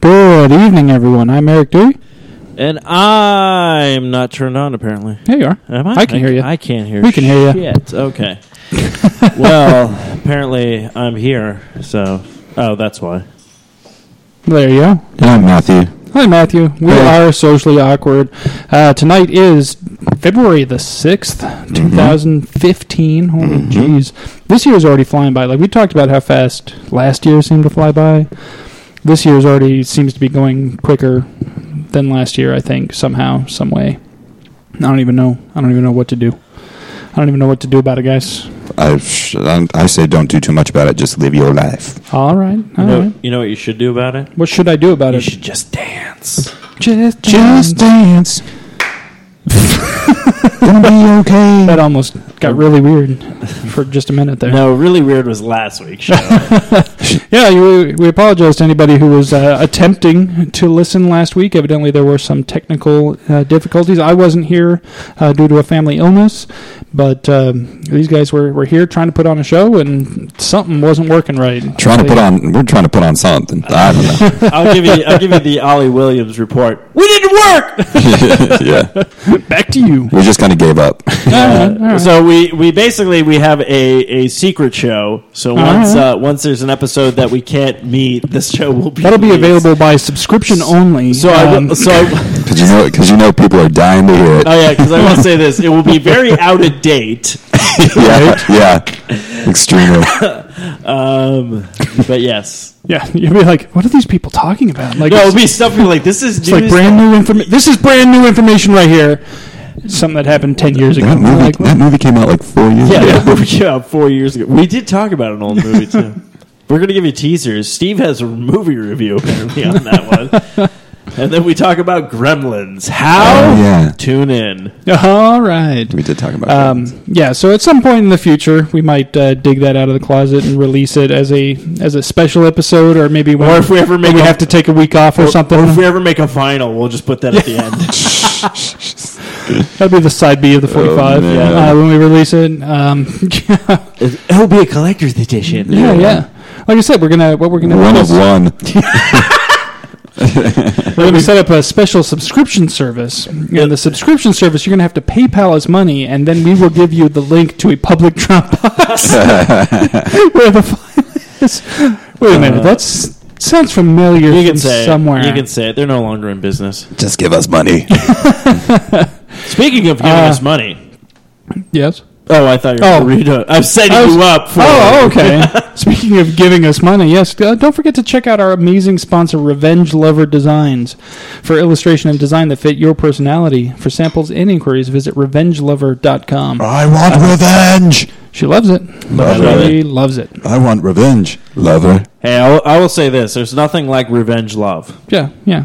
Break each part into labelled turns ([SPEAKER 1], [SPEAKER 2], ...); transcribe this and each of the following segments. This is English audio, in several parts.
[SPEAKER 1] Good evening, everyone. I'm Eric Dewey.
[SPEAKER 2] And I'm not turned on, apparently.
[SPEAKER 1] Here you are.
[SPEAKER 2] Am I?
[SPEAKER 1] I can hear you.
[SPEAKER 2] I can't hear
[SPEAKER 1] We can hear you.
[SPEAKER 2] shit. Okay. well, apparently I'm here, so. Oh, that's why.
[SPEAKER 1] There you go.
[SPEAKER 3] And I'm Matthew.
[SPEAKER 1] Hi, Matthew. We
[SPEAKER 3] Hey.
[SPEAKER 1] are socially awkward. Uh, tonight is February the 6th,
[SPEAKER 2] Mm-hmm.
[SPEAKER 1] 2015. Holy jeez. This year's already flying by. Like, we talked about how fast last year seemed to fly by. This year's already seems to be going quicker than last year, I think, somehow, some way. I don't even know. I don't even know what to do. I don't even know what to do about it, guys.
[SPEAKER 3] I, sh- I'm- I say don't do too much about it. Just live your life.
[SPEAKER 1] All right. all
[SPEAKER 2] You
[SPEAKER 1] right.
[SPEAKER 2] know, you know what you should do about it?
[SPEAKER 1] What should I do about
[SPEAKER 2] You
[SPEAKER 1] it?
[SPEAKER 2] should just dance.
[SPEAKER 1] just,
[SPEAKER 3] Just dance. Gonna be okay.
[SPEAKER 1] That almost got really weird for just a minute there.
[SPEAKER 2] No, really weird was last week's show.
[SPEAKER 1] Yeah, you, we apologize to anybody who was uh, attempting to listen last week. Evidently, there were some technical uh, difficulties. I wasn't here uh, due to a family illness, but um, these guys were, were here trying to put on a show, and something wasn't working right.
[SPEAKER 3] Trying to put on. We're trying to put on something. I don't
[SPEAKER 2] I'll give you. I'll give you the Ollie Williams report. We didn't work.
[SPEAKER 3] know. yeah,
[SPEAKER 1] Back to you.
[SPEAKER 3] we just kind of gave up.
[SPEAKER 1] All right, all right.
[SPEAKER 2] So we, we basically we have a, a secret show. So once uh, once there's an episode that we can't meet, this show will be
[SPEAKER 1] That'll be
[SPEAKER 2] released.
[SPEAKER 1] available by subscription only.
[SPEAKER 2] So I
[SPEAKER 1] Um,
[SPEAKER 2] will, so I,
[SPEAKER 3] Because you know, because you know, people are dying to hear it.
[SPEAKER 2] Oh yeah, because I will say this: it will be very out of date.
[SPEAKER 3] yeah, yeah, extremely.
[SPEAKER 2] Um, but yes,
[SPEAKER 1] yeah, you'll be like, what are these people talking about? Like,
[SPEAKER 2] no,
[SPEAKER 1] it's-
[SPEAKER 2] it'll be stuff you're like, this is
[SPEAKER 1] It's like
[SPEAKER 2] news-
[SPEAKER 1] brand new information. This is brand new information right here. Something that happened ten years ago.
[SPEAKER 3] That movie,
[SPEAKER 1] Like,
[SPEAKER 3] that movie came out like four years
[SPEAKER 2] Yeah,
[SPEAKER 3] ago.
[SPEAKER 2] that movie came out four years ago. We did talk about an old movie too. We're gonna give you teasers. Steve has a movie review apparently on that one, and then we talk about Gremlins. How?
[SPEAKER 3] Oh, yeah.
[SPEAKER 2] Tune in.
[SPEAKER 1] all right.
[SPEAKER 3] We did talk about
[SPEAKER 1] Um, yeah. So at some point in the future, we might uh, dig that out of the closet and release it as a as a special episode, or maybe when,
[SPEAKER 2] Or if we ever
[SPEAKER 1] when
[SPEAKER 2] make
[SPEAKER 1] we
[SPEAKER 2] a-
[SPEAKER 1] have to take a week off or, something.
[SPEAKER 2] Or if we ever make a final, we'll just put that at the end.
[SPEAKER 1] That'll be the side B of the forty five
[SPEAKER 3] Oh, man.
[SPEAKER 1] uh, when we release it. Um, yeah,
[SPEAKER 2] It'll be a collector's edition.
[SPEAKER 1] yeah, Like I said, we're gonna what we're gonna
[SPEAKER 3] one
[SPEAKER 1] do
[SPEAKER 3] of
[SPEAKER 1] is-
[SPEAKER 3] one.
[SPEAKER 1] We're going to set up a special subscription service. And the subscription service, you're going to have to PayPal us money, and then we will give you the link to a public Dropbox where the file is. Wait a minute, that sounds familiar
[SPEAKER 2] Uh, You
[SPEAKER 1] from
[SPEAKER 2] can say it.
[SPEAKER 1] somewhere.
[SPEAKER 2] You can say it. They're no longer in business.
[SPEAKER 3] Just give us money.
[SPEAKER 2] Speaking of giving
[SPEAKER 1] Uh,
[SPEAKER 2] us money,
[SPEAKER 1] yes.
[SPEAKER 2] Oh, I thought you were
[SPEAKER 1] Oh.
[SPEAKER 2] going to read it. I'm setting
[SPEAKER 1] I was-
[SPEAKER 2] you up for.
[SPEAKER 1] Oh, okay. Speaking of giving us money, yes, uh, don't forget to check out our amazing sponsor, Revenge Lover Designs. For illustration and design that fit your personality, for samples and inquiries, visit revengelover.com.
[SPEAKER 2] Uh-huh.
[SPEAKER 3] I want revenge.
[SPEAKER 1] She loves it.
[SPEAKER 3] Lover.
[SPEAKER 1] She loves it.
[SPEAKER 3] I want revenge, lover.
[SPEAKER 2] Hey, I will, I will say this: there's nothing like revenge love.
[SPEAKER 1] Yeah, yeah.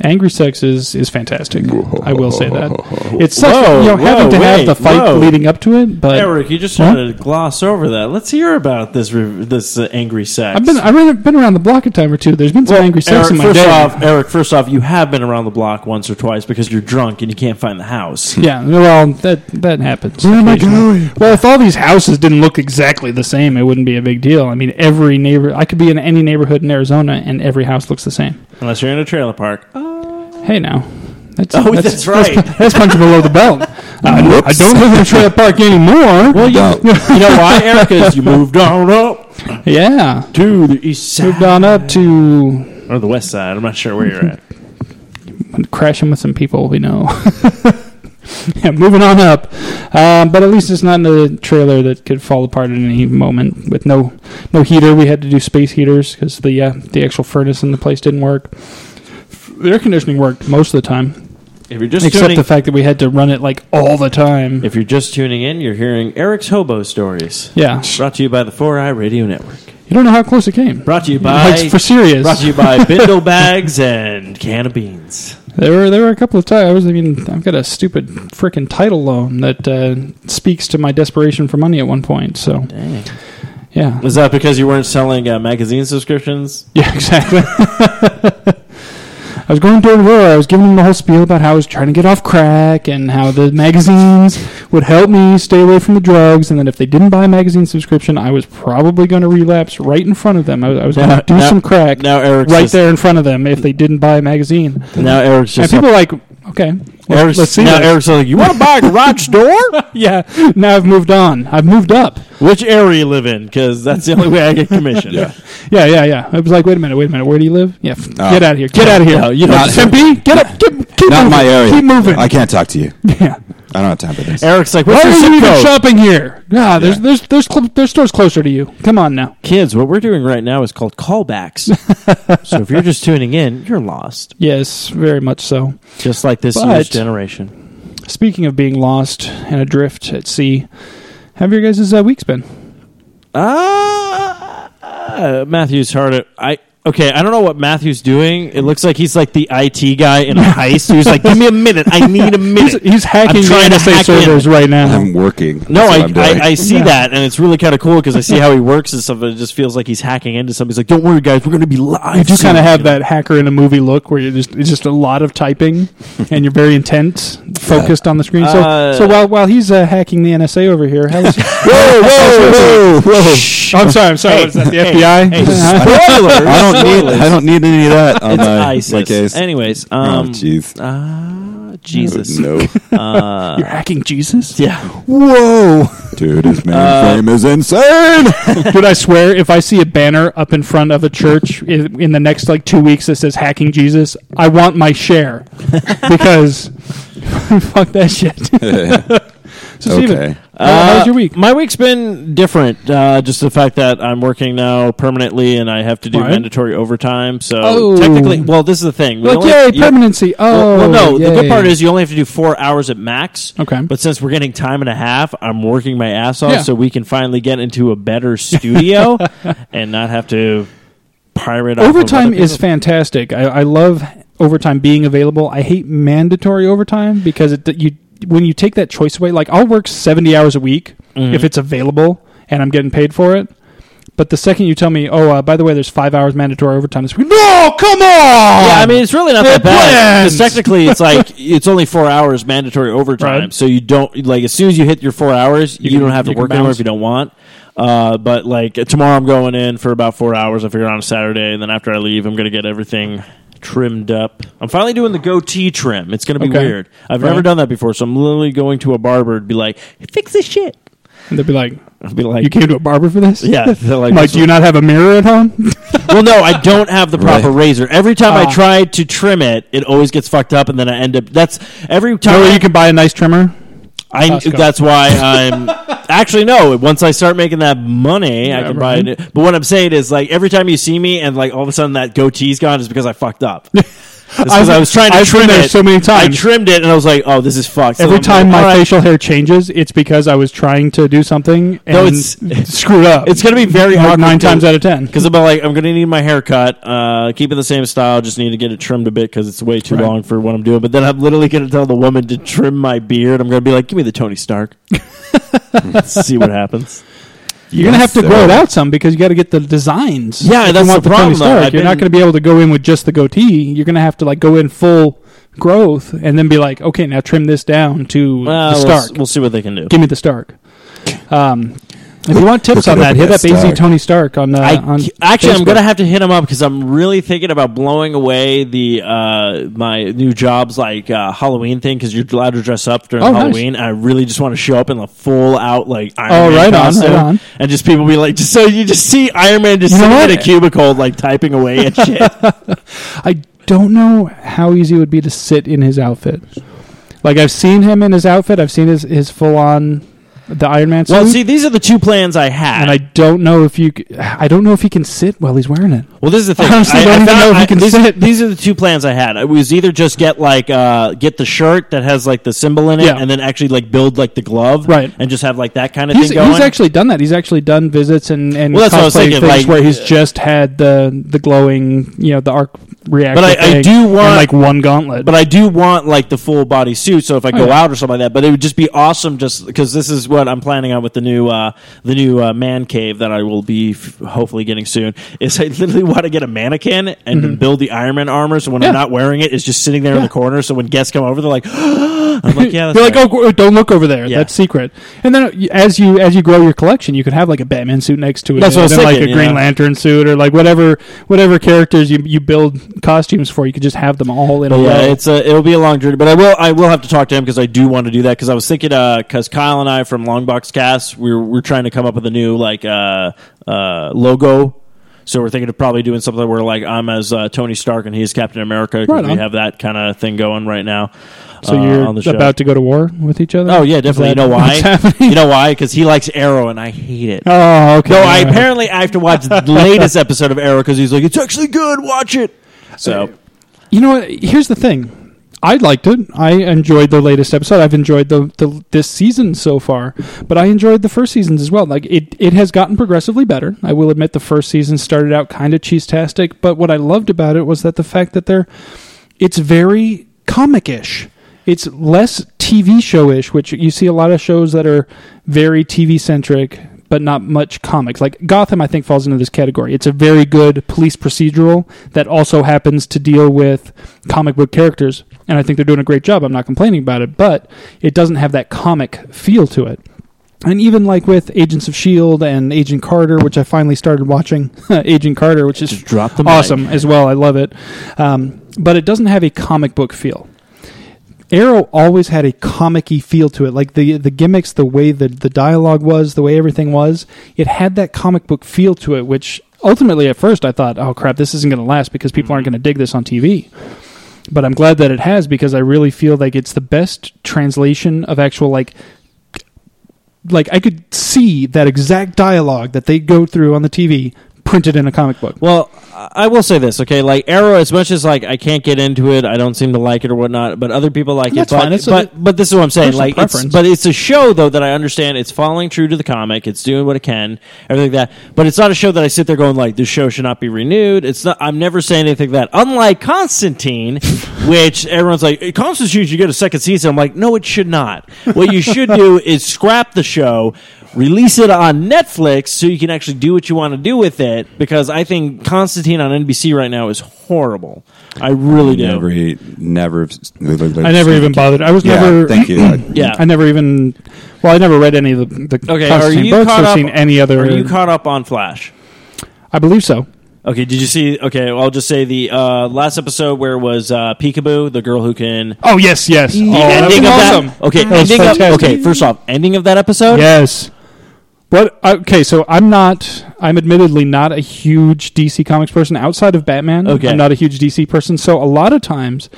[SPEAKER 1] Angry sex is is fantastic. I will say that. It's such
[SPEAKER 2] Whoa,
[SPEAKER 1] you know having
[SPEAKER 2] whoa,
[SPEAKER 1] to have
[SPEAKER 2] wait,
[SPEAKER 1] the fight
[SPEAKER 2] whoa.
[SPEAKER 1] leading up to it, but
[SPEAKER 2] Eric, you just
[SPEAKER 1] Huh?
[SPEAKER 2] tried to gloss over that. Let's hear about this re- this uh, angry sex.
[SPEAKER 1] I've been I've been- been around the block a time or two. There's been some angry sex
[SPEAKER 2] Eric,
[SPEAKER 1] in my
[SPEAKER 2] first
[SPEAKER 1] day.
[SPEAKER 2] off, Eric, first off, you have been around the block once or twice because you're drunk and you can't find the house.
[SPEAKER 1] Yeah, well, that that happens.
[SPEAKER 3] Where am I
[SPEAKER 1] occasionally.
[SPEAKER 3] going?
[SPEAKER 1] Well, if all these houses didn't look exactly the same, it wouldn't be a big deal. I mean, every neighbor, I could be in any neighborhood in Arizona, and every house looks the same.
[SPEAKER 2] Unless you're in a trailer park.
[SPEAKER 1] Hey, now, that's
[SPEAKER 2] Oh, that's right.
[SPEAKER 1] That's punching below the belt. I, I
[SPEAKER 3] Whoops.
[SPEAKER 1] don't live in a trailer park anymore.
[SPEAKER 2] Well, you,
[SPEAKER 3] Don't.
[SPEAKER 2] you know why, Eric? Is you moved on up
[SPEAKER 1] yeah,
[SPEAKER 2] to the east side
[SPEAKER 1] moved on up to
[SPEAKER 2] or the west side. I'm not sure where you're at.
[SPEAKER 1] crashing with some people we know. yeah, moving on up, um, but at least it's not in a trailer that could fall apart at any moment. With no no heater, we had to do space heaters because the uh, the actual furnace in the place didn't work. The air conditioning worked most of the time,
[SPEAKER 2] If you're just
[SPEAKER 1] except
[SPEAKER 2] tuning,
[SPEAKER 1] the fact that we had to run it like all the time.
[SPEAKER 2] if you're just tuning in, you're hearing Eric's hobo stories.
[SPEAKER 1] yeah,
[SPEAKER 2] Brought to you by the 4i Radio Network.
[SPEAKER 1] you don't know how close it came.
[SPEAKER 2] Brought to you by
[SPEAKER 1] Like for serious,
[SPEAKER 2] Brought to you by Bindle Bags and Can of Beans.
[SPEAKER 1] There were there were a couple of times. I was I mean I've got a stupid freaking title loan that uh, speaks to my desperation for money at one point. So
[SPEAKER 2] Dang.
[SPEAKER 1] yeah,
[SPEAKER 2] Is that because you weren't selling uh, magazine subscriptions?
[SPEAKER 1] yeah, exactly. I was going door to door. I was giving him the whole spiel about how I was trying to get off crack and how the magazines would help me stay away from the drugs, and that if they didn't buy a magazine subscription, I was probably going to relapse right in front of them. I was, I was going
[SPEAKER 2] Now-
[SPEAKER 1] to do
[SPEAKER 2] now-
[SPEAKER 1] some crack
[SPEAKER 2] Now Eric's
[SPEAKER 1] right
[SPEAKER 2] just,
[SPEAKER 1] there in front of them if they didn't buy a magazine.
[SPEAKER 2] Now Eric's
[SPEAKER 1] And
[SPEAKER 2] just
[SPEAKER 1] people are like, okay, let's,
[SPEAKER 2] Eric's,
[SPEAKER 1] let's see.
[SPEAKER 2] now
[SPEAKER 1] this.
[SPEAKER 2] Eric's like, you want to buy a garage door?
[SPEAKER 1] yeah, now I've moved on. I've moved up.
[SPEAKER 2] Which area you live in? Because that's the only way I get commissioned.
[SPEAKER 3] Yeah.
[SPEAKER 1] Yeah, yeah, yeah. I was like, wait a minute, wait a minute. Where do you live? Yeah, f-
[SPEAKER 3] Oh.
[SPEAKER 1] get out of here. Get out of here.
[SPEAKER 2] No, you don't-
[SPEAKER 1] Not- Tempe, get up. Get, keep
[SPEAKER 3] Not
[SPEAKER 1] moving.
[SPEAKER 3] my area.
[SPEAKER 1] Keep moving.
[SPEAKER 3] I can't talk to you.
[SPEAKER 1] yeah.
[SPEAKER 3] I don't have time for this.
[SPEAKER 2] Eric's like,
[SPEAKER 1] Why
[SPEAKER 2] what's
[SPEAKER 1] are
[SPEAKER 2] your
[SPEAKER 1] you
[SPEAKER 2] zip
[SPEAKER 1] even
[SPEAKER 2] code?
[SPEAKER 1] shopping here? Yeah, there's
[SPEAKER 3] Yeah.
[SPEAKER 1] there's there's cl- there's stores closer to you. Come on now.
[SPEAKER 2] Kids, what we're doing right now is called callbacks. so if you're just tuning in, you're lost.
[SPEAKER 1] Yes, very much so.
[SPEAKER 2] Just like this
[SPEAKER 1] But-
[SPEAKER 2] year's generation.
[SPEAKER 1] Speaking of being lost and adrift at sea, how have your guys' uh, weeks been?
[SPEAKER 2] Ah, uh, Matthew's hard at. I okay. I don't know what Matthew's doing. It looks like he's like the IT guy in a heist. He's like, give me a minute. I need
[SPEAKER 1] He's,
[SPEAKER 2] a minute.
[SPEAKER 1] he's hacking
[SPEAKER 2] I'm
[SPEAKER 1] the
[SPEAKER 2] trying to
[SPEAKER 1] NSA
[SPEAKER 2] hack
[SPEAKER 1] servers right now.
[SPEAKER 3] I'm working.
[SPEAKER 2] No,
[SPEAKER 3] That's
[SPEAKER 2] I,
[SPEAKER 3] what I'm doing.
[SPEAKER 2] I, I see
[SPEAKER 1] Yeah.
[SPEAKER 2] that, and it's really kind of cool because I see how he works and stuff. And it just feels like he's hacking into something. He's like, "Don't worry, guys, we're going to be live."
[SPEAKER 1] you do kind
[SPEAKER 2] soon."
[SPEAKER 1] of have that hacker in a movie look where you're just it's just a lot of typing and you're very intense, focused on the screen. So,
[SPEAKER 2] Uh,
[SPEAKER 1] so while while he's uh, hacking the NSA over here, how is
[SPEAKER 3] whoa, whoa, whoa, whoa!
[SPEAKER 1] Oh, I'm sorry, I'm sorry. what is that the
[SPEAKER 2] hey,
[SPEAKER 1] FBI?
[SPEAKER 2] hey.
[SPEAKER 1] Uh-huh.
[SPEAKER 3] I
[SPEAKER 2] Spoilers.
[SPEAKER 3] don't need. I don't need any of that on
[SPEAKER 2] It's
[SPEAKER 3] my,
[SPEAKER 2] ISIS.
[SPEAKER 3] my case.
[SPEAKER 2] Anyways, um,
[SPEAKER 3] oh, jeez.
[SPEAKER 2] ah, Jesus,
[SPEAKER 3] No,
[SPEAKER 2] uh,
[SPEAKER 1] You're hacking Jesus,
[SPEAKER 2] yeah.
[SPEAKER 3] whoa, dude, his
[SPEAKER 2] Uh,
[SPEAKER 3] mainframe is insane.
[SPEAKER 1] dude! I swear, if I see a banner up in front of a church i- in the next like two weeks that says "hacking Jesus," I want my share because fuck that shit. so, Steven,
[SPEAKER 3] Okay.
[SPEAKER 1] how, how was your week?
[SPEAKER 2] Uh, My week's been different. Uh, just the fact that I'm working now permanently and I have to do
[SPEAKER 1] Right.
[SPEAKER 2] mandatory overtime. So
[SPEAKER 1] Oh.
[SPEAKER 2] technically, well, this is the thing. We
[SPEAKER 1] Like,
[SPEAKER 2] only-
[SPEAKER 1] yay,
[SPEAKER 2] you-
[SPEAKER 1] permanency. Oh,
[SPEAKER 2] well, no. The
[SPEAKER 1] yay.
[SPEAKER 2] good part is you only have to do four hours at max.
[SPEAKER 1] Okay.
[SPEAKER 2] But since we're getting time and a half, I'm working my ass off
[SPEAKER 1] Yeah.
[SPEAKER 2] so we can finally get into a better studio and not have to pirate off of
[SPEAKER 1] overtime
[SPEAKER 2] other
[SPEAKER 1] is
[SPEAKER 2] people.
[SPEAKER 1] fantastic. I, I love overtime being available. I hate mandatory overtime because it, that you when you take that choice away, like I'll work seventy hours a week
[SPEAKER 2] Mm-hmm.
[SPEAKER 1] if it's available and I'm getting paid for it. But the second you tell me, oh, uh, by the way, there's five hours mandatory overtime this week, no, come on.
[SPEAKER 2] Yeah, I mean it's really
[SPEAKER 1] Um,
[SPEAKER 2] not
[SPEAKER 1] It
[SPEAKER 2] that bad. 'cause
[SPEAKER 1] blends.
[SPEAKER 2] Technically, it's like it's only four hours mandatory overtime,
[SPEAKER 1] Right.
[SPEAKER 2] so you don't like as soon as you hit your four hours, you,
[SPEAKER 1] can-
[SPEAKER 2] don't have to
[SPEAKER 1] you can
[SPEAKER 2] work anymore
[SPEAKER 1] bounce.
[SPEAKER 2] if you don't want. Uh, but like tomorrow, I'm going in for about four hours. I figure on a Saturday, and then after I leave, I'm gonna get everything trimmed up. I'm finally doing the goatee trim. It's gonna be
[SPEAKER 1] Okay.
[SPEAKER 2] weird. I've
[SPEAKER 1] Right.
[SPEAKER 2] never done that before, so I'm literally going to a barber and be like, "Fix this shit."
[SPEAKER 1] and they'd be like,
[SPEAKER 2] I'll be like,
[SPEAKER 1] you came to a barber for this?
[SPEAKER 2] "Yeah." they're
[SPEAKER 1] Like,
[SPEAKER 2] "This
[SPEAKER 1] do you not have a mirror at home?
[SPEAKER 2] well, no, I don't have the proper razor. Every time
[SPEAKER 1] Ah.
[SPEAKER 2] I try to trim it, it always gets fucked up, and then I end up. That's every time.
[SPEAKER 1] Or
[SPEAKER 2] I,
[SPEAKER 1] you can buy a nice trimmer.
[SPEAKER 2] I-
[SPEAKER 1] Costco.
[SPEAKER 2] that's why I'm. actually, no. Once I start making that money, I
[SPEAKER 1] Yeah,
[SPEAKER 2] can
[SPEAKER 1] right.
[SPEAKER 2] buy it. But what I'm saying is, like, every time you see me, and like all of a sudden that goatee's gone, is because I fucked up. Because
[SPEAKER 1] I've-
[SPEAKER 2] I was trying to
[SPEAKER 1] I've been
[SPEAKER 2] trim
[SPEAKER 1] there
[SPEAKER 2] it
[SPEAKER 1] so many
[SPEAKER 2] I
[SPEAKER 1] times.
[SPEAKER 2] trimmed it, and I was like, "Oh, this is fucked." So
[SPEAKER 1] Every
[SPEAKER 2] I'm
[SPEAKER 1] time
[SPEAKER 2] like,
[SPEAKER 1] my
[SPEAKER 2] all right.
[SPEAKER 1] facial hair changes, it's because I was trying to do something and
[SPEAKER 2] No, it's-
[SPEAKER 1] screwed up.
[SPEAKER 2] It's gonna be very
[SPEAKER 1] Like
[SPEAKER 2] awkward
[SPEAKER 1] nine
[SPEAKER 2] to-
[SPEAKER 1] times out of ten.
[SPEAKER 2] Because I'm like, I'm gonna need my haircut. Uh, keep it the same style. Just need to get it trimmed a bit because it's way too
[SPEAKER 1] Right.
[SPEAKER 2] long for what I'm doing. But then I'm literally gonna tell the woman to trim my beard. I'm gonna be like, give me the Tony Stark. Let's see what happens.
[SPEAKER 1] You're gonna have to grow it out some because you got to get the designs.
[SPEAKER 2] Yeah,
[SPEAKER 1] If you
[SPEAKER 2] that's
[SPEAKER 1] want
[SPEAKER 2] the
[SPEAKER 1] Tony
[SPEAKER 2] problem, though.
[SPEAKER 1] Stark,
[SPEAKER 2] I've
[SPEAKER 1] You're not
[SPEAKER 2] been-
[SPEAKER 1] gonna be able to go in with just the goatee. You're gonna have to like go in full growth and then be like, okay, now trim this down to
[SPEAKER 2] Uh,
[SPEAKER 1] the
[SPEAKER 2] we'll,
[SPEAKER 1] Stark.
[SPEAKER 2] s- we'll see what they can do.
[SPEAKER 1] Give me the Stark. Um, if you want tips
[SPEAKER 3] Look it
[SPEAKER 1] on
[SPEAKER 3] up
[SPEAKER 1] that, hit up
[SPEAKER 3] against
[SPEAKER 1] AZ
[SPEAKER 3] Stark.
[SPEAKER 1] Tony Stark on. Uh,
[SPEAKER 2] I,
[SPEAKER 1] on
[SPEAKER 2] actually, I'm
[SPEAKER 1] Facebook.
[SPEAKER 2] gonna have to hit him up because I'm really thinking about blowing away the uh, my new job's like uh, Halloween thing because you're allowed to dress up during
[SPEAKER 1] Oh, nice.
[SPEAKER 2] Halloween. And I really just want to show up in a full out like Iron
[SPEAKER 1] Oh,
[SPEAKER 2] Man
[SPEAKER 1] right on,
[SPEAKER 2] costume,
[SPEAKER 1] right on.
[SPEAKER 2] and just people be like, just so you just see Iron Man just
[SPEAKER 1] You know
[SPEAKER 2] sitting in a
[SPEAKER 1] what?
[SPEAKER 2] cubicle like typing away at shit.
[SPEAKER 1] I don't know how easy it would be to sit in his outfit. Like I've seen him in his outfit. I've seen his his full on the Iron Man suit.
[SPEAKER 2] well, see, these are the two plans I had.
[SPEAKER 1] and I don't know if you. c- I don't know if he can sit while he's wearing it.
[SPEAKER 2] Well, this is the thing.
[SPEAKER 1] I honestly don't even know if he can
[SPEAKER 2] these,
[SPEAKER 1] sit.
[SPEAKER 2] these are the two plans I had. It was either just get like uh, get the shirt that has like the symbol in it,
[SPEAKER 1] Yeah.
[SPEAKER 2] and then actually like build like the glove,
[SPEAKER 1] Right.
[SPEAKER 2] and just have like that kind of
[SPEAKER 1] He's,
[SPEAKER 2] thing going.
[SPEAKER 1] he's actually done that. He's actually done visits and and
[SPEAKER 2] Well, that's what I was
[SPEAKER 1] cosplay
[SPEAKER 2] thinking,
[SPEAKER 1] things
[SPEAKER 2] like- uh,
[SPEAKER 1] where he's just had the the glowing, you know, the arc reactor.
[SPEAKER 2] But I- I
[SPEAKER 1] thing
[SPEAKER 2] do
[SPEAKER 1] and,
[SPEAKER 2] want-
[SPEAKER 1] like one gauntlet.
[SPEAKER 2] but I do want like the full body suit. So if I go
[SPEAKER 1] Oh, yeah.
[SPEAKER 2] out or something like that, but it would just be awesome just because this is what what I'm planning on with the new uh, the new uh, man cave that I will be f- hopefully getting soon is I literally want to get a mannequin and build the Iron Man armor. So when
[SPEAKER 1] Mm-hmm. Yeah.
[SPEAKER 2] I'm not wearing it, it's just sitting there in the corner. So when guests come over, they're like, I'm like, yeah, that's
[SPEAKER 1] They're like,
[SPEAKER 2] right.
[SPEAKER 1] oh, gr- don't look over there.
[SPEAKER 2] Yeah.
[SPEAKER 1] That's secret. And then uh, y- as you as you grow your collection, you could have like a Batman suit next to it.
[SPEAKER 2] That's
[SPEAKER 1] and
[SPEAKER 2] what I was
[SPEAKER 1] then, like
[SPEAKER 2] thinking,
[SPEAKER 1] a Green
[SPEAKER 2] yeah.
[SPEAKER 1] Lantern suit or like whatever whatever characters you, you build costumes for. You could just have them all in a
[SPEAKER 2] But yeah,
[SPEAKER 1] row.
[SPEAKER 2] it's a it'll be a long journey, but I will I will have to talk to him because I do want to do that because I was thinking because Kyle and I from Longbox Cast we we're we're trying to come up with a new like uh, uh, logo. So we're thinking of probably doing something where like I'm as uh, Tony Stark and he's Captain America. 'cause
[SPEAKER 1] Right
[SPEAKER 2] we
[SPEAKER 1] on.
[SPEAKER 2] have that kind of thing going right now.
[SPEAKER 1] So
[SPEAKER 2] uh,
[SPEAKER 1] you're
[SPEAKER 2] on the show.
[SPEAKER 1] about to go to war with each other.
[SPEAKER 2] Oh yeah, definitely. You know
[SPEAKER 1] what's
[SPEAKER 2] why? You know why? Because he likes Arrow and I hate it.
[SPEAKER 1] Oh, okay.
[SPEAKER 2] No, I
[SPEAKER 1] All right.
[SPEAKER 2] apparently I have to watch the latest episode of Arrow because he's like, it's actually good. Watch it. So
[SPEAKER 1] You know what? Here's the thing. I liked it. I enjoyed the latest episode. I've enjoyed the, the this season so far, but I enjoyed the first seasons as well. Like it, it has gotten progressively better. I will admit the first season started out kind of cheese-tastic, but what I loved about it was that the fact that they're it's very comic-ish. It's less TV show-ish, which you see a lot of shows that are very TV-centric but not much comics. Like Gotham I think falls into this category. It's a very good police procedural that also happens to deal with comic book characters, and I think they're doing a great job. I'm not complaining about it, but it doesn't have that comic feel to it. And even like with Agents of Shield E and Agent Carter, which I finally started watching, Agent Carter, which is
[SPEAKER 2] drop the mic.
[SPEAKER 1] awesome as well. I love it, um, but it doesn't have a comic book feel. Arrow always had a comic-y feel to it, like the the gimmicks, the way the the dialogue was, the way everything was. It had that comic book feel to it, which ultimately at first I thought, oh crap, this isn't going to last because people aren't going to dig this on TV. But I'm glad that it has because I really feel like it's the best translation of actual like like I could see that exact dialogue that they go through on the TV printed in a comic book.
[SPEAKER 2] Well, I I will say this, okay? Like Arrow, as much as like I can't get into it, I don't seem to like it or whatnot. But other people like
[SPEAKER 1] That's
[SPEAKER 2] it. But,
[SPEAKER 1] fine. It's a-
[SPEAKER 2] but but this is what I'm saying.
[SPEAKER 1] personal
[SPEAKER 2] Like, it's,
[SPEAKER 1] preference.
[SPEAKER 2] but it's a show though that I understand. It's following true to the comic. It's doing what it can, everything like that. But it's not a show that I sit there going like this show should not be renewed. It's not. I'm never saying anything like that. Unlike Constantine, which everyone's like "Hey, Constantine should get a second season. I'm like, no, it should not. What you should do is scrap the show. Release it on Netflix so you can actually do what you want to do with it because I think Constantine on NBC right now is horrible. I really do.
[SPEAKER 3] Never, he- never.
[SPEAKER 1] I never even bothered. I was
[SPEAKER 3] Yeah,
[SPEAKER 1] never.
[SPEAKER 3] thank you. I-
[SPEAKER 2] Yeah.
[SPEAKER 1] I never even. Well, I never read any of the, the
[SPEAKER 2] Okay, are
[SPEAKER 1] Constantine
[SPEAKER 2] you
[SPEAKER 1] books
[SPEAKER 2] caught
[SPEAKER 1] or
[SPEAKER 2] up?
[SPEAKER 1] seen any other.
[SPEAKER 2] Are you caught up on Flash?
[SPEAKER 1] I believe so.
[SPEAKER 2] Okay, did you see? Okay, well, I'll just say the uh, last episode where it was uh, Peekaboo, the girl who can.
[SPEAKER 1] Oh yes, yes. Oh, that was awesome.
[SPEAKER 2] that. Okay,
[SPEAKER 1] was
[SPEAKER 2] ending of,
[SPEAKER 1] fantastic.
[SPEAKER 2] okay. First off, ending of that episode.
[SPEAKER 1] Yes. What? Okay, so I'm not. I'm admittedly not a huge DC Comics person outside of Batman.
[SPEAKER 2] Okay.
[SPEAKER 1] I'm not a huge DC person, so a lot of times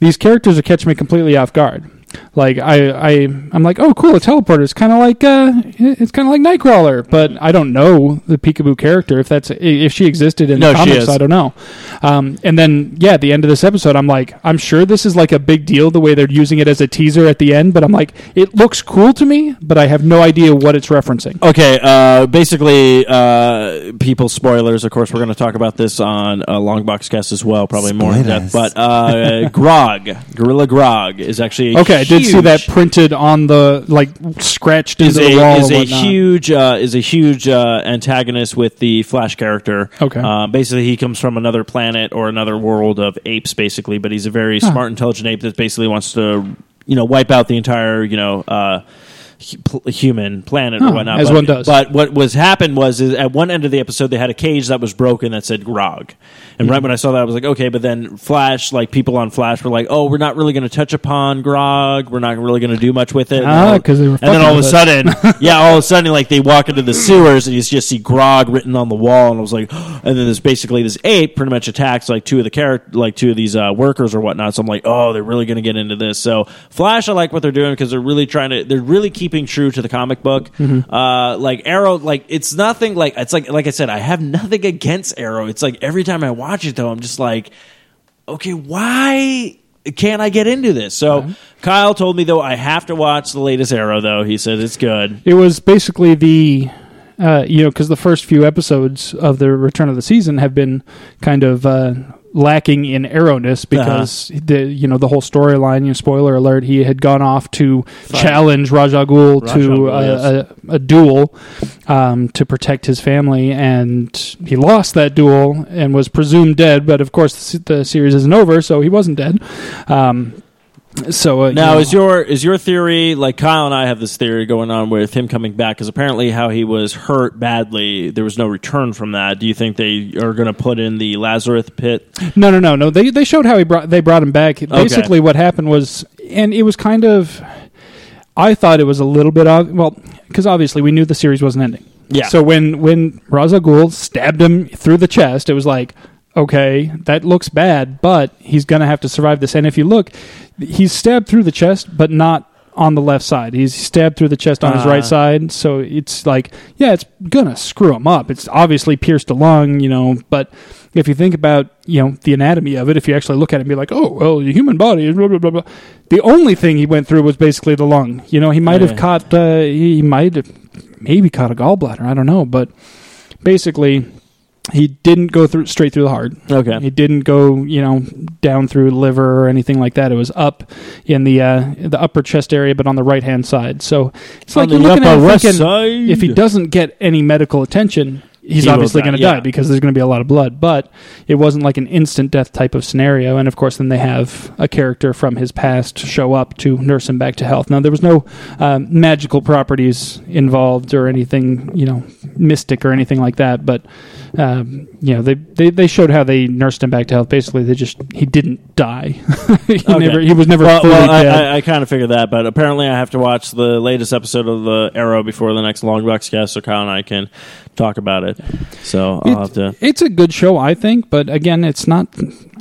[SPEAKER 1] these characters are catching me completely off guard. Like I, I, I'm like, oh, cool, a teleporter. It's kind of like, uh, it's kind of like Nightcrawler, but I don't know the Peekaboo character if that's if she existed in
[SPEAKER 2] No,
[SPEAKER 1] the
[SPEAKER 2] she
[SPEAKER 1] comics.
[SPEAKER 2] is.
[SPEAKER 1] I don't know. Um, and then yeah, at the end of this episode, I'm like, I'm sure this is like a big deal the way they're using it as a teaser at the end, but I'm like, it looks cool to me, but I have no idea what it's referencing.
[SPEAKER 2] Okay, uh, basically, uh, people spoilers. Of course, we're going to talk about this on a long box cast as well, probably more in depth. But uh, Grog, Gorilla Grog, is actually a
[SPEAKER 1] Okay, I did see
[SPEAKER 2] huge-
[SPEAKER 1] that printed on the like scratched
[SPEAKER 2] is
[SPEAKER 1] into
[SPEAKER 2] a
[SPEAKER 1] the wall.
[SPEAKER 2] is
[SPEAKER 1] and
[SPEAKER 2] a
[SPEAKER 1] whatnot.
[SPEAKER 2] huge uh, is a huge uh, antagonist with the Flash character.
[SPEAKER 1] Okay.
[SPEAKER 2] uh, basically he comes from another planet or another world of apes, basically. But he's a very smart, intelligent ape that basically wants to you know wipe out the entire you know. Uh, hu- pl- human planet
[SPEAKER 1] Huh,
[SPEAKER 2] or whatnot
[SPEAKER 1] as
[SPEAKER 2] but,
[SPEAKER 1] one does.
[SPEAKER 2] but what was happened was is at one end of the episode they had a cage that was broken that said grog and
[SPEAKER 1] Mm-hmm.
[SPEAKER 2] right when i saw that i was like okay but then flash like people on flash were like oh we're not really going to touch upon grog we're not really going to do much with it
[SPEAKER 1] Ah,
[SPEAKER 2] And all-
[SPEAKER 1] 'cause they were
[SPEAKER 2] and then
[SPEAKER 1] fucking
[SPEAKER 2] all of a
[SPEAKER 1] with us.
[SPEAKER 2] sudden sudden- yeah, all of a sudden, like they walk into the sewers and you just see grog written on the wall, and I was like, and then this basically this ape pretty much attacks like two of the character, like two of these uh, workers or whatnot. So I'm like, oh, they're really gonna get into this. So Flash, I like what they're doing because they're really trying to, they're really keeping true to the comic book.
[SPEAKER 1] Mm-hmm.
[SPEAKER 2] Uh, like Arrow, like it's nothing like it's like like I said, I have nothing against Arrow. It's like every time I watch it though, I'm just like okay, why can't I get into this? So Kyle told me though I have to watch the latest Arrow though. He said it's good.
[SPEAKER 1] It was basically the, uh, you know, because the first few episodes of the return of the season have been kind of uh, lacking in arrowness
[SPEAKER 2] Uh-huh.
[SPEAKER 1] because the you know the whole storyline. You know, spoiler alert: he had gone off to challenge Rajah Ghul
[SPEAKER 2] Ra's al
[SPEAKER 1] to
[SPEAKER 2] Ghul,
[SPEAKER 1] a, a, a duel um, to protect his family, and he lost that duel and was presumed dead. But of course, the, se- the series isn't over, so he wasn't dead. Um, so uh, you
[SPEAKER 2] Now
[SPEAKER 1] know-
[SPEAKER 2] is your is your theory like Kyle and I have this theory going on with him coming back because apparently how he was hurt badly there was no return from that. Do you think they are going to put in the Lazarus pit?
[SPEAKER 1] No, no, no, no. They they showed how he brought they brought him back. Basically, what happened was, and it was kind of, I thought it was a little bit of well, because obviously we knew the series wasn't ending.
[SPEAKER 2] Yeah.
[SPEAKER 1] So when when Ra's al Ghul stabbed him through the chest, it was like, okay, that looks bad, but he's gonna have to survive this. And if you look, he's stabbed through the chest, but not on the left side. He's stabbed through the chest on his
[SPEAKER 2] Ah.
[SPEAKER 1] right side, so it's like, yeah, it's gonna screw him up. It's obviously pierced a lung, you know, but if you think about you know the anatomy of it, if you actually look at it and be like, oh well, the human body, is blah blah blah blah. The only thing he went through was basically the lung. You know, he might
[SPEAKER 2] Yeah.
[SPEAKER 1] have caught, uh, he he might have maybe caught a gallbladder. I don't know, but basically, he didn't go through straight through the heart.
[SPEAKER 2] Okay.
[SPEAKER 1] It didn't go, you know, down through liver or anything like that. It was up in the uh, the upper chest area, but on the right hand side. So it's like
[SPEAKER 2] On
[SPEAKER 1] you're
[SPEAKER 2] the
[SPEAKER 1] looking at
[SPEAKER 2] upper
[SPEAKER 1] it
[SPEAKER 2] west
[SPEAKER 1] thinking,
[SPEAKER 2] side.
[SPEAKER 1] if he doesn't get any medical attention, he's
[SPEAKER 2] He will
[SPEAKER 1] obviously
[SPEAKER 2] die,
[SPEAKER 1] going to
[SPEAKER 2] yeah.
[SPEAKER 1] die because there's going to be a lot of blood. But it wasn't like an instant death type of scenario. And of course, then they have a character from his past show up to nurse him back to health. Now there was no um, magical properties involved or anything, you know, mystic or anything like that. But um, you know, they, they they showed how they nursed him back to health. Basically, they just he didn't die. he
[SPEAKER 2] Okay.
[SPEAKER 1] never he was never
[SPEAKER 2] well,
[SPEAKER 1] fully
[SPEAKER 2] well, I,
[SPEAKER 1] dead.
[SPEAKER 2] I, I kind of figured that, but apparently I have to watch the latest episode of the Arrow before the next Long Box cast, so Kyle and I can talk about it. So I'll have
[SPEAKER 1] It's-
[SPEAKER 2] to.
[SPEAKER 1] It's a good show, I think, but again, it's not.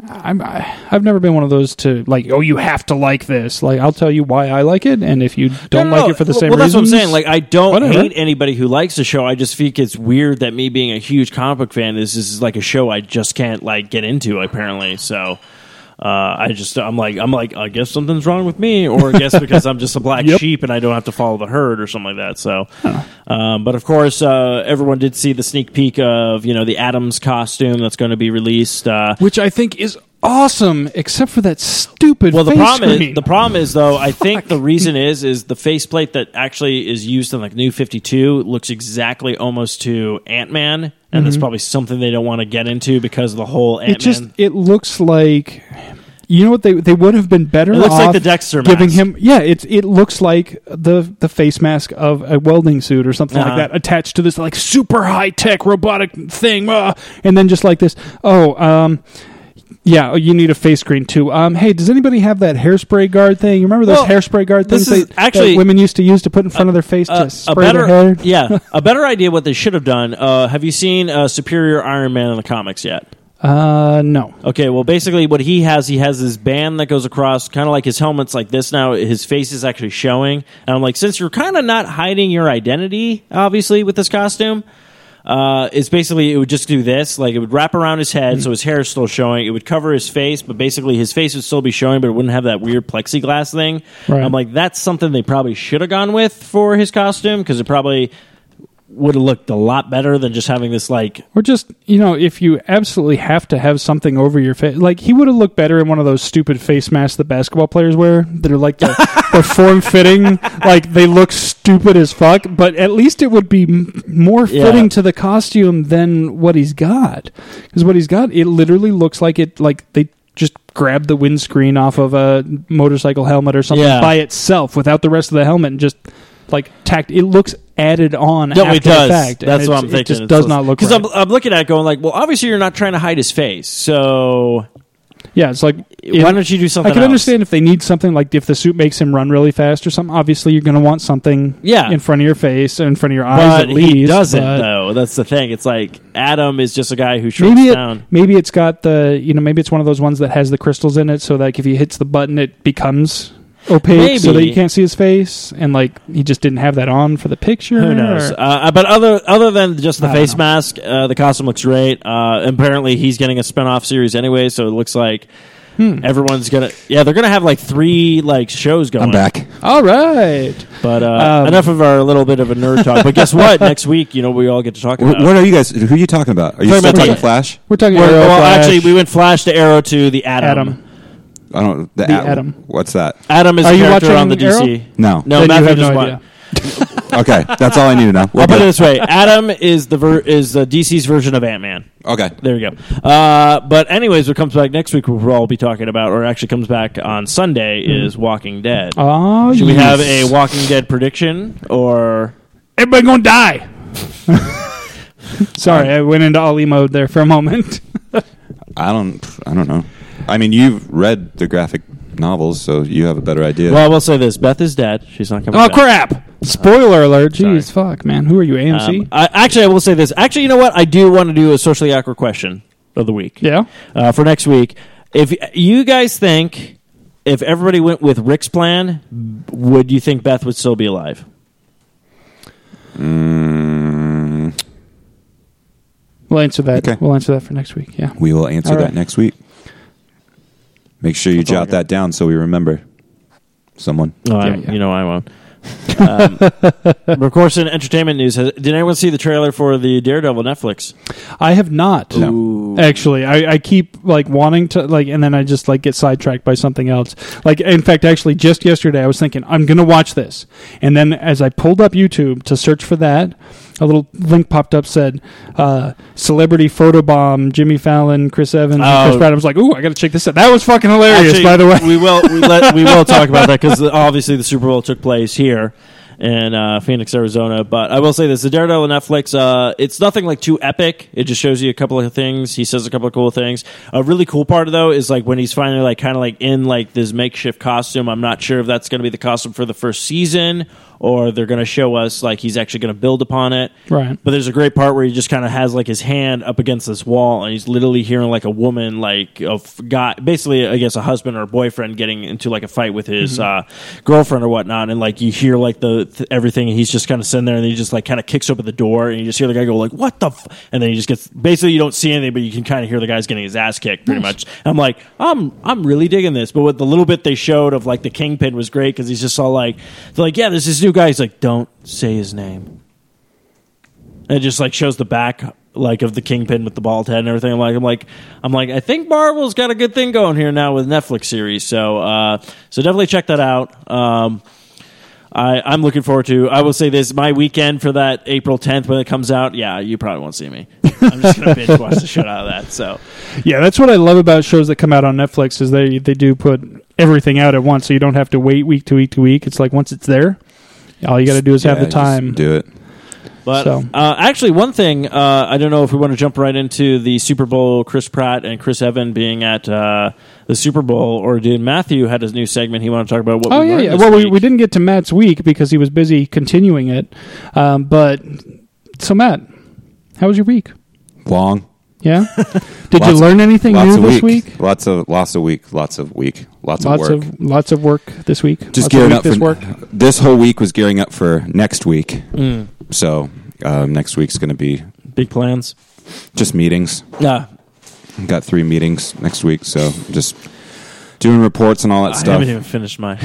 [SPEAKER 1] I'm, I, I've never been one of those to like. Oh, you have to like this. Like, I'll tell you why I like it, and if you don't
[SPEAKER 2] No, no,
[SPEAKER 1] like
[SPEAKER 2] no.
[SPEAKER 1] it for the
[SPEAKER 2] well,
[SPEAKER 1] same
[SPEAKER 2] Well, that's
[SPEAKER 1] reasons,
[SPEAKER 2] what I'm saying. Like, I don't
[SPEAKER 1] Whatever.
[SPEAKER 2] hate anybody who likes the show. I just think it's weird that me being a huge comic book fan is this is like a show I just can't like get into. Apparently, so. Uh, I just I'm like I'm like I guess something's wrong with me, or I guess because I'm just a black
[SPEAKER 1] Yep.
[SPEAKER 2] sheep and I don't have to follow the herd or something like that. So, um, but of course, uh, everyone did see the sneak peek of you know the Adams costume that's going to be released. Uh,
[SPEAKER 1] which I think is awesome, except for that stupid.
[SPEAKER 2] well, the
[SPEAKER 1] face
[SPEAKER 2] problem
[SPEAKER 1] screen.
[SPEAKER 2] is the problem is though. I think the reason is is the faceplate that actually is used in like New Fifty Two looks exactly almost to Ant Man, and that's probably something they don't want to get into because of the whole
[SPEAKER 1] Mm-hmm. it
[SPEAKER 2] Ant
[SPEAKER 1] just
[SPEAKER 2] Man.
[SPEAKER 1] it looks like. You know what they they would have been better.
[SPEAKER 2] It looks like
[SPEAKER 1] off
[SPEAKER 2] the Dexter
[SPEAKER 1] giving
[SPEAKER 2] mask.
[SPEAKER 1] him. Yeah, it's it looks like the the face mask of a welding suit or something
[SPEAKER 2] Uh-huh.
[SPEAKER 1] like that, attached to this like super high tech robotic thing, ah, and then just like this. Oh, um, yeah, oh, you need a face screen too. Um, hey, does anybody have that hairspray guard thing? You remember those
[SPEAKER 2] Well,
[SPEAKER 1] hairspray guard
[SPEAKER 2] this
[SPEAKER 1] things
[SPEAKER 2] is
[SPEAKER 1] that,
[SPEAKER 2] actually-
[SPEAKER 1] that women used to use to put in front of their face
[SPEAKER 2] Uh,
[SPEAKER 1] to spray their hair?
[SPEAKER 2] yeah, a better idea. What they should have done. Uh, have you seen uh, Superior Iron Man in the comics yet?
[SPEAKER 1] Uh, no.
[SPEAKER 2] Okay, well, basically, what he has, he has this band that goes across, kind of like his helmet's like this now. His face is actually showing. And I'm like, since you're kind of not hiding your identity, obviously, with this costume, uh, it's basically, it would just do this. Like, it would wrap around his head, so his hair is still showing. It would cover his face, but basically, his face would still be showing, but it wouldn't have that weird plexiglass thing.
[SPEAKER 1] Right.
[SPEAKER 2] I'm like, that's something they probably should have gone with for his costume, because it probably would have looked a lot better than just having this, like,
[SPEAKER 1] Or just, you know, if you absolutely have to have something over your face, like he would have looked better in one of those stupid face masks that basketball players wear that are like the, the form fitting, like they look stupid as fuck, but at least it would be m- more
[SPEAKER 2] Yeah.
[SPEAKER 1] fitting to the costume than what he's got. Because what he's got, it literally looks like it, like they just grabbed the windscreen off of a motorcycle helmet or something
[SPEAKER 2] Yeah.
[SPEAKER 1] by itself without the rest of the helmet and just like tacked. It looks added on
[SPEAKER 2] No,
[SPEAKER 1] after
[SPEAKER 2] it does.
[SPEAKER 1] the fact. and
[SPEAKER 2] That's what
[SPEAKER 1] it's-
[SPEAKER 2] I'm thinking.
[SPEAKER 1] It just does not look
[SPEAKER 2] because
[SPEAKER 1] right.
[SPEAKER 2] I'm, I'm looking at it going like, well, obviously you're not trying to hide his face, so
[SPEAKER 1] Yeah, it's like
[SPEAKER 2] why don't you do something?
[SPEAKER 1] I can
[SPEAKER 2] else?
[SPEAKER 1] understand if they need something like if the suit makes him run really fast or something. Obviously, you're going to want something
[SPEAKER 2] Yeah.
[SPEAKER 1] in front of your face, in front of your eyes at
[SPEAKER 2] but
[SPEAKER 1] least.
[SPEAKER 2] he doesn't
[SPEAKER 1] but
[SPEAKER 2] though. That's the thing. It's like Adam is just a guy who shrinks
[SPEAKER 1] Maybe it,
[SPEAKER 2] down.
[SPEAKER 1] maybe it's got the you know maybe it's one of those ones that has the crystals in it, so like if he hits the button, it becomes opaque, so that
[SPEAKER 2] Maybe.
[SPEAKER 1] you can't see his face, and like he just didn't have that on for the picture.
[SPEAKER 2] Who knows?
[SPEAKER 1] or-
[SPEAKER 2] Uh, but other other than just the
[SPEAKER 1] I don't
[SPEAKER 2] face
[SPEAKER 1] know.
[SPEAKER 2] mask, uh, the costume looks great. Uh, apparently, he's getting a spin off series anyway, so it looks like
[SPEAKER 1] Hmm.
[SPEAKER 2] Everyone's gonna yeah, they're gonna have like three like shows going.
[SPEAKER 3] I'm back.
[SPEAKER 1] All right.
[SPEAKER 2] But uh,
[SPEAKER 1] Um,
[SPEAKER 2] enough of our little bit of a nerd talk. But guess what? Next week, you know, we all get to talk
[SPEAKER 3] Wh-
[SPEAKER 2] about.
[SPEAKER 3] What are you guys? Who are you talking about? Are you
[SPEAKER 2] Talking
[SPEAKER 3] still
[SPEAKER 2] about
[SPEAKER 3] talking
[SPEAKER 2] the-
[SPEAKER 3] Flash?
[SPEAKER 1] We're talking
[SPEAKER 2] Well,
[SPEAKER 1] Arrow
[SPEAKER 2] well,
[SPEAKER 1] Flash,
[SPEAKER 2] actually, we went Flash to Arrow to the Atom.
[SPEAKER 1] Adam.
[SPEAKER 3] I don't. The,
[SPEAKER 1] The
[SPEAKER 3] Atom.
[SPEAKER 1] Atom.
[SPEAKER 3] What's that?
[SPEAKER 2] Adam is
[SPEAKER 1] Are
[SPEAKER 2] a
[SPEAKER 1] you
[SPEAKER 2] character
[SPEAKER 1] watching
[SPEAKER 2] on the DC.
[SPEAKER 1] Arrow?
[SPEAKER 3] No.
[SPEAKER 2] No,
[SPEAKER 1] Then
[SPEAKER 2] Matthew
[SPEAKER 1] you have
[SPEAKER 2] just
[SPEAKER 1] no
[SPEAKER 2] wa-
[SPEAKER 1] idea.
[SPEAKER 3] Okay, that's all I need to know. We're
[SPEAKER 2] I'll put it
[SPEAKER 3] good.
[SPEAKER 2] this way: Adam is the ver- is the DC's version of Ant Man.
[SPEAKER 3] Okay.
[SPEAKER 2] There you go. Uh, but anyways, what comes back next week? We'll all be talking about, or actually comes back on Sunday, is Walking Dead.
[SPEAKER 1] Hmm. Oh,
[SPEAKER 2] Should we
[SPEAKER 1] yes.
[SPEAKER 2] have a Walking Dead prediction or?
[SPEAKER 1] Everybody gonna die. Sorry, I went into Ollie mode there for a moment.
[SPEAKER 3] I don't. I don't know. I mean, you've read the graphic novels, so you have a better idea.
[SPEAKER 2] Well, I will say this: Beth is dead. She's not coming.
[SPEAKER 1] oh
[SPEAKER 2] back.
[SPEAKER 1] crap! Spoiler alert! Jeez, fuck, man. Who are you, AMC?
[SPEAKER 2] Um, I, actually, I will say this. Actually, you know what? I do want to do a socially awkward question of the week.
[SPEAKER 1] yeah.
[SPEAKER 2] uh, for next week. If you guys think if everybody went with Rick's plan, would you think Beth would still be alive?
[SPEAKER 3] Mm,
[SPEAKER 1] We'll answer that.
[SPEAKER 3] Okay.
[SPEAKER 1] We'll answer that for next week. Yeah.
[SPEAKER 3] we will answer
[SPEAKER 1] All right.
[SPEAKER 3] that next week. Make sure you
[SPEAKER 2] all I
[SPEAKER 3] jot
[SPEAKER 2] got.
[SPEAKER 3] that down so we remember. Someone.
[SPEAKER 2] No, I-
[SPEAKER 1] Yeah, yeah.
[SPEAKER 2] you know I won't. um, but of course, in entertainment news, has, did anyone see the trailer for the Daredevil Netflix?
[SPEAKER 1] I have not.
[SPEAKER 3] No.
[SPEAKER 1] Actually, I, I keep like wanting to like, and then I just like get sidetracked by something else. Like, in fact, actually, just yesterday I was thinking I'm gonna watch this, and then as I pulled up YouTube to search for that, a little link popped up said uh, "celebrity photobomb Jimmy Fallon, Chris Evans, and
[SPEAKER 2] Oh.
[SPEAKER 1] Chris Pratt." I was like, "Ooh, I gotta check this out." That was fucking hilarious,
[SPEAKER 2] Actually,
[SPEAKER 1] by the way.
[SPEAKER 2] we will we, let, we will talk about that because obviously the Super Bowl took place here in uh, Phoenix, Arizona. But I will say this: the Daredevil Netflix, uh, it's nothing like too epic. It just shows you a couple of things. He says a couple of cool things. A really cool part though is like when he's finally like kind of like in like this makeshift costume. I'm not sure if that's going to be the costume for the first season or they're going to show us like he's actually going to build upon it.
[SPEAKER 1] Right.
[SPEAKER 2] But there's a great part where he just kind of has like his hand up against this wall, and he's literally hearing like a woman, like a f- guy, basically I guess a husband or a boyfriend getting into like a fight with his uh, girlfriend or whatnot, and like you hear like the th- everything, and he's just kind of sitting there, and he just like kind of kicks open the door, and you just hear the guy go like, "What the?" F-? and then he just gets basically you don't see anything, but you can kind of hear the guy's getting his ass kicked pretty much. I'm like, I'm I'm really digging this, but what the little bit they showed of like the kingpin was great because he's just all like, they're like, yeah, there's this new guy. He's like, don't say his name. And it just like shows the back like of the kingpin with the bald head and everything. I'm like, I'm like, I'm like, I think Marvel's got a good thing going here now with Netflix series. So, uh, so definitely check that out. Um, I, I'm looking forward to. I will say this: my weekend for that April 10th when it comes out. Yeah, you probably won't see me. I'm just gonna binge watch the shit out of that. So,
[SPEAKER 1] Yeah, that's what I love about shows that come out on Netflix is they they do put everything out at once, so you don't have to wait week to week to week. It's like once it's there, all you got to do is have
[SPEAKER 3] Yeah,
[SPEAKER 1] the
[SPEAKER 3] just
[SPEAKER 1] time.
[SPEAKER 3] Do it.
[SPEAKER 2] But
[SPEAKER 1] So-
[SPEAKER 2] uh, actually, one thing uh, I don't know if we want to jump right into the Super Bowl, Chris Pratt and Chris Evan being at uh, the Super Bowl, or did Matthew had his new segment he wanted to talk about? What
[SPEAKER 1] Oh
[SPEAKER 2] we
[SPEAKER 1] yeah,
[SPEAKER 2] learned
[SPEAKER 1] yeah.
[SPEAKER 2] this
[SPEAKER 1] Well, we,
[SPEAKER 2] week?
[SPEAKER 1] we didn't get to Matt's week because he was busy continuing it. Um, but so Matt, how was your week?
[SPEAKER 3] Long.
[SPEAKER 1] Yeah. Did you
[SPEAKER 3] Lots-
[SPEAKER 1] learn anything
[SPEAKER 3] Lots
[SPEAKER 1] new
[SPEAKER 3] of
[SPEAKER 1] this week?
[SPEAKER 3] week. Lots of lots of week. Lots of week. Lots,
[SPEAKER 1] Lots
[SPEAKER 3] of work.
[SPEAKER 1] of lots of work this week.
[SPEAKER 3] just
[SPEAKER 1] lots of
[SPEAKER 3] gearing
[SPEAKER 1] week
[SPEAKER 3] up
[SPEAKER 1] this
[SPEAKER 3] for
[SPEAKER 1] work.
[SPEAKER 3] this whole week was gearing up for next week.
[SPEAKER 1] Mm.
[SPEAKER 3] So um, next week's going to be
[SPEAKER 2] big plans.
[SPEAKER 3] just meetings.
[SPEAKER 2] Yeah,
[SPEAKER 3] Got three meetings next week, so just doing reports and all that
[SPEAKER 2] I
[SPEAKER 3] stuff.
[SPEAKER 2] haven't even finished my.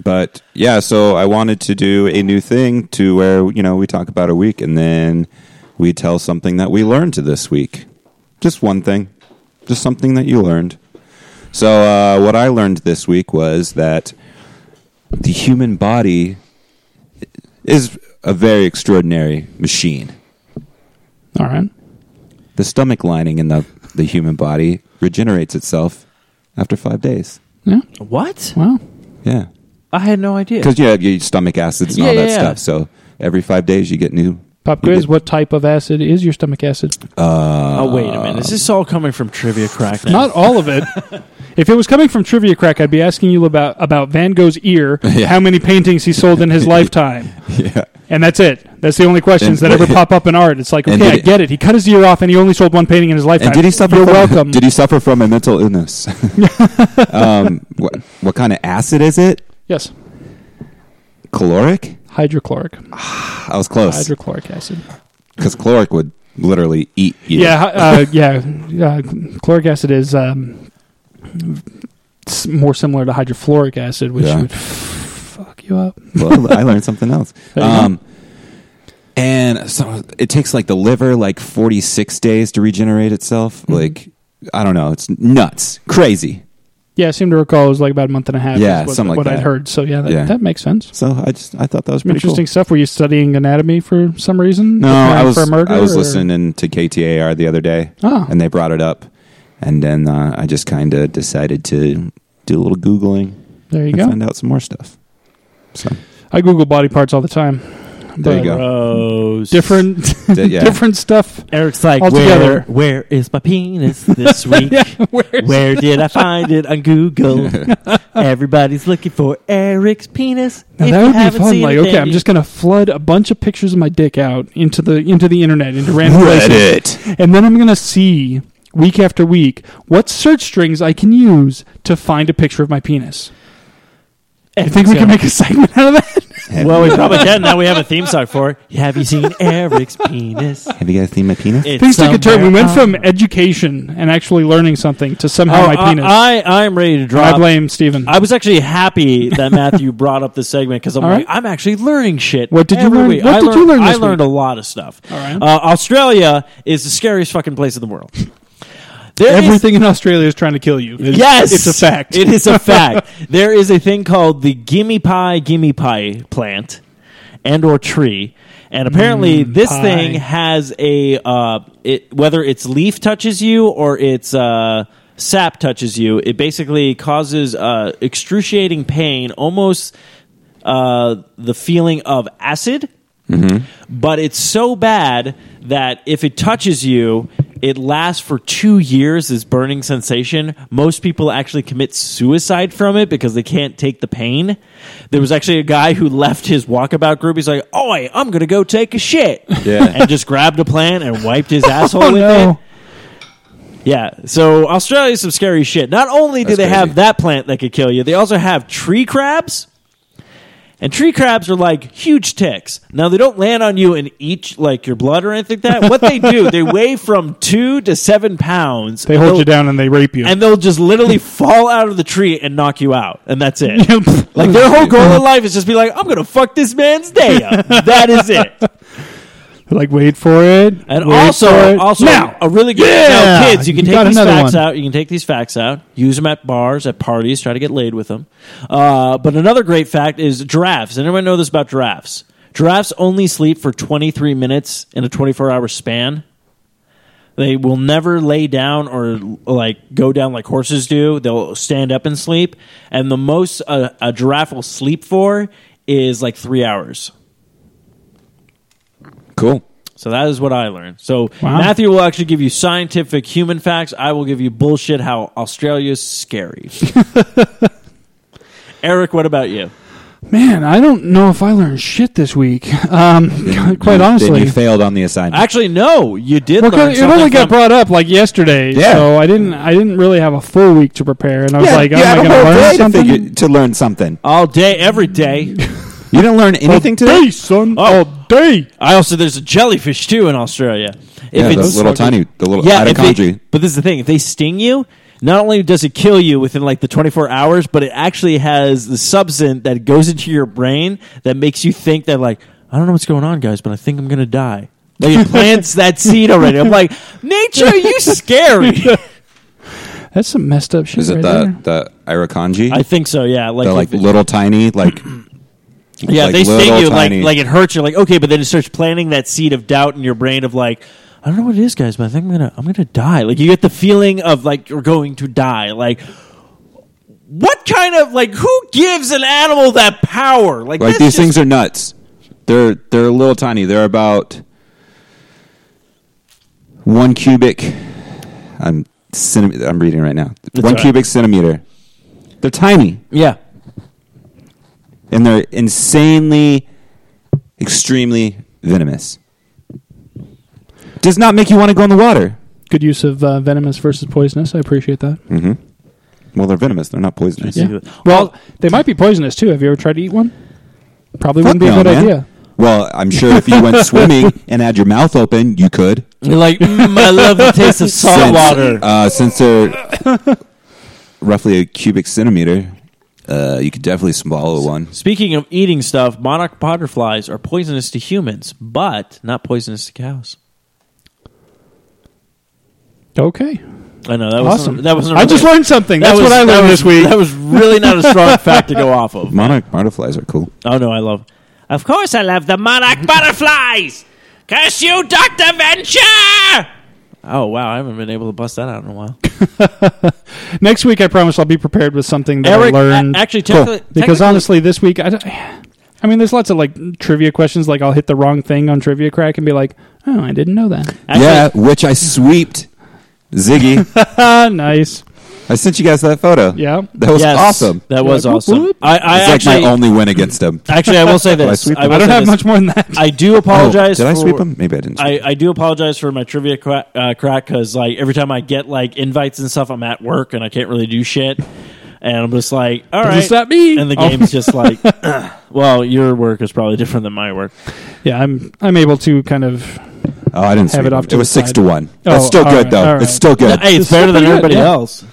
[SPEAKER 3] But yeah, so I wanted to do a new thing to where you know we talk about a week and then we tell something that we learned this week. Just one thing, just something that you learned. So uh, what I learned this week was that the human body is a very extraordinary machine.
[SPEAKER 1] All right.
[SPEAKER 3] The stomach lining in the the human body regenerates itself after five days.
[SPEAKER 1] Yeah.
[SPEAKER 2] what?
[SPEAKER 1] Wow.
[SPEAKER 3] Yeah,
[SPEAKER 2] I had no idea.
[SPEAKER 3] because you have your stomach acids and all
[SPEAKER 2] Yeah,
[SPEAKER 3] that
[SPEAKER 2] yeah, yeah.
[SPEAKER 3] stuff. So every five days you get new
[SPEAKER 1] Pop
[SPEAKER 3] You
[SPEAKER 1] quiz:
[SPEAKER 3] did-
[SPEAKER 1] What type of acid is your stomach acid?
[SPEAKER 3] uh,
[SPEAKER 2] Oh wait a minute! Is this all coming from Trivia Crack? now?
[SPEAKER 1] Not all of it. if it was coming from Trivia Crack, I'd be asking you about about Van Gogh's ear, how many paintings he sold in his lifetime.
[SPEAKER 3] Yeah.
[SPEAKER 1] And that's it. That's the only questions
[SPEAKER 3] And-
[SPEAKER 1] that ever pop up in art. It's like,
[SPEAKER 3] And
[SPEAKER 1] okay, I
[SPEAKER 3] did he-
[SPEAKER 1] get it. He cut his ear off, and he only sold one painting in his lifetime.
[SPEAKER 3] And did he suffer?
[SPEAKER 1] You're
[SPEAKER 3] from,
[SPEAKER 1] welcome.
[SPEAKER 3] Did he suffer from a mental illness? um, what, what kind of acid is it?
[SPEAKER 1] yes,
[SPEAKER 3] Caloric?
[SPEAKER 1] hydrochloric,
[SPEAKER 3] I was close
[SPEAKER 1] hydrochloric acid.
[SPEAKER 3] because caloric would literally eat you.
[SPEAKER 1] Yeah, uh, yeah. Uh, chloric acid is um, s- more similar to hydrofluoric acid, which
[SPEAKER 3] Yeah.
[SPEAKER 1] would fuck you up.
[SPEAKER 3] well, I learned something else.
[SPEAKER 1] There you go.
[SPEAKER 3] Um, and so it takes like the liver like 46 days to regenerate itself.
[SPEAKER 1] Mm-hmm.
[SPEAKER 3] Like, I don't know. It's nuts. Crazy.
[SPEAKER 1] Yeah, I seem to recall it was like about a month and a half.
[SPEAKER 3] Yeah,
[SPEAKER 1] is what,
[SPEAKER 3] something like
[SPEAKER 1] what I'd
[SPEAKER 3] that.
[SPEAKER 1] heard. So yeah that,
[SPEAKER 3] Yeah.
[SPEAKER 1] that makes sense.
[SPEAKER 3] So I just, I thought that was
[SPEAKER 1] Some interesting
[SPEAKER 3] pretty interesting.
[SPEAKER 1] stuff. Were you studying anatomy for some reason?
[SPEAKER 3] No,
[SPEAKER 1] Preparing
[SPEAKER 3] I was,
[SPEAKER 1] for a murder,
[SPEAKER 3] I was
[SPEAKER 1] or-
[SPEAKER 3] listening to KTAR the other day
[SPEAKER 1] Oh.
[SPEAKER 3] and they brought it up. And then uh, I just kind of decided to do a little Googling
[SPEAKER 1] There you
[SPEAKER 3] and
[SPEAKER 1] go.
[SPEAKER 3] find out some more stuff. So
[SPEAKER 1] I Google body parts all the time.
[SPEAKER 3] there you
[SPEAKER 1] But,
[SPEAKER 3] go.
[SPEAKER 2] Gross.
[SPEAKER 1] Different,
[SPEAKER 3] D- yeah.
[SPEAKER 1] different stuff.
[SPEAKER 2] Eric's like,
[SPEAKER 1] Altogether.
[SPEAKER 2] where, where is my penis this week? Where did I find it on Google? Everybody's looking for Eric's penis.
[SPEAKER 1] Now
[SPEAKER 2] If
[SPEAKER 1] that
[SPEAKER 2] you
[SPEAKER 1] would be
[SPEAKER 2] haven't
[SPEAKER 1] fun.
[SPEAKER 2] seen
[SPEAKER 1] Like,
[SPEAKER 2] it,
[SPEAKER 1] okay, I'm
[SPEAKER 2] baby.
[SPEAKER 1] just gonna flood a bunch of pictures of my dick out into the into the internet into random places,
[SPEAKER 3] Reddit.
[SPEAKER 1] and then I'm gonna see week after week what search strings I can use to find a picture of my penis. I think we can make a segment out of that.
[SPEAKER 2] Well, we probably can. Now we have a theme song for it. Have you seen Eric's penis?
[SPEAKER 3] Have you guys seen my penis?
[SPEAKER 2] It's
[SPEAKER 1] Things took a turn. We
[SPEAKER 2] somewhere
[SPEAKER 1] went
[SPEAKER 2] on-
[SPEAKER 1] from education and actually learning something to somehow
[SPEAKER 2] Oh,
[SPEAKER 1] my
[SPEAKER 2] uh, I-
[SPEAKER 1] penis. I,
[SPEAKER 2] I, I'm ready to drop.
[SPEAKER 1] blame Steven.
[SPEAKER 2] I was actually happy that Matthew brought up this segment because I'm
[SPEAKER 1] All
[SPEAKER 2] like,
[SPEAKER 1] right.
[SPEAKER 2] I'm actually learning shit.
[SPEAKER 1] What did you
[SPEAKER 2] every
[SPEAKER 1] learn-
[SPEAKER 2] week.
[SPEAKER 1] what
[SPEAKER 2] I
[SPEAKER 1] did you learn
[SPEAKER 2] I
[SPEAKER 1] this week?
[SPEAKER 2] learned a lot of stuff.
[SPEAKER 1] All right.
[SPEAKER 2] Uh, Australia is the scariest fucking place in the world. There is-
[SPEAKER 1] Everything in Australia is trying to kill you. It's-
[SPEAKER 2] yes,
[SPEAKER 1] it's a fact.
[SPEAKER 2] It is a fact. there is a thing called the gimme pie, gimme pie plant, and or tree, and apparently this
[SPEAKER 1] Mm, pie.
[SPEAKER 2] thing has a uh, it, whether its leaf touches you or its uh, sap touches you, it basically causes uh, excruciating pain, almost uh, the feeling of acid Mm-hmm. but it's so bad that if it touches you, it lasts for two years. This burning sensation. Most people actually commit suicide from it because they can't take the pain. There was actually a guy who left his walkabout group. He's like, "Oi, I'm gonna go take a shit,"
[SPEAKER 3] Yeah.
[SPEAKER 2] and just grabbed a plant and wiped his asshole
[SPEAKER 1] Oh
[SPEAKER 2] with
[SPEAKER 1] no.
[SPEAKER 2] it. Yeah. So Australia's some scary shit. Not only do
[SPEAKER 3] That's
[SPEAKER 2] they have
[SPEAKER 3] crazy.
[SPEAKER 2] that plant that could kill you, they also have tree crabs. And tree crabs are like huge ticks. Now they don't land on you and eat like your blood or anything like that. What they do, they weigh from two to seven pounds.
[SPEAKER 1] They
[SPEAKER 2] and
[SPEAKER 1] hold
[SPEAKER 2] they'll-
[SPEAKER 1] you down and they rape you.
[SPEAKER 2] and they'll just literally fall out of the tree and knock you out, and that's it.
[SPEAKER 1] Yep.
[SPEAKER 2] Like their whole goal in life is just be like, I'm gonna fuck this man's day up. That is it.
[SPEAKER 1] like wait for it. wait
[SPEAKER 2] And
[SPEAKER 1] for
[SPEAKER 2] also,
[SPEAKER 1] it.
[SPEAKER 2] also
[SPEAKER 1] now,
[SPEAKER 2] a really good
[SPEAKER 1] Yeah!
[SPEAKER 2] now, kids. You can
[SPEAKER 1] You got
[SPEAKER 2] take these
[SPEAKER 1] another
[SPEAKER 2] facts
[SPEAKER 1] one.
[SPEAKER 2] out. You can take these facts out. Use them at bars, at parties. Try to get laid with them. Uh, but another great fact is giraffes. Anyone know this about giraffes? Giraffes only sleep for 23 minutes in a 24 hour span. They will never lay down or like go down like horses do. They'll stand up and sleep. And the most a, a giraffe will sleep for is like three hours.
[SPEAKER 3] Cool.
[SPEAKER 2] So that is what I learned. So
[SPEAKER 1] Wow.
[SPEAKER 2] Matthew will actually give you scientific human facts. I will give you bullshit how Australia's scary. Eric, what about you?
[SPEAKER 1] man, I don't know if I learned shit this week. Um, quite
[SPEAKER 3] Then
[SPEAKER 1] honestly,
[SPEAKER 3] you failed on the assignment.
[SPEAKER 2] Actually, no, you did.
[SPEAKER 1] Well, 'cause
[SPEAKER 2] learn
[SPEAKER 1] it
[SPEAKER 2] something
[SPEAKER 1] only got
[SPEAKER 2] from-
[SPEAKER 1] brought up like yesterday,
[SPEAKER 3] Yeah.
[SPEAKER 1] so I didn't. I didn't really have a full week to prepare, and I was like, "Am
[SPEAKER 3] had
[SPEAKER 1] I
[SPEAKER 3] a
[SPEAKER 1] going to
[SPEAKER 3] whole day
[SPEAKER 1] learn something?"
[SPEAKER 3] To, figure, to learn something.
[SPEAKER 2] all day, every day.
[SPEAKER 3] You didn't learn anything
[SPEAKER 1] All
[SPEAKER 3] today?
[SPEAKER 1] Oh, day, son.
[SPEAKER 2] Oh.
[SPEAKER 1] All day.
[SPEAKER 2] I also there's a jellyfish too in Australia. If
[SPEAKER 3] Yeah, the
[SPEAKER 2] it's
[SPEAKER 1] fucking-
[SPEAKER 3] little tiny, the little
[SPEAKER 2] yeah, if they-
[SPEAKER 3] mitochondria.
[SPEAKER 2] but this is the thing: if they sting you, not only does it kill you within like the 24 hours, but it actually has the substance that goes into your brain that makes you think that like I don't know what's going on, guys, but I think I'm gonna die. Like it plants that seed already. I'm like, nature, you scary.
[SPEAKER 1] That's some messed up shit.
[SPEAKER 3] Is it
[SPEAKER 1] right
[SPEAKER 3] the
[SPEAKER 1] there.
[SPEAKER 3] the irokanji?
[SPEAKER 2] I think so. Yeah, like
[SPEAKER 3] the like
[SPEAKER 2] if-
[SPEAKER 3] little tiny, like
[SPEAKER 2] yeah,
[SPEAKER 3] like
[SPEAKER 2] they sting
[SPEAKER 3] little
[SPEAKER 2] you
[SPEAKER 3] tiny-
[SPEAKER 2] like like it hurts. You're like okay, but then it starts planting that seed of doubt in your brain of like. I don't know what it is, guys, but I think I'm gonna I'm gonna die. Like you get the feeling of like you're going to die. Like what kind of like who gives an animal that power? Like,
[SPEAKER 3] like
[SPEAKER 2] that's
[SPEAKER 3] these
[SPEAKER 2] just-
[SPEAKER 3] things are nuts. They're they're a little tiny. They're about one cubic. I'm centimeter. I'm reading right now. one
[SPEAKER 2] all right.
[SPEAKER 3] cubic centimeter. They're tiny
[SPEAKER 2] Yeah,
[SPEAKER 3] and they're insanely, extremely venomous. Does not make you want to go in the water.
[SPEAKER 1] good use of uh, venomous versus poisonous? I appreciate that.
[SPEAKER 3] Well, they're venomous. They're not poisonous.
[SPEAKER 1] Yeah. Well, they might be poisonous too. Have you ever tried to eat one? Probably
[SPEAKER 3] Fuck
[SPEAKER 1] wouldn't be a
[SPEAKER 3] no,
[SPEAKER 1] good
[SPEAKER 3] man.
[SPEAKER 1] idea.
[SPEAKER 3] Well, I'm sure if you went swimming and had your mouth open, you could.
[SPEAKER 2] You're like, mm, I love the taste of salt
[SPEAKER 3] Since-
[SPEAKER 2] water.
[SPEAKER 3] Uh, since they're roughly a cubic centimeter, uh, you could definitely swallow one.
[SPEAKER 2] Speaking of eating stuff, monarch butterflies are poisonous to humans, but not poisonous to cows.
[SPEAKER 1] Okay.
[SPEAKER 2] I know that was
[SPEAKER 1] Awesome.
[SPEAKER 2] That was
[SPEAKER 1] I just learned something. That's what I learned this week.
[SPEAKER 2] That was really not a strong fact to go off of.
[SPEAKER 3] Monarch butterflies are cool.
[SPEAKER 2] Oh no, I love. Of course, I love the monarch butterflies. Curse you, Doctor Venture! Oh wow, I haven't been able to bust that out in a while.
[SPEAKER 1] Next week, I promise I'll be prepared with something that
[SPEAKER 2] Eric,
[SPEAKER 1] I learned.
[SPEAKER 2] a- actually, technically-
[SPEAKER 1] because
[SPEAKER 2] technically-
[SPEAKER 1] honestly, this week, I, d- I mean, there's lots of like trivia questions. Like I'll hit the wrong thing on trivia crack and be like, "Oh, I didn't know that."
[SPEAKER 2] Actually,
[SPEAKER 3] yeah, which I sweeped. Ziggy,
[SPEAKER 1] Ah, nice.
[SPEAKER 3] I sent you guys that photo.
[SPEAKER 1] Yeah.
[SPEAKER 3] that was
[SPEAKER 2] yes,
[SPEAKER 3] awesome.
[SPEAKER 2] That was
[SPEAKER 1] like, whoop,
[SPEAKER 2] awesome.
[SPEAKER 1] whoop.
[SPEAKER 2] I, I
[SPEAKER 3] it's
[SPEAKER 2] actually,
[SPEAKER 3] like my only win against them.
[SPEAKER 2] actually, I will say this.
[SPEAKER 3] sweep
[SPEAKER 2] I,
[SPEAKER 3] them?
[SPEAKER 2] will
[SPEAKER 1] I don't
[SPEAKER 2] say
[SPEAKER 1] have
[SPEAKER 2] this.
[SPEAKER 1] much more than that.
[SPEAKER 2] I do apologize.
[SPEAKER 3] Oh, did I
[SPEAKER 2] for-
[SPEAKER 3] sweep them? Maybe I didn't. Sweep
[SPEAKER 2] I, I do apologize for my trivia cra- uh, crack because like every time I get like invites and stuff, I'm at work and I can't really do shit, and I'm just like, all right,
[SPEAKER 1] Doesn't stop me.
[SPEAKER 2] And the
[SPEAKER 1] Oh.
[SPEAKER 2] game's just like, well, your work is probably different than my work.
[SPEAKER 1] Yeah, I'm I'm able to kind of.
[SPEAKER 3] them. oh, I didn't
[SPEAKER 1] have
[SPEAKER 3] sweep
[SPEAKER 1] it off
[SPEAKER 3] them.
[SPEAKER 1] to
[SPEAKER 3] was
[SPEAKER 1] the
[SPEAKER 3] six
[SPEAKER 1] side.
[SPEAKER 3] to one.
[SPEAKER 1] Oh,
[SPEAKER 3] That's still
[SPEAKER 1] all
[SPEAKER 3] good
[SPEAKER 1] right,
[SPEAKER 3] though.
[SPEAKER 1] all right.
[SPEAKER 3] It's still good.
[SPEAKER 2] Hey, it's
[SPEAKER 1] This is
[SPEAKER 2] better than
[SPEAKER 1] pretty good,
[SPEAKER 2] everybody
[SPEAKER 1] yeah.
[SPEAKER 2] else.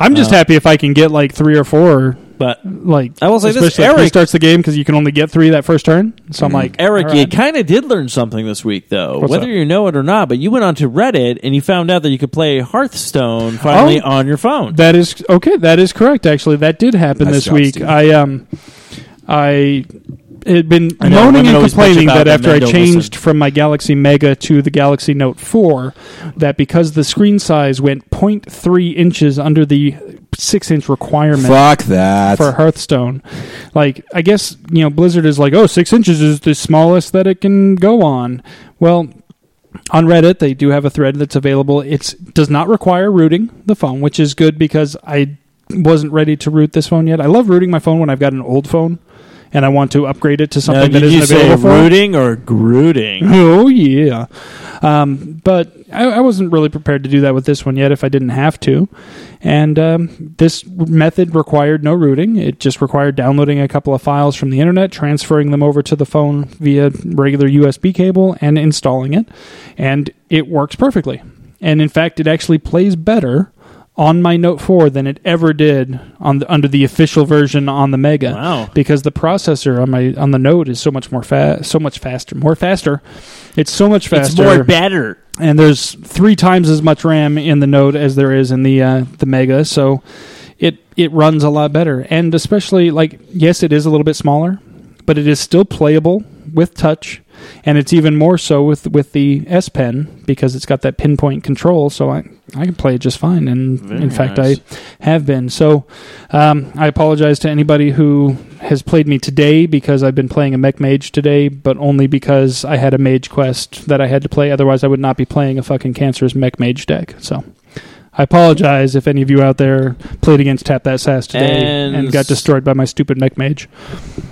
[SPEAKER 1] I'm
[SPEAKER 2] Uh.
[SPEAKER 1] just happy if I can get like three or four.
[SPEAKER 2] But
[SPEAKER 1] Like
[SPEAKER 2] I will say this,
[SPEAKER 1] especially if he
[SPEAKER 2] Eric- Mm-hmm.
[SPEAKER 1] starts the game because you can only get three that first turn. So I'm like
[SPEAKER 2] Eric,
[SPEAKER 1] all
[SPEAKER 2] you
[SPEAKER 1] right.
[SPEAKER 2] kind of did learn something this week, though,
[SPEAKER 1] What's
[SPEAKER 2] whether
[SPEAKER 1] that?
[SPEAKER 2] you know it or not. But you went onto Reddit and you found out that you could play Hearthstone finally
[SPEAKER 1] Oh.
[SPEAKER 2] on your phone.
[SPEAKER 1] That is okay. That is correct. Actually, that did happen
[SPEAKER 3] Nice
[SPEAKER 1] this
[SPEAKER 3] job,
[SPEAKER 1] week.
[SPEAKER 3] Steve.
[SPEAKER 1] I um, I had been
[SPEAKER 2] know,
[SPEAKER 1] moaning
[SPEAKER 2] women
[SPEAKER 1] and
[SPEAKER 2] always bitch
[SPEAKER 1] complaining
[SPEAKER 2] about
[SPEAKER 1] that
[SPEAKER 2] them,
[SPEAKER 1] after
[SPEAKER 2] men
[SPEAKER 1] I
[SPEAKER 2] don't
[SPEAKER 1] changed
[SPEAKER 2] listen.
[SPEAKER 1] from my Galaxy Mega to the Galaxy Note 4, that because the screen size went 0.3 inches under the six inch requirement.
[SPEAKER 3] Fuck that.
[SPEAKER 1] for Hearthstone, like I guess you know Blizzard is like, oh, six inches is the smallest that it can go on. Well, on Reddit, they do have a thread that's available. It does not require rooting the phone, which is good because I wasn't ready to root this phone yet. I love rooting my phone when I've got an old phone and I want to upgrade it to
[SPEAKER 2] Now,
[SPEAKER 1] something
[SPEAKER 2] did
[SPEAKER 1] that isn't
[SPEAKER 2] you say
[SPEAKER 1] available for. it.
[SPEAKER 2] rooting or grooting?
[SPEAKER 1] Oh yeah, um, but I, I wasn't really prepared to do that with this one yet if I didn't have to. And um, this method required no rooting; it just required downloading a couple of files from the internet, transferring them over to the phone via regular USB cable, and installing it. And it works perfectly. And in fact, it actually plays better on my Note 4 than it ever did on the, under the official version on the Mega
[SPEAKER 2] Wow.
[SPEAKER 1] because the processor on my on the Note is so much more fast, so much faster, more faster. It's so much
[SPEAKER 2] It's
[SPEAKER 1] faster,
[SPEAKER 2] more better.
[SPEAKER 1] and there's three times as much RAM in the Note as there is in the uh, the Mega, so it it runs a lot better. And especially like yes, it is a little bit smaller, but it is still playable with touch, and it's even more so with with the S Pen because it's got that pinpoint control. So I I can play it just fine, and
[SPEAKER 2] Very
[SPEAKER 1] in fact
[SPEAKER 2] nice.
[SPEAKER 1] I have been. So um, I apologize to anybody who has played me today because I've been playing a mech mage today, but only because I had a mage quest that I had to play. Otherwise, I would not be playing a fucking cancerous mech mage deck. So. I apologize if any of you out there played against Tap That Sass today
[SPEAKER 2] And-
[SPEAKER 1] and, got destroyed by my stupid mech mage.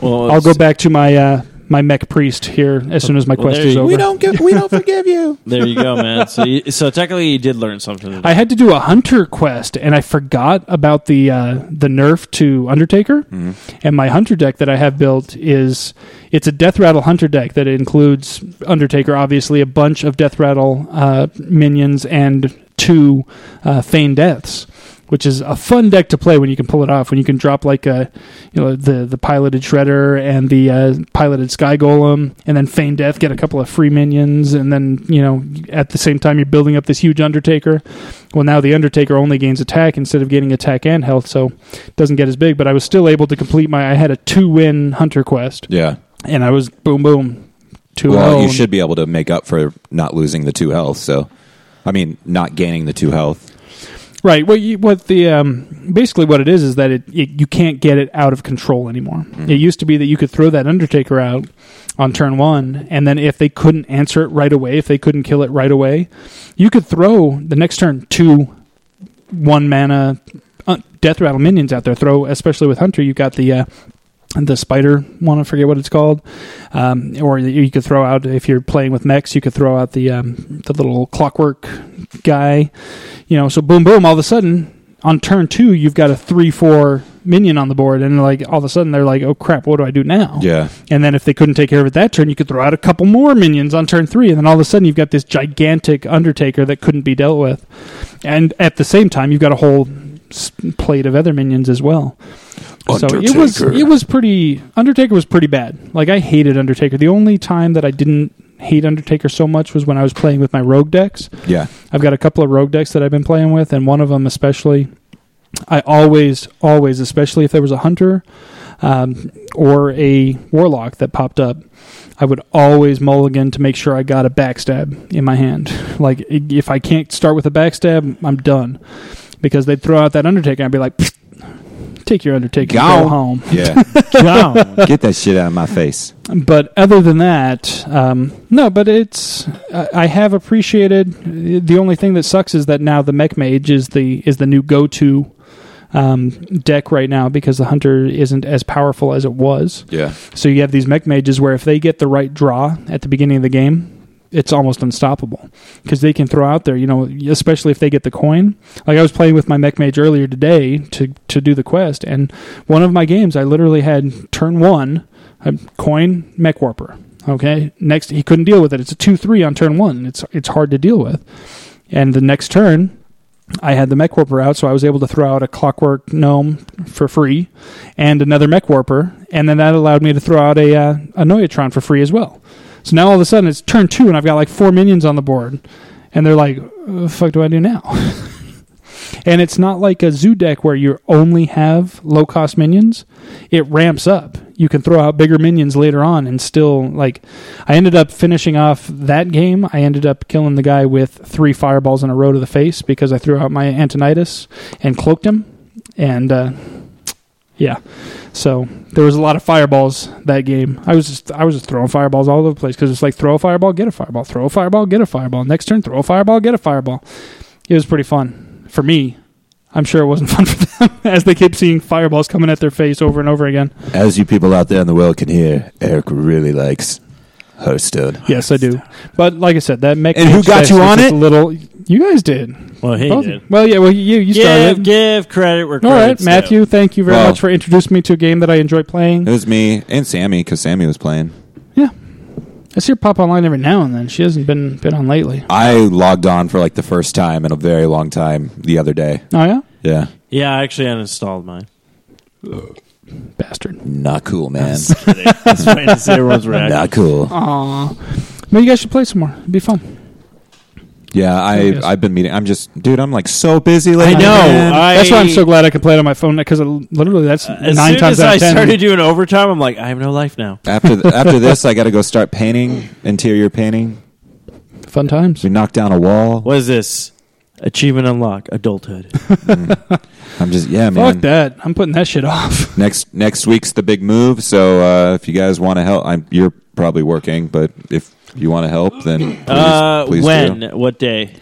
[SPEAKER 2] Well,
[SPEAKER 1] I'll go back to my uh, my mech priest here as soon as my
[SPEAKER 2] Well,
[SPEAKER 1] quest
[SPEAKER 2] there
[SPEAKER 1] is
[SPEAKER 2] you-
[SPEAKER 1] over.
[SPEAKER 3] we don't give. We don't forgive you.
[SPEAKER 2] There you go, man. So, you, so technically, you did learn something. today.
[SPEAKER 1] I had to do a hunter quest, and I forgot about the uh, the nerf to Undertaker. And my hunter deck that I have built is it's a death rattle hunter deck that includes Undertaker, obviously, a bunch of death rattle uh, minions, and two uh, feign deaths. Which is a fun deck to play when you can pull it off. When you can drop like a, you know, the the piloted shredder and the uh, piloted sky golem, and then feign death, get a couple of free minions, and then you know at the same time you're building up this huge undertaker. Well, now the Undertaker only gains attack instead of getting attack and health, so it doesn't get as big. But I was still able to complete my. I had a two-win Hunter quest,
[SPEAKER 3] Yeah.
[SPEAKER 1] and I was boom boom two.
[SPEAKER 3] Well,
[SPEAKER 1] oh.
[SPEAKER 3] you should be able to make up for not losing the two health. So, I mean, not gaining the two health.
[SPEAKER 1] right. What you, what the um, basically what it is is that it, it you can't get it out of control anymore. It used to be that you could throw that Undertaker out on turn one, and then if they couldn't answer it right away, if they couldn't kill it right away, you could throw the next turn two one mana uh, death rattle minions out there. Throw especially with Hunter, you've got the uh, the spider one. I forget what it's called. Um, or you could throw out if you're playing with mechs, you could throw out the um, the little clockwork guy. You know, so boom, boom. All of a sudden, on turn two, you've got a three four minion on the board, and like all of a sudden they're like, "Oh crap, what do I do now?"
[SPEAKER 3] Yeah.
[SPEAKER 1] And then if they couldn't take care of it that turn, you could throw out a couple more minions on turn three, and then all of a sudden you've got this gigantic Undertaker that couldn't be dealt with, and at the same time you've got a whole s- plate of other minions as well. So it was
[SPEAKER 3] Undertaker.
[SPEAKER 1] it was pretty Undertaker was pretty bad. Like I hated Undertaker. The only time that I didn't hate Undertaker so much was when I was playing with my rogue decks.
[SPEAKER 3] Yeah.
[SPEAKER 1] I've got a couple of rogue decks that I've been playing with, and one of them especially, I always, always, especially if there was a hunter um, or a warlock that popped up, I would always mulligan to make sure I got a backstab in my hand. Like i- if I can't start with a backstab, I'm done because they'd throw out that undertaker. and I'd be like, take your undertaker, and
[SPEAKER 3] Gone.
[SPEAKER 1] go home.
[SPEAKER 3] Yeah.
[SPEAKER 2] Down.
[SPEAKER 3] Get that shit out of my face.
[SPEAKER 1] But other than that, um, no. But it's I I have appreciated. The only thing that sucks is that now the Mech Mage is the is the new go to um, deck right now because the Hunter isn't as powerful as it was.
[SPEAKER 3] Yeah.
[SPEAKER 1] So you have these Mech Mages where if they get the right draw at the beginning of the game, it's almost unstoppable because they can throw out there. You know, especially if they get the coin. Like I was playing with my Mech Mage earlier today to to do the quest, and one of my games I literally had turn one a coin mech warper. Okay, next he couldn't deal with it. It's a two three on turn one. It's it's hard to deal with. And the next turn, I had the mech warper out, so I was able to throw out a clockwork gnome for free, and another mech warper, and then that allowed me to throw out a uh, a noiatron for free as well. So now all of a sudden it's turn two, and I've got like four minions on the board, and they're like, "What fuck do I do now?" and it's not like a zoo deck where you only have low cost minions. It ramps up. You can throw out bigger minions later on, and still like, I ended up finishing off that game. I ended up killing the guy with three fireballs in a row to the face because I threw out my Antonitis and cloaked him, and uh, yeah. So there was a lot of fireballs that game. I was just I was just throwing fireballs all over the place because it's like throw a fireball, get a fireball, throw a fireball, get a fireball. Next turn, throw a fireball, get a fireball. It was pretty fun for me. I'm sure it wasn't fun for them as they kept seeing fireballs coming at their face over and over again.
[SPEAKER 3] As you people out there in the world can hear, Eric really likes Hearthstone.
[SPEAKER 1] Yes, I do. But like I said, that mech
[SPEAKER 3] And who
[SPEAKER 1] mage
[SPEAKER 3] got
[SPEAKER 1] fest
[SPEAKER 3] you
[SPEAKER 1] was
[SPEAKER 3] on
[SPEAKER 1] just
[SPEAKER 3] it?
[SPEAKER 1] A little. You guys did.
[SPEAKER 2] Well, he
[SPEAKER 1] Both-
[SPEAKER 2] did.
[SPEAKER 1] Well, yeah. Well, you you started.
[SPEAKER 2] Give, give credit where
[SPEAKER 1] All right,
[SPEAKER 2] credit's due.
[SPEAKER 1] Matthew. Thank you very
[SPEAKER 3] Well-
[SPEAKER 1] much for introducing me to a game that I enjoy playing.
[SPEAKER 3] It was me and Sammy because Sammy was playing.
[SPEAKER 1] I see her pop online every now and then. She hasn't been been on lately.
[SPEAKER 3] I logged on for like the first time in a very long time the other day.
[SPEAKER 1] Oh yeah,
[SPEAKER 3] Yeah.
[SPEAKER 2] Yeah, I actually uninstalled mine.
[SPEAKER 1] bastard.
[SPEAKER 3] Not cool, man.
[SPEAKER 2] Just kidding. Just waiting to see everyone's reaction.
[SPEAKER 3] Not cool.
[SPEAKER 1] Aw. Maybe you guys should play some more. It'd be fun.
[SPEAKER 3] Yeah, I
[SPEAKER 1] Yes.
[SPEAKER 3] I've been meeting. I'm just, dude. I'm like so busy
[SPEAKER 2] I
[SPEAKER 3] lately.
[SPEAKER 2] know.
[SPEAKER 3] man.
[SPEAKER 2] I,
[SPEAKER 1] that's why I'm so glad I can play it on my phone because literally that's
[SPEAKER 2] Uh, As
[SPEAKER 1] nine
[SPEAKER 2] soon
[SPEAKER 1] times
[SPEAKER 2] as
[SPEAKER 1] out
[SPEAKER 2] I
[SPEAKER 1] of ten.
[SPEAKER 2] started doing overtime, I'm like, I have no life now.
[SPEAKER 3] After th- after this, I got to go start painting interior painting.
[SPEAKER 1] Fun times.
[SPEAKER 3] We knocked down a wall.
[SPEAKER 2] What is this? Achievement unlock, adulthood.
[SPEAKER 3] I'm just yeah, man.
[SPEAKER 1] Fuck that. I'm putting that shit off.
[SPEAKER 3] Next next week's the big move. So uh, if you guys want to help, I'm you're probably working, but if you want to help, then please,
[SPEAKER 2] uh,
[SPEAKER 3] please
[SPEAKER 2] when?
[SPEAKER 3] do.
[SPEAKER 2] What day?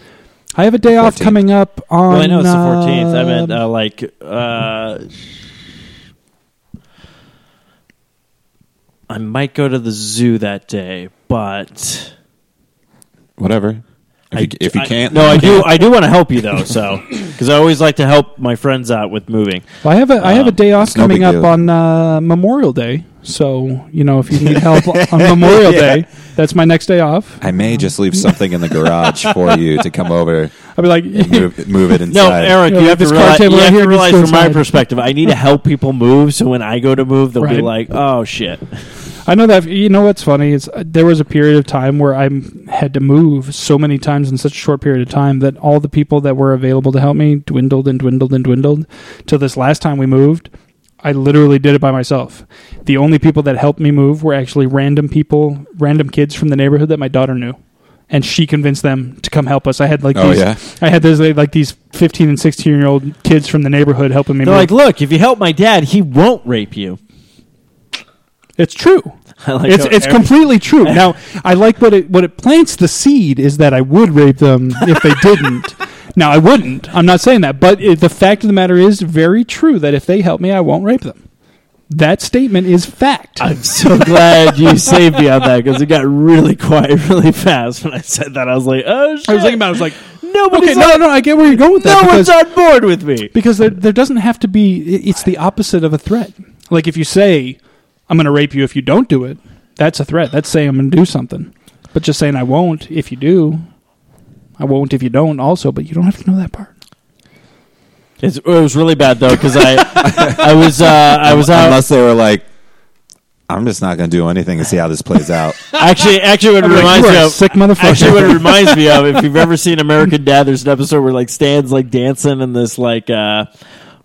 [SPEAKER 1] I have a day off
[SPEAKER 3] 14th.
[SPEAKER 1] coming up on.
[SPEAKER 2] well, I know it's the
[SPEAKER 1] uh,
[SPEAKER 2] 14th. I meant uh, like. Uh, I might go to the zoo that day, but
[SPEAKER 3] whatever. If
[SPEAKER 2] I-
[SPEAKER 3] you, if you
[SPEAKER 2] I-
[SPEAKER 3] can't,
[SPEAKER 2] no, I do. I do want to help you though, so because I always like to help my friends out with moving.
[SPEAKER 1] well, I have a I have a day off
[SPEAKER 3] Uh, it's no
[SPEAKER 1] coming
[SPEAKER 3] big
[SPEAKER 1] up
[SPEAKER 3] deal.
[SPEAKER 1] on uh, Memorial Day. So you know if you need help on Memorial Day, that's my next day off.
[SPEAKER 3] I may just leave something in the garage for you to come over
[SPEAKER 1] I'll be like,
[SPEAKER 3] and move, move it
[SPEAKER 2] No,
[SPEAKER 3] inside.
[SPEAKER 2] Eric,
[SPEAKER 1] Yeah,
[SPEAKER 2] you
[SPEAKER 1] like
[SPEAKER 2] have to
[SPEAKER 1] this card
[SPEAKER 2] realize,
[SPEAKER 1] table
[SPEAKER 2] you
[SPEAKER 1] right
[SPEAKER 2] have
[SPEAKER 1] here
[SPEAKER 2] to realize
[SPEAKER 1] needs to
[SPEAKER 2] from my
[SPEAKER 1] inside.
[SPEAKER 2] perspective, I need to help people move. So when I go to move, they'll be
[SPEAKER 1] Right.
[SPEAKER 2] like, "Oh shit!"
[SPEAKER 1] I know that you know what's funny is uh, there was a period of time where I had to move so many times in such a short period of time that all the people that were available to help me dwindled and dwindled and dwindled till this last time we moved. I literally did it by myself. The only people that helped me move were actually random people, random kids from the neighborhood that my daughter knew. And she convinced them to come help us. I had like
[SPEAKER 3] Oh
[SPEAKER 1] these,
[SPEAKER 3] yeah,
[SPEAKER 1] I had those like these fifteen and sixteen year old kids from the neighborhood helping me
[SPEAKER 2] They're
[SPEAKER 1] move.
[SPEAKER 2] like, "Look, if you help my dad, he won't rape you."
[SPEAKER 1] it's true.
[SPEAKER 2] I like
[SPEAKER 1] it's
[SPEAKER 2] how
[SPEAKER 1] it's
[SPEAKER 2] Eric-
[SPEAKER 1] completely true. Now, I like what it what it plants the seed is that I would rape them if they didn't. Now, I wouldn't. I'm not saying that, but it, the fact of the matter is very true that if they help me, I won't rape them. That statement is fact.
[SPEAKER 2] I'm so glad you saved me on that because it got really quiet really fast when I said that. I was like, "Oh shit!"
[SPEAKER 1] I was thinking about. It, I was like,
[SPEAKER 2] nobody's
[SPEAKER 1] Okay, no,
[SPEAKER 2] on,
[SPEAKER 1] no, I get where you're going with that.
[SPEAKER 2] no
[SPEAKER 1] because-
[SPEAKER 2] one's on board with me.
[SPEAKER 1] because there, there doesn't have to be i- it's the opposite of a threat like if you say i'm going to rape you if you don't do it that's a threat that's saying i'm going to do something but just saying i won't if you do i won't if you don't also but you don't have to know that part
[SPEAKER 2] It's, it was really bad though because I, I was, uh, I was out.
[SPEAKER 3] Unless they were like, I'm just not going to do anything to see how this plays out.
[SPEAKER 2] Actually, actually, what it
[SPEAKER 1] I'd be like,
[SPEAKER 2] reminds
[SPEAKER 1] "You
[SPEAKER 2] me
[SPEAKER 1] are a
[SPEAKER 2] of
[SPEAKER 1] sick motherfucker."
[SPEAKER 2] Actually, what it reminds me of, if you've ever seen American Dad, there's an episode where like Stan's like dancing in this like, uh,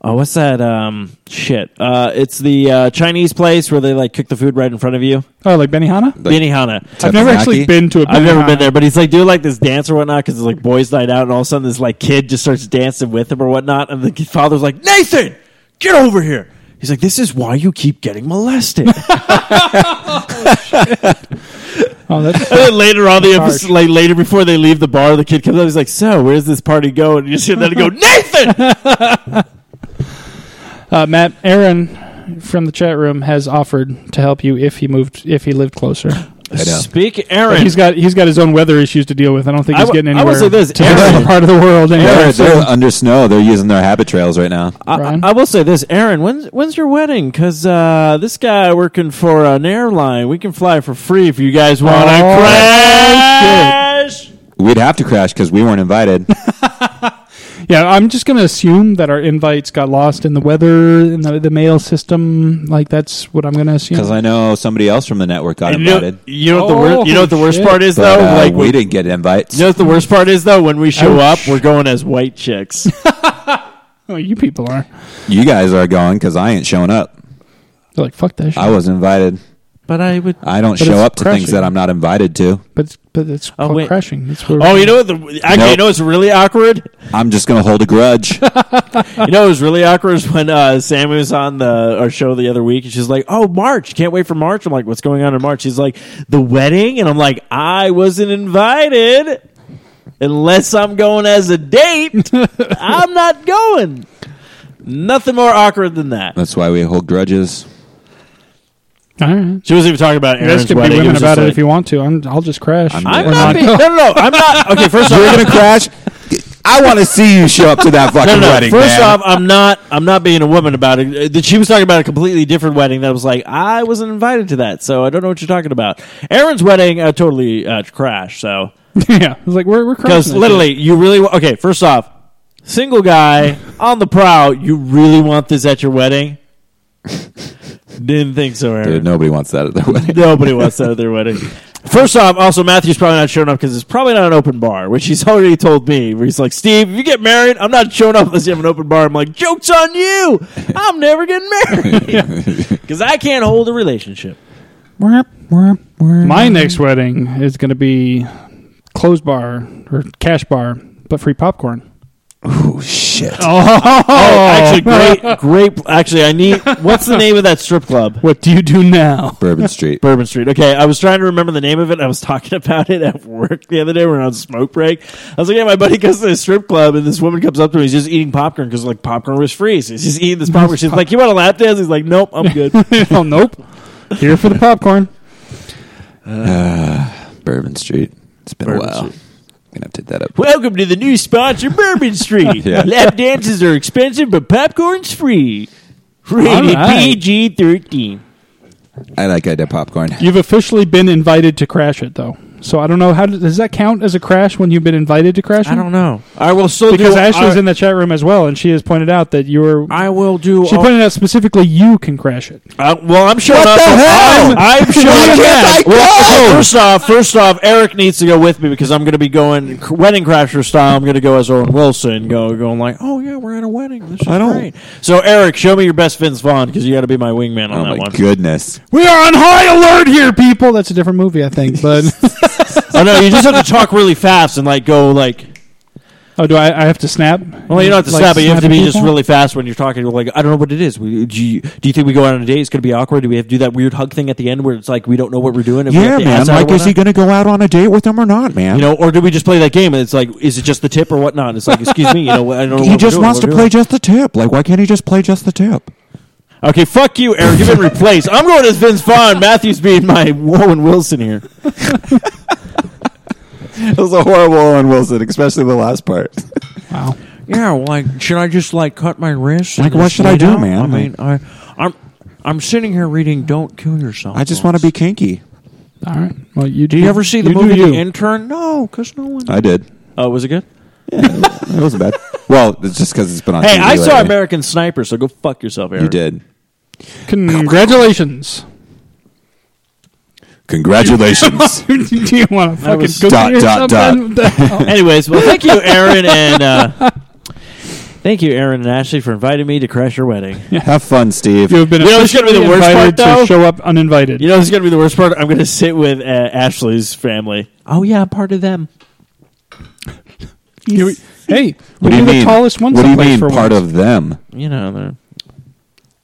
[SPEAKER 2] oh, what's that? Um, shit. Uh, it's the uh, Chinese place where they like cook the food right in front of you.
[SPEAKER 1] oh like benihana
[SPEAKER 3] Like-
[SPEAKER 2] Benihana.
[SPEAKER 1] i've never
[SPEAKER 3] Teppanyaki?
[SPEAKER 1] actually been to a
[SPEAKER 2] I've never
[SPEAKER 1] Benihana.
[SPEAKER 2] been there, but he's like doing like this dance or whatnot because it's like boys' night out, and all of a sudden this like kid just starts dancing with him or whatnot, and the kid- father's like, "Nathan, get over here." He's like, "This is why you keep getting molested." and
[SPEAKER 1] oh that's
[SPEAKER 2] then later on the
[SPEAKER 1] Harsh.
[SPEAKER 2] episode, like later before they leave the bar, the kid comes up. He's like, "So, where's this party going?" And you just hear that and go, "Nathan."
[SPEAKER 1] uh, matt aaron from the chat room has offered to help you if he moved if he lived closer
[SPEAKER 3] I know.
[SPEAKER 2] Speak,
[SPEAKER 1] But
[SPEAKER 2] Aaron.
[SPEAKER 1] he's got he's got his own weather issues to deal with i don't think
[SPEAKER 2] I
[SPEAKER 1] he's
[SPEAKER 2] w-
[SPEAKER 1] getting
[SPEAKER 2] I
[SPEAKER 1] anywhere
[SPEAKER 2] will say this,
[SPEAKER 1] to
[SPEAKER 2] Aaron-
[SPEAKER 1] this other part of the world
[SPEAKER 3] They're,
[SPEAKER 1] anyway.
[SPEAKER 3] they're under snow. They're using their habit trails right now.
[SPEAKER 2] I,
[SPEAKER 1] Brian?
[SPEAKER 2] I will say this, Aaron. When's when's your wedding? Because uh, this guy working for an airline, we can fly for free if you guys want to
[SPEAKER 1] Oh,
[SPEAKER 2] crash.
[SPEAKER 3] We'd have to crash because we weren't invited.
[SPEAKER 1] Yeah, I'm just going to assume that our invites got lost in the weather, in the, the mail system. Like, that's what I'm going to assume.
[SPEAKER 3] Because I know somebody else from the network got
[SPEAKER 2] And you, know,
[SPEAKER 3] invited.
[SPEAKER 2] you know what the worst, you know what the
[SPEAKER 1] Oh,
[SPEAKER 2] worst
[SPEAKER 1] shit.
[SPEAKER 2] part is
[SPEAKER 3] But,
[SPEAKER 2] though.
[SPEAKER 3] uh,
[SPEAKER 2] like
[SPEAKER 3] we
[SPEAKER 2] we
[SPEAKER 3] didn't get invites.
[SPEAKER 2] You know what the worst part is though. When we show
[SPEAKER 1] Ouch.
[SPEAKER 2] up, we're going as white chicks.
[SPEAKER 1] oh, you people are.
[SPEAKER 3] You guys are going because I ain't showing up.
[SPEAKER 1] They're like, fuck that shit.
[SPEAKER 3] I wasn't invited.
[SPEAKER 2] but I would.
[SPEAKER 3] I don't
[SPEAKER 1] But
[SPEAKER 3] show
[SPEAKER 1] it's
[SPEAKER 3] up to things
[SPEAKER 1] crushing.
[SPEAKER 3] that I'm not invited to.
[SPEAKER 1] but, it's- but it's
[SPEAKER 2] Oh,
[SPEAKER 1] called
[SPEAKER 2] wait.
[SPEAKER 1] crashing. That's where
[SPEAKER 2] Oh, you know what? The, actually, you
[SPEAKER 3] Nope.
[SPEAKER 2] know what's really awkward?
[SPEAKER 3] I'm just going to hold a grudge.
[SPEAKER 2] You know what was really awkward is when uh, Sammy was on the our show the other week, and she's like, "Oh, March! Can't wait for March." I'm like, "What's going on in March?" She's like, "The wedding," and I'm like, "I wasn't invited." Unless I'm going as a date, I'm not going. Nothing more awkward than that.
[SPEAKER 3] That's why we hold grudges.
[SPEAKER 1] All right.
[SPEAKER 2] She wasn't even talking about
[SPEAKER 1] You guys
[SPEAKER 2] Aaron's
[SPEAKER 1] can be
[SPEAKER 2] wedding.
[SPEAKER 1] women
[SPEAKER 2] was
[SPEAKER 1] about
[SPEAKER 2] just
[SPEAKER 1] it
[SPEAKER 2] like-
[SPEAKER 1] if you want to. I'm, I'll just crash.
[SPEAKER 3] I'm
[SPEAKER 2] I'm
[SPEAKER 1] Or
[SPEAKER 2] not. Being, no, no, no, I'm not. Okay, first off,
[SPEAKER 3] You're going to crash? I want to see you show up to that fucking
[SPEAKER 2] no, no.
[SPEAKER 3] wedding.
[SPEAKER 2] first
[SPEAKER 3] man.
[SPEAKER 2] off, I'm not. I'm not being a woman about it. Uh, that She was talking about a completely different wedding that was like I wasn't invited to that, so I don't know what you're talking about. Aaron's wedding, I totally uh, crashed. So
[SPEAKER 1] yeah. It's like, we're, we're crashing.
[SPEAKER 2] because
[SPEAKER 1] this
[SPEAKER 2] literally, you really wa- okay. First off, single guy on the prowl. You really want this at your wedding? Didn't think so, Aaron.
[SPEAKER 3] Dude, nobody wants that at their wedding.
[SPEAKER 2] Nobody wants that at their wedding. First off, also Matthew's probably not showing up because it's probably not an open bar, which he's already told me. Where he's like, "Steve, if you get married, I'm not showing up unless you have an open bar." I'm like, "Jokes on you! I'm never getting married because I can't hold a relationship."
[SPEAKER 1] shit. My next wedding is going to be closed bar or cash bar, but free popcorn.
[SPEAKER 3] Oh, shit.
[SPEAKER 2] Oh, actually, great, great. Actually, I need. What's the name of that strip club?
[SPEAKER 1] What do you do now?
[SPEAKER 3] Bourbon Street.
[SPEAKER 2] Bourbon Street. Okay, I was trying to remember the name of it. I was talking about it at work the other day. We We're on smoke break. I was like, "Yeah, my buddy goes to a strip club, and this woman comes up to him. He's just eating popcorn because like popcorn was free. So he's just eating this popcorn. She's like, "You want a lap dance?" He's like, "Nope, I'm good."
[SPEAKER 1] oh, nope. Here for the popcorn.
[SPEAKER 3] Bourbon Street. It's been
[SPEAKER 2] Bourbon
[SPEAKER 3] a while.
[SPEAKER 2] Street.
[SPEAKER 3] I'm going to have to hit that up.
[SPEAKER 2] Welcome to the new sponsor, Bourbon Street.
[SPEAKER 3] Yeah.
[SPEAKER 2] Lap dances are expensive, but popcorn's free. Rated
[SPEAKER 1] right.
[SPEAKER 2] PG thirteen.
[SPEAKER 3] I like that popcorn.
[SPEAKER 1] You've officially been invited to crash it, though. So I don't know how does that count as a crash when you've been invited to crash?
[SPEAKER 2] I
[SPEAKER 1] it?
[SPEAKER 2] don't know. I will still
[SPEAKER 1] because
[SPEAKER 2] do,
[SPEAKER 1] Ashley's
[SPEAKER 2] I,
[SPEAKER 1] in the chat room as well, and she has pointed out that you were.
[SPEAKER 2] I will do.
[SPEAKER 1] She
[SPEAKER 2] all-
[SPEAKER 1] pointed out specifically you can crash it.
[SPEAKER 2] Uh, well, I'm showing
[SPEAKER 3] What
[SPEAKER 2] up.
[SPEAKER 3] the hell?
[SPEAKER 2] I'm, I'm showing
[SPEAKER 3] Why
[SPEAKER 2] up.
[SPEAKER 3] can't I
[SPEAKER 2] Well,
[SPEAKER 3] go?
[SPEAKER 2] first off, first off, Eric needs to go with me because I'm going to be going wedding crasher style. I'm going to go as Owen Wilson, go going like, oh yeah, we're at a wedding. This is
[SPEAKER 3] I don't-
[SPEAKER 2] great. So Eric, show me your best Vince Vaughn because you got to be my wingman on
[SPEAKER 3] Oh,
[SPEAKER 2] that
[SPEAKER 3] my
[SPEAKER 2] one.
[SPEAKER 3] goodness.
[SPEAKER 1] We are on high alert here, people. That's a different movie, I think. But
[SPEAKER 2] oh no, you just have to talk really fast and like go like.
[SPEAKER 1] oh, do I? I have to snap?
[SPEAKER 2] Well, you don't have to stop, but you have to be just
[SPEAKER 1] people?
[SPEAKER 2] really fast when you're talking. You're Like, I don't know what it is. We, do, you, do you think we go out on a date? It's going to be awkward. Do we have to do that weird hug thing at the end where it's like we don't know what we're doing? and we have to ask out or whatnot?
[SPEAKER 3] going to go out on a date with him or not, man?
[SPEAKER 2] You know, or do we just play that game? And it's like, is it just the tip or whatnot? It's like, excuse me, you know, I don't know.
[SPEAKER 3] he
[SPEAKER 2] what
[SPEAKER 3] just
[SPEAKER 2] we're doing,
[SPEAKER 3] wants
[SPEAKER 2] what
[SPEAKER 3] to
[SPEAKER 2] we're
[SPEAKER 3] play just the tip. Like, why can't he just play just the tip?
[SPEAKER 2] doing. Okay, fuck you, Eric. You've been replaced. I'm going as Vince Vaughn. Matthew's being my Warren Wilson here.
[SPEAKER 3] It was a horrible Owen Wilson, especially the last part.
[SPEAKER 1] Wow.
[SPEAKER 2] Yeah, well, like, should I just like cut my wrist?
[SPEAKER 3] Like,
[SPEAKER 2] and
[SPEAKER 3] what
[SPEAKER 2] just
[SPEAKER 3] should I
[SPEAKER 2] lay
[SPEAKER 3] do,
[SPEAKER 2] down?
[SPEAKER 3] man?
[SPEAKER 2] I mean, I, I'm, I'm sitting here reading "Don't Kill Yourself."
[SPEAKER 3] I just want to be kinky.
[SPEAKER 1] All right. Well, you
[SPEAKER 2] Do you ever see the movie
[SPEAKER 1] Do
[SPEAKER 2] The
[SPEAKER 1] you.
[SPEAKER 2] Intern? No, because no one.
[SPEAKER 3] I did.
[SPEAKER 2] Oh, was it good?
[SPEAKER 3] It wasn't bad. Well, it's just because it's been on.
[SPEAKER 2] Hey,
[SPEAKER 3] TV
[SPEAKER 2] I saw
[SPEAKER 3] lately.
[SPEAKER 2] American Sniper, so go fuck yourself, Aaron.
[SPEAKER 3] You did.
[SPEAKER 1] Congratulations.
[SPEAKER 3] Congratulations.
[SPEAKER 1] do you want to fucking
[SPEAKER 2] was-
[SPEAKER 1] go
[SPEAKER 3] Dot,
[SPEAKER 1] see
[SPEAKER 3] dot, dot.
[SPEAKER 1] something? What
[SPEAKER 2] Anyways, well, thank you, Aaron, and uh, thank you, Aaron and Ashley, for inviting me to crash your wedding.
[SPEAKER 3] Have fun, Steve.
[SPEAKER 1] You have been
[SPEAKER 2] You know, it's gonna be the
[SPEAKER 1] officially
[SPEAKER 2] worst
[SPEAKER 1] invited
[SPEAKER 2] part, though.
[SPEAKER 1] to show up uninvited.
[SPEAKER 2] You know, this is gonna be the worst part. I'm gonna sit with uh, Ashley's family. Oh yeah, I'm part of them.
[SPEAKER 1] You- hey,
[SPEAKER 3] What do
[SPEAKER 1] we're
[SPEAKER 3] you
[SPEAKER 1] the
[SPEAKER 3] mean?
[SPEAKER 1] tallest one
[SPEAKER 3] What do you
[SPEAKER 1] someplace
[SPEAKER 3] mean?
[SPEAKER 1] for
[SPEAKER 3] Part
[SPEAKER 1] once.
[SPEAKER 3] of them.
[SPEAKER 2] You know, they're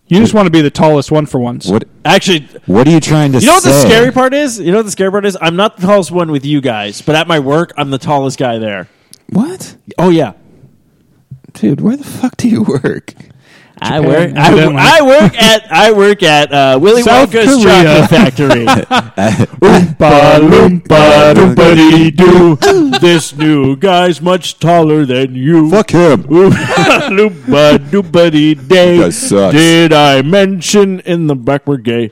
[SPEAKER 1] You just want to be the tallest one for once.
[SPEAKER 3] What?
[SPEAKER 2] actually.
[SPEAKER 3] What are you trying to?
[SPEAKER 2] You know what the
[SPEAKER 3] say?
[SPEAKER 2] scary part is? You know what the scary part is? I'm not the tallest one with you guys, but at my work, I'm the tallest guy there.
[SPEAKER 3] What,
[SPEAKER 2] Oh yeah,
[SPEAKER 3] dude? Where the fuck do you work?
[SPEAKER 2] I
[SPEAKER 1] Japan,
[SPEAKER 2] work. I,
[SPEAKER 1] evidently.
[SPEAKER 2] I work at I work at uh, Willy
[SPEAKER 1] South
[SPEAKER 2] Wonka's
[SPEAKER 1] Korea.
[SPEAKER 2] chocolate factory. this new guy's much taller than you.
[SPEAKER 3] Fuck him.
[SPEAKER 2] Loompa day.
[SPEAKER 3] That sucks.
[SPEAKER 2] Did I mention in the back we're gay?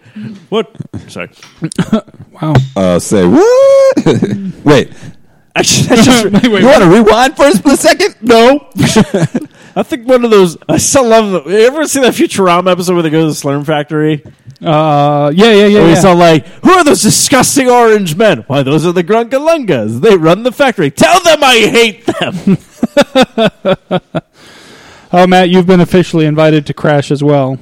[SPEAKER 2] What? Sorry.
[SPEAKER 1] Wow.
[SPEAKER 3] Uh, say what? Wait.
[SPEAKER 2] Actually, that's just,
[SPEAKER 1] Wait, wait,
[SPEAKER 3] You want to rewind for a split second?
[SPEAKER 2] no. I think one of those. I still love. The, you ever see that Futurama episode where they go to the Slurm Factory?
[SPEAKER 1] Uh, yeah, yeah, yeah.
[SPEAKER 3] Oh,
[SPEAKER 2] Where
[SPEAKER 1] yeah.
[SPEAKER 2] it's all like, who are those disgusting orange men? Why, those are the Grunkalungas. They run the factory. Tell them I hate them.
[SPEAKER 1] Oh, Matt, you've been officially invited to crash as well,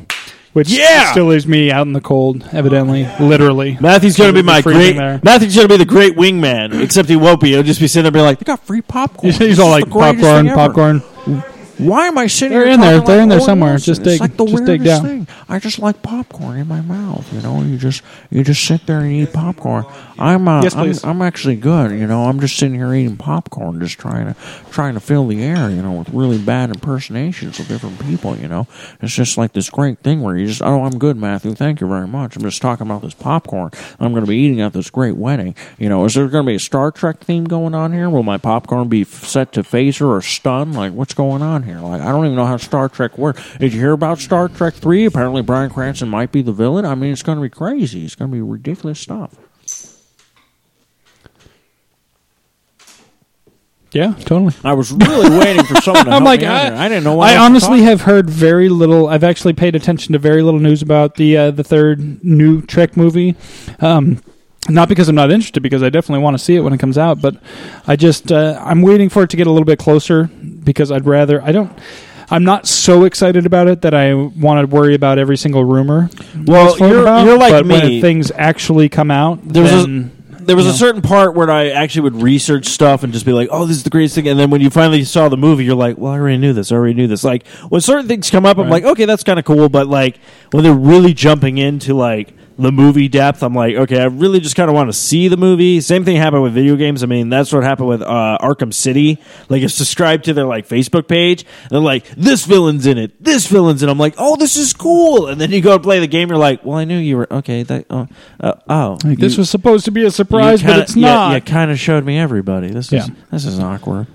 [SPEAKER 1] which
[SPEAKER 2] Yeah!
[SPEAKER 1] still leaves me out in the cold, evidently, literally.
[SPEAKER 2] Matthew's going to be
[SPEAKER 1] You're
[SPEAKER 2] my
[SPEAKER 1] freezing
[SPEAKER 2] great.
[SPEAKER 1] there.
[SPEAKER 2] Matthew's going to be the great wingman, except he won't be. He'll just be sitting there being like, they got free popcorn.
[SPEAKER 1] He's,
[SPEAKER 2] This
[SPEAKER 1] all
[SPEAKER 2] is
[SPEAKER 1] like
[SPEAKER 2] the greatest
[SPEAKER 1] popcorn,
[SPEAKER 2] thing
[SPEAKER 1] popcorn.
[SPEAKER 2] ever." Why am I sitting?
[SPEAKER 1] They're
[SPEAKER 2] here
[SPEAKER 1] in there.
[SPEAKER 2] talking
[SPEAKER 1] They're in there
[SPEAKER 2] Owen
[SPEAKER 1] somewhere.
[SPEAKER 2] Wilson?
[SPEAKER 1] Just
[SPEAKER 2] It's
[SPEAKER 1] dig-
[SPEAKER 2] like the
[SPEAKER 1] just dig
[SPEAKER 2] weirdest
[SPEAKER 1] down.
[SPEAKER 2] Thing. I just like popcorn in my mouth. You know, you just you just sit there and eat popcorn. I'm uh,
[SPEAKER 1] Yes,
[SPEAKER 2] I'm,
[SPEAKER 1] please.
[SPEAKER 2] I'm actually good. You know, I'm just sitting here eating popcorn, just trying to trying to fill the air. You know, with really bad impersonations of different people. You know, it's just like this great thing where you just oh, I'm good, Matthew. Thank you very much. I'm just talking about this popcorn. I'm going to be eating at this great wedding. You know, is there going to be a Star Trek theme going on here? Will my popcorn be f- set to phaser or stun? Like, what's going on here? Like, I don't even know how Star Trek works. Did you hear about Star Trek Three? Apparently, Brian Cranston might be the villain. I mean, it's going to be crazy. It's going to be ridiculous stuff.
[SPEAKER 1] Yeah, totally.
[SPEAKER 2] I was really waiting for someone to
[SPEAKER 1] I'm
[SPEAKER 2] help
[SPEAKER 1] like,
[SPEAKER 2] me out here.
[SPEAKER 1] I,
[SPEAKER 2] I didn't know. What
[SPEAKER 1] I
[SPEAKER 2] else to
[SPEAKER 1] honestly
[SPEAKER 2] talk-
[SPEAKER 1] have heard very little. I've actually paid attention to very little news about the uh, the third new Trek movie. Um, not because I'm not interested, because I definitely want to see it when it comes out. But I just uh, I'm waiting for it to get a little bit closer because I'd rather I don't. I'm not so excited about it that I want to worry about every single rumor.
[SPEAKER 2] Well,
[SPEAKER 1] it's floating
[SPEAKER 2] you're-
[SPEAKER 1] about,
[SPEAKER 2] you're like
[SPEAKER 1] but
[SPEAKER 2] me.
[SPEAKER 1] When things actually come out,
[SPEAKER 2] There's a-
[SPEAKER 1] then-
[SPEAKER 2] there was
[SPEAKER 1] you
[SPEAKER 2] a
[SPEAKER 1] know.
[SPEAKER 2] certain part where I actually would research stuff and just be like, "Oh, this is the greatest thing." And then when you finally saw the movie, you're like, "Well, I already knew this. I already knew this." Like when certain things come up, I'm
[SPEAKER 1] Right.
[SPEAKER 2] like, "Okay, that's kind of cool," but like when they're really jumping into like the movie depth, I'm like, "Okay, I really just kind of want to see the movie." Same thing happened with video games. I mean, that's what happened with uh, Arkham City. Like, if subscribed to their like Facebook page, and they're like, "This villain's in it. This villain's in." it." I'm like, "Oh, this is cool." And then you go and play the game, you're like, "Well, I knew you were okay." That oh, uh, oh,
[SPEAKER 1] this was supposed to be a
[SPEAKER 2] you
[SPEAKER 1] surprise, but
[SPEAKER 2] kinda-
[SPEAKER 1] it's
[SPEAKER 2] you-
[SPEAKER 1] not.
[SPEAKER 2] You, kind of showed me everybody. This
[SPEAKER 1] Yeah.
[SPEAKER 2] is this is awkward.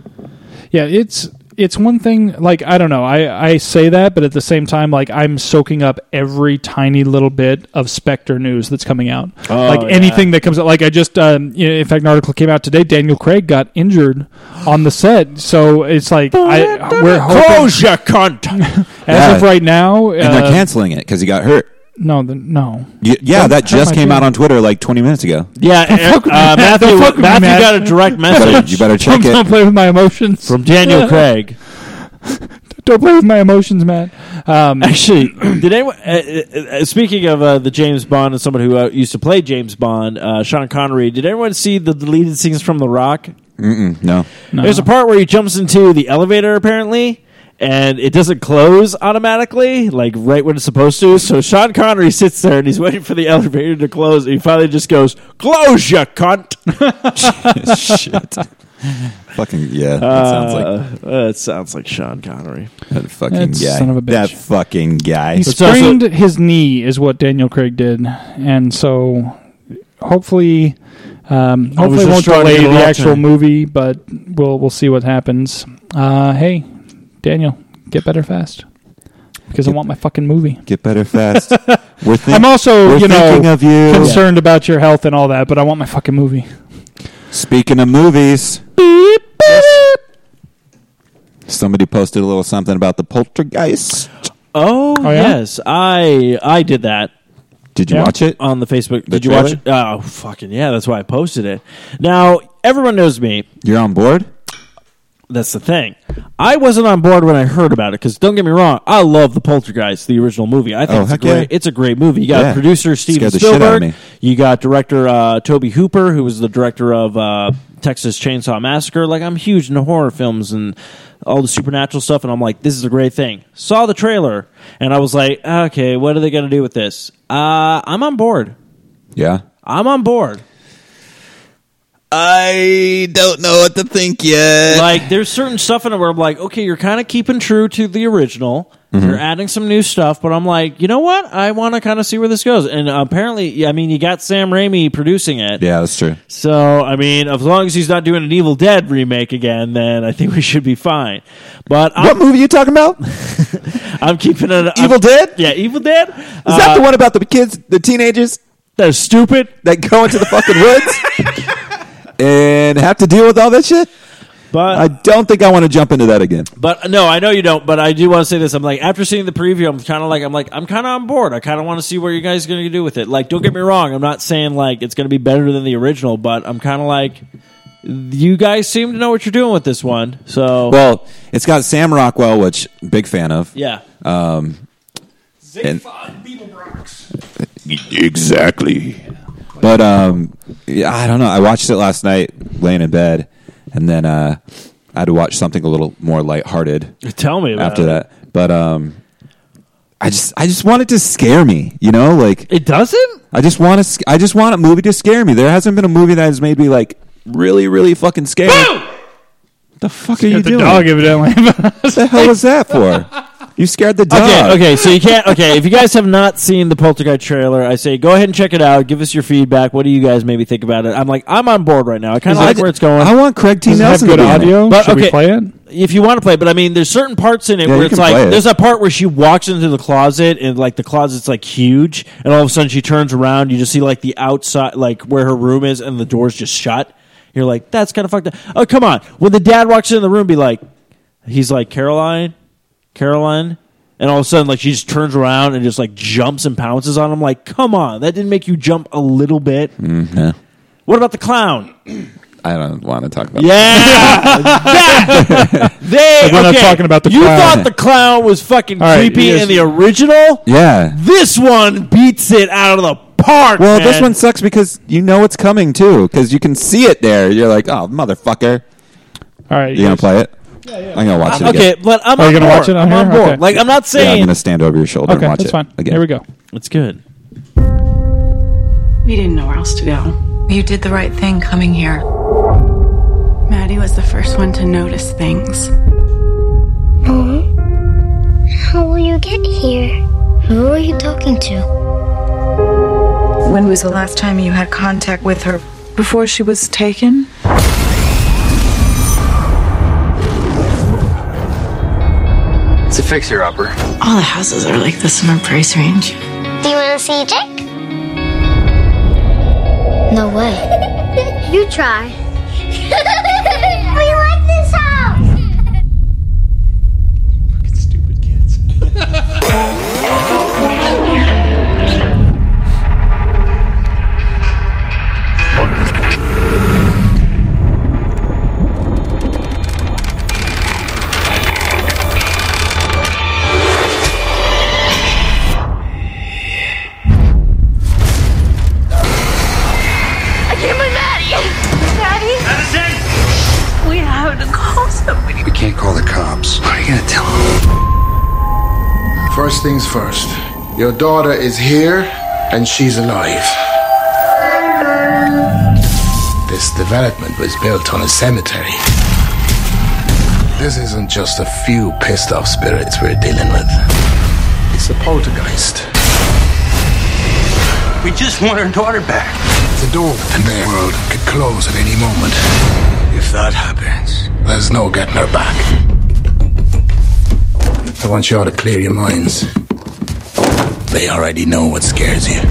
[SPEAKER 1] Yeah, it's it's one thing like I don't know. I I say that, but at the same time like I'm soaking up every tiny little bit of Spectre news that's coming out.
[SPEAKER 2] Oh,
[SPEAKER 1] like
[SPEAKER 2] yeah.
[SPEAKER 1] anything that comes out like I just um, you know, in fact an article came out today Daniel Craig got injured on the set. So it's like I we're hoping
[SPEAKER 2] Close your cunt.
[SPEAKER 1] as of
[SPEAKER 3] Yeah.
[SPEAKER 1] right now
[SPEAKER 3] And
[SPEAKER 1] uh,
[SPEAKER 3] they're canceling it because he got hurt.
[SPEAKER 1] no the, no.
[SPEAKER 3] Y- yeah, that
[SPEAKER 1] hurt
[SPEAKER 3] just
[SPEAKER 1] my
[SPEAKER 3] came out
[SPEAKER 1] feelings.
[SPEAKER 3] on Twitter like 20 minutes ago.
[SPEAKER 2] Yeah,
[SPEAKER 1] fuck with
[SPEAKER 2] uh,
[SPEAKER 1] me, Matt.
[SPEAKER 2] Matthew.
[SPEAKER 1] Don't fuck
[SPEAKER 2] Matthew
[SPEAKER 1] with me, Matt.
[SPEAKER 2] got a direct
[SPEAKER 3] Better,
[SPEAKER 2] message
[SPEAKER 3] you better check
[SPEAKER 1] don't
[SPEAKER 3] it.
[SPEAKER 1] play with my emotions.
[SPEAKER 2] from Daniel Craig.
[SPEAKER 1] don't play with my emotions, man. Um,
[SPEAKER 2] Actually, did anyone? Uh, uh, uh, speaking of uh, the James Bond and someone who uh, used to play James Bond, uh, Sean Connery. Did anyone see the deleted scenes from The Rock?
[SPEAKER 3] Mm-mm, no.
[SPEAKER 1] no.
[SPEAKER 2] There's a part where he jumps into the elevator, apparently, and it doesn't close automatically, like right when it's supposed to. So Sean Connery sits there and he's waiting for the elevator to close, and he finally just goes, "Close, you cunt!"
[SPEAKER 3] Shit. Fucking, yeah. That sounds like
[SPEAKER 2] Uh, uh, it sounds like Sean Connery.
[SPEAKER 3] that fucking
[SPEAKER 1] That
[SPEAKER 3] guy.
[SPEAKER 1] son of a bitch.
[SPEAKER 3] That fucking guy.
[SPEAKER 1] He
[SPEAKER 2] It's also-
[SPEAKER 1] sprained his knee, is what Daniel Craig did, and so hopefully, Um,
[SPEAKER 2] I was
[SPEAKER 1] hopefully, it won't
[SPEAKER 2] just trying to
[SPEAKER 1] delay
[SPEAKER 2] get
[SPEAKER 1] the
[SPEAKER 2] it all
[SPEAKER 1] actual
[SPEAKER 2] tonight.
[SPEAKER 1] movie, but we'll we'll see what happens. Uh, hey, Daniel, get better fast because I want my fucking movie.
[SPEAKER 3] Get better fast. we're think-
[SPEAKER 1] I'm also,
[SPEAKER 3] we're
[SPEAKER 1] you
[SPEAKER 3] thinking
[SPEAKER 1] know,
[SPEAKER 3] of you.
[SPEAKER 1] concerned about your health and all that, but I want my fucking movie.
[SPEAKER 3] Speaking of movies, somebody posted a little something about the poltergeist.
[SPEAKER 2] Oh,
[SPEAKER 1] Oh, yeah?
[SPEAKER 2] yes, I I did that.
[SPEAKER 3] Did you
[SPEAKER 1] Yeah. Um,
[SPEAKER 3] watch it?
[SPEAKER 2] on the Facebook.
[SPEAKER 3] The
[SPEAKER 2] Did you
[SPEAKER 3] trailer?
[SPEAKER 2] watch it? Oh, fucking yeah! That's why I posted it. Now everyone knows me.
[SPEAKER 3] You're on board.
[SPEAKER 2] That's the thing. I wasn't on board when I heard about it because don't get me wrong, I love the Poltergeist, the original movie. I think
[SPEAKER 3] Oh,
[SPEAKER 2] it's a
[SPEAKER 3] heck
[SPEAKER 2] great.
[SPEAKER 3] yeah.
[SPEAKER 2] It's a great movie. You got
[SPEAKER 3] Yeah.
[SPEAKER 2] producer Steven
[SPEAKER 3] Scared the shit out of
[SPEAKER 2] Spielberg.
[SPEAKER 3] me.
[SPEAKER 2] You got director uh, Toby Hooper, who was the director of uh, Texas Chainsaw Massacre. Like I'm huge into horror films and all the supernatural stuff, and I'm like, this is a great thing. Saw the trailer and I was like, okay, what are they going to do with this? Uh, I'm on board.
[SPEAKER 3] Yeah.
[SPEAKER 2] I'm on board.
[SPEAKER 3] I don't know what to think yet.
[SPEAKER 2] like there's certain stuff in it where I'm like, okay, you're kind of keeping true to the original.
[SPEAKER 3] Mm-hmm.
[SPEAKER 2] You're adding some new stuff, but I'm like, you know what? I want to kind of see where this goes. And apparently, yeah, I mean, you got Sam Raimi producing it.
[SPEAKER 3] yeah, that's true.
[SPEAKER 2] So, I mean, as long as he's not doing an Evil Dead remake again, then I think we should be fine. But
[SPEAKER 3] What
[SPEAKER 2] I'm,
[SPEAKER 3] movie are you talking about? Is
[SPEAKER 2] I'm keeping it. I'm-
[SPEAKER 3] Evil Dead?
[SPEAKER 2] Yeah, Evil Dead. Is
[SPEAKER 3] that the one about the kids, the teenagers
[SPEAKER 2] that's stupid?
[SPEAKER 3] that go into the fucking woods and have to deal with all that shit?
[SPEAKER 2] But
[SPEAKER 3] I don't think I want to jump into that again.
[SPEAKER 2] But no, I know you don't. But I do want to say this. I'm like after seeing the preview, I'm kind of like I'm like I'm kind of on board. I kind of want to see what you guys are going to do with it. Like, don't get me wrong. I'm not saying like it's going to be better than the original, but I'm kind of like you guys seem to know what you're doing with this one. So
[SPEAKER 3] Well, it's got Sam Rockwell, which big fan of.
[SPEAKER 2] yeah,
[SPEAKER 3] and- exactly. But um, yeah, I don't know. I watched it last night, laying in bed, and then uh, I had to watch something a little more lighthearted
[SPEAKER 2] tell me about
[SPEAKER 3] after
[SPEAKER 2] it.
[SPEAKER 3] that. But um, I just I just want it to scare me, you know, like
[SPEAKER 2] It doesn't.
[SPEAKER 3] I just want to I just want a movie to scare me. There hasn't been a movie that has made me like really really fucking scared. The fuck are you
[SPEAKER 1] Get the
[SPEAKER 3] doing?
[SPEAKER 1] dog, evidently.
[SPEAKER 3] What the hell was that for? You scared the dog.
[SPEAKER 2] Okay, okay, so you can't. Okay, if you guys have not seen the Poltergeist trailer, I say go ahead and check it out. Give us your feedback. What do you guys maybe think about it? I'm like, I'm on board right now. I kind of like where it's going.
[SPEAKER 3] I want Craig T.
[SPEAKER 1] Does it have
[SPEAKER 3] Nelson
[SPEAKER 1] good
[SPEAKER 3] to be in it.
[SPEAKER 1] audio?
[SPEAKER 2] But,
[SPEAKER 1] Should we
[SPEAKER 2] okay.
[SPEAKER 1] play it?
[SPEAKER 2] if you want to play, it, but I mean, there's certain parts in it
[SPEAKER 3] Yeah,
[SPEAKER 2] where
[SPEAKER 3] you
[SPEAKER 2] it's
[SPEAKER 3] can play
[SPEAKER 2] like
[SPEAKER 3] it.
[SPEAKER 2] there's that part where she walks into the closet and like the closet's like huge, and all of a sudden she turns around, you just see like the outside, like where her room is, and the door's just shut. You're like, that's kind of fucked up. Oh come on! When the dad walks in the room, be like, he's like Caroline, Caroline, and all of a sudden like she just turns around and just like jumps and pounces on him. Like, come on, that didn't make you jump a little bit.
[SPEAKER 3] Mm.
[SPEAKER 2] What about the clown?
[SPEAKER 3] I don't want to talk about.
[SPEAKER 2] Yeah, That- they.
[SPEAKER 1] We're not
[SPEAKER 2] okay,
[SPEAKER 1] talking about the
[SPEAKER 2] You
[SPEAKER 1] clown.
[SPEAKER 2] thought the clown was fucking
[SPEAKER 1] All right,
[SPEAKER 2] creepy
[SPEAKER 1] yes.
[SPEAKER 2] in the original.
[SPEAKER 3] Yeah.
[SPEAKER 2] This one beats it out of the park.
[SPEAKER 3] Well, this
[SPEAKER 2] man.
[SPEAKER 3] one sucks because you know it's coming too, because you can see it there. You're like, oh motherfucker,
[SPEAKER 1] All right.
[SPEAKER 3] you gonna
[SPEAKER 1] yes.
[SPEAKER 3] play it? Yeah, yeah. I'm gonna watch it.
[SPEAKER 2] Okay,
[SPEAKER 3] Again.
[SPEAKER 2] but I'm
[SPEAKER 1] Are
[SPEAKER 2] on
[SPEAKER 1] you gonna
[SPEAKER 2] board.
[SPEAKER 1] watch it on
[SPEAKER 2] I'm on
[SPEAKER 1] here?
[SPEAKER 2] board.
[SPEAKER 1] Okay.
[SPEAKER 2] Like I'm not
[SPEAKER 3] Yeah, I'm
[SPEAKER 2] saying
[SPEAKER 3] gonna stand over your shoulder
[SPEAKER 1] Okay,
[SPEAKER 3] and watch
[SPEAKER 1] that's
[SPEAKER 3] it.
[SPEAKER 1] fine.
[SPEAKER 3] Again.
[SPEAKER 1] Here we go.
[SPEAKER 2] it's good.
[SPEAKER 4] We didn't know where else to go.
[SPEAKER 5] You did the right thing coming here.
[SPEAKER 4] Maddie was the first one to notice things.
[SPEAKER 6] How will you get here? Who are you talking to?
[SPEAKER 7] When was the last time you had contact with her? Before she was taken?
[SPEAKER 8] It's a fixer upper.
[SPEAKER 5] All the houses are like this in our price range.
[SPEAKER 6] Do you want to see Jack? No way. you try. we like this house.
[SPEAKER 5] I can't believe Maddie! Maddie? Madison! We have to call somebody.
[SPEAKER 8] We can't call the cops. What are you gonna tell them?
[SPEAKER 9] First things first. Your daughter is here and she's alive. This development was built on a cemetery. This isn't just a few pissed off spirits we're dealing with. It's a poltergeist.
[SPEAKER 10] We just want our daughter back.
[SPEAKER 9] The door to their world could close at any moment.
[SPEAKER 10] If that happens,
[SPEAKER 9] There's no getting her back. I want you all to clear your minds. They already know what scares you.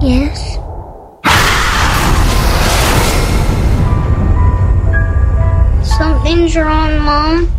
[SPEAKER 6] Yes? Something's wrong, Mom.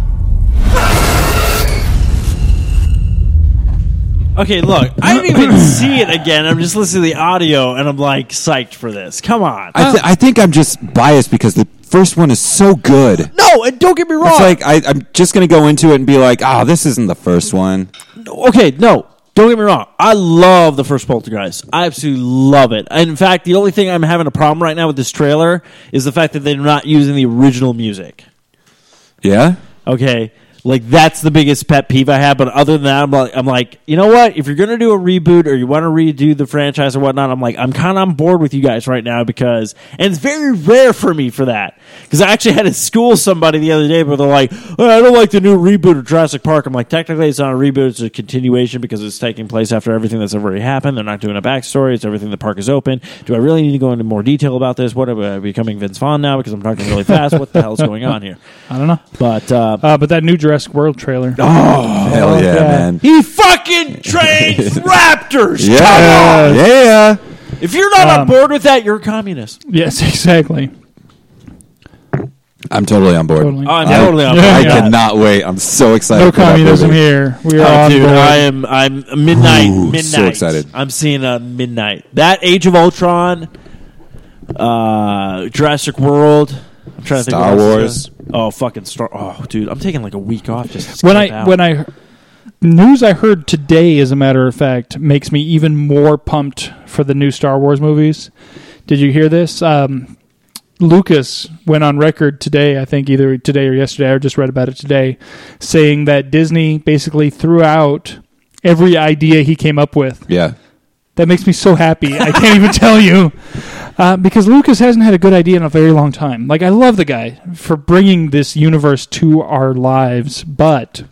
[SPEAKER 2] Okay, look, I didn't even see it again. I'm just listening to the audio, and I'm like psyched for this. Come on.
[SPEAKER 3] I,
[SPEAKER 1] Ah.
[SPEAKER 3] th- I think I'm just biased because the first one is so good.
[SPEAKER 2] no, and don't get me wrong.
[SPEAKER 3] It's like I, I'm just gonna go into it and be like, "Ah, this isn't the first one."
[SPEAKER 2] okay, no, don't get me wrong. I love the first Poltergeist. I absolutely love it. And in fact, the only thing I'm having a problem right now with this trailer is the fact that they're not using the original music.
[SPEAKER 3] Yeah,
[SPEAKER 2] Okay. Like that's the biggest pet peeve I have, but other than that, I'm like, I'm like, you know what? If you're gonna do a reboot or you want to redo the franchise or whatnot, I'm like, I'm kind of on board with you guys right now because, and it's very rare for me for that because I actually had to school somebody the other day where they're like, oh, I don't like the new reboot of Jurassic Park. I'm like, technically it's not a reboot; it's a continuation because it's taking place after everything that's already happened. They're not doing a backstory; it's everything the park is open. Do I really need to go into more detail about this? What am I becoming Vince Vaughn now because I'm talking really fast? what the hell's going on here?
[SPEAKER 1] I don't know.
[SPEAKER 2] But uh,
[SPEAKER 1] Uh, but that new Jurassic World trailer.
[SPEAKER 3] Ah. hell yeah,
[SPEAKER 1] yeah.
[SPEAKER 3] man.
[SPEAKER 2] He fucking trains raptors.
[SPEAKER 3] Yeah, yeah.
[SPEAKER 2] If you're not
[SPEAKER 1] Um,
[SPEAKER 2] on board with that, you're a communist.
[SPEAKER 1] Yes, exactly.
[SPEAKER 3] I'm totally on board.
[SPEAKER 1] Totally.
[SPEAKER 2] Oh, I'm
[SPEAKER 3] I-
[SPEAKER 2] totally on board.
[SPEAKER 3] I
[SPEAKER 2] with that.
[SPEAKER 3] cannot wait. I'm so excited.
[SPEAKER 1] No
[SPEAKER 3] for that
[SPEAKER 1] communism
[SPEAKER 3] movie.
[SPEAKER 1] here. We are
[SPEAKER 2] Oh,
[SPEAKER 1] on
[SPEAKER 2] dude,
[SPEAKER 1] board.
[SPEAKER 2] I am. I'm midnight.
[SPEAKER 3] Ooh,
[SPEAKER 2] midnight.
[SPEAKER 3] so excited.
[SPEAKER 2] I'm seeing a midnight. That Age of Ultron, uh, Jurassic World. I'm trying to think.
[SPEAKER 3] Star
[SPEAKER 2] what else
[SPEAKER 3] Wars.
[SPEAKER 2] is good. Oh fucking Star. Oh dude, I'm taking like a week off just to
[SPEAKER 1] when
[SPEAKER 2] skip
[SPEAKER 1] I
[SPEAKER 2] out.
[SPEAKER 1] when I news I heard today, as a matter of fact, makes me even more pumped for the new Star Wars movies. Did you hear this? Um, Lucas went on record today, I think either today or yesterday, I just read about it today, saying that Disney basically threw out every idea he came up with.
[SPEAKER 3] Yeah.
[SPEAKER 1] That makes me so happy. I can't even tell you. Uh, because Lucas hasn't had a good idea in a very long time. Like, I love the guy for bringing this universe to our lives, but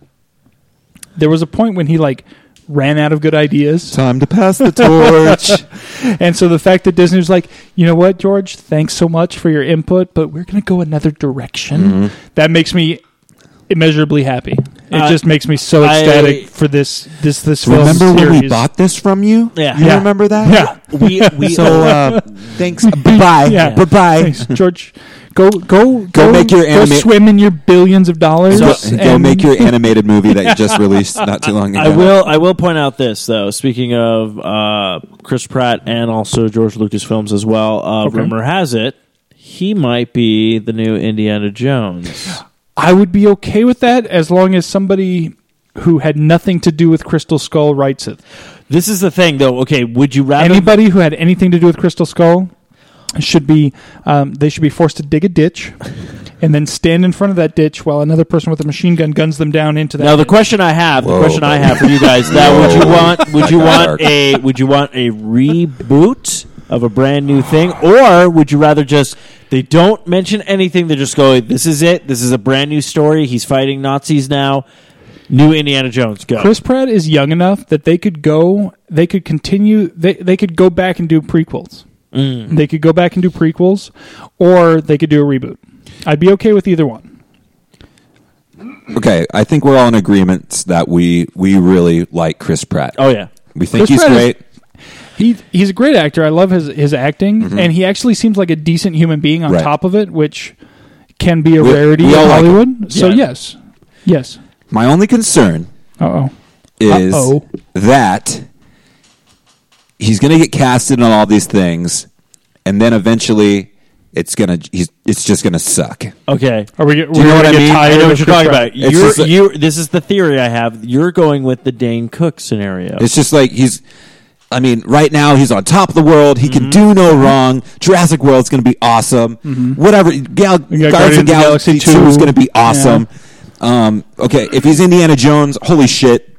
[SPEAKER 1] there was a point when he, like, ran out of good ideas.
[SPEAKER 3] Time to pass the torch.
[SPEAKER 1] And so the fact that Disney was like, you know what, George, thanks so much for your input, but we're going to go another direction,
[SPEAKER 3] Mm-hmm.
[SPEAKER 1] that makes me immeasurably happy. It
[SPEAKER 2] Uh,
[SPEAKER 1] just makes me so
[SPEAKER 2] I-
[SPEAKER 1] ecstatic for this, this, this film
[SPEAKER 3] remember when we
[SPEAKER 1] series.
[SPEAKER 3] bought this from you?
[SPEAKER 2] Yeah.
[SPEAKER 3] You
[SPEAKER 1] Yeah.
[SPEAKER 3] remember that?
[SPEAKER 1] Yeah.
[SPEAKER 2] we we
[SPEAKER 3] So uh, thanks. Bye bye.
[SPEAKER 1] Yeah.
[SPEAKER 3] Bye bye.
[SPEAKER 1] Thanks, George. Go, go, go,
[SPEAKER 3] make your
[SPEAKER 1] go
[SPEAKER 3] anima-
[SPEAKER 1] swim in your billions of dollars.
[SPEAKER 3] Go, go
[SPEAKER 1] and-
[SPEAKER 3] make your animated movie that you just released not too long ago.
[SPEAKER 2] I will. I will point out this though. Speaking of uh, Chris Pratt and also George Lucas films as well. Uh, Rumor has it he might be the new Indiana Jones.
[SPEAKER 1] I would be okay with that as long as somebody who had nothing to do with Crystal Skull writes it.
[SPEAKER 2] This is the thing though. Okay, would you rather?
[SPEAKER 1] Anybody who had anything to do with Crystal Skull should be um, they should be forced to dig a ditch and then stand in front of that ditch while another person with a machine gun guns them down into that.
[SPEAKER 2] now the question I have, the
[SPEAKER 3] Whoa,
[SPEAKER 2] question I
[SPEAKER 3] buddy.
[SPEAKER 2] have for you guys, that would you
[SPEAKER 3] Whoa.
[SPEAKER 2] want? Would
[SPEAKER 3] That
[SPEAKER 2] you
[SPEAKER 3] got
[SPEAKER 2] want
[SPEAKER 3] dark.
[SPEAKER 2] a? Would you want a reboot of a brand new thing, or would you rather just they don't mention anything? They just go, "This is it. This is a brand new story. He's fighting Nazis now. New Indiana Jones. Go."
[SPEAKER 1] Chris Pratt is young enough that they could go, they could continue, they, they could go back and do prequels.
[SPEAKER 3] Mm.
[SPEAKER 1] They could go back and do prequels, or they could do a reboot. I'd be okay with either one.
[SPEAKER 3] Okay, I think we're all in agreement that we we really like Chris Pratt.
[SPEAKER 2] oh yeah.
[SPEAKER 3] we think
[SPEAKER 1] Chris
[SPEAKER 3] he's
[SPEAKER 1] Pratt is-
[SPEAKER 3] great.
[SPEAKER 1] He he's a great actor. I love his his acting, and he actually seems like a decent human being on
[SPEAKER 3] Mm-hmm. Right.
[SPEAKER 1] top of it, which can be a
[SPEAKER 3] We-
[SPEAKER 1] rarity
[SPEAKER 3] we
[SPEAKER 1] in
[SPEAKER 3] all like him.
[SPEAKER 1] Hollywood. so
[SPEAKER 2] Yeah.
[SPEAKER 1] yes, yes.
[SPEAKER 3] My only concern
[SPEAKER 1] Uh oh.
[SPEAKER 3] is
[SPEAKER 1] Uh-oh.
[SPEAKER 3] that he's going to get casted on all these things, and then eventually it's gonna he's it's just gonna suck.
[SPEAKER 2] Okay.
[SPEAKER 1] Are we?
[SPEAKER 3] you know what I mean?
[SPEAKER 2] I
[SPEAKER 3] I
[SPEAKER 2] know what you're talking about.
[SPEAKER 3] It's
[SPEAKER 2] You're,
[SPEAKER 3] just a-
[SPEAKER 2] you this is the theory I have. You're going with the Dane Cook scenario.
[SPEAKER 3] It's just like he's. I mean, right now he's on top of the world. He can do no wrong. Jurassic World's going to be awesome. Whatever, Gal-
[SPEAKER 1] got
[SPEAKER 3] Guardians of the Galaxy Two is
[SPEAKER 1] two.
[SPEAKER 3] going to be awesome. Um, okay, if he's Indiana Jones, holy shit,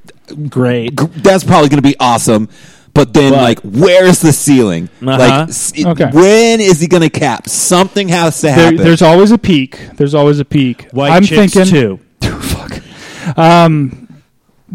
[SPEAKER 2] great.
[SPEAKER 3] G- that's probably going to be awesome. But then,
[SPEAKER 2] But-
[SPEAKER 3] like, where's the ceiling?
[SPEAKER 2] Uh-huh.
[SPEAKER 3] Like, s- it-
[SPEAKER 1] Okay.
[SPEAKER 3] when is he going to cap? Something has to
[SPEAKER 1] There,
[SPEAKER 3] happen.
[SPEAKER 1] there's always a peak. There's always a peak.
[SPEAKER 2] White
[SPEAKER 1] I'm
[SPEAKER 2] chicks
[SPEAKER 1] thinking.
[SPEAKER 2] too.
[SPEAKER 1] Um,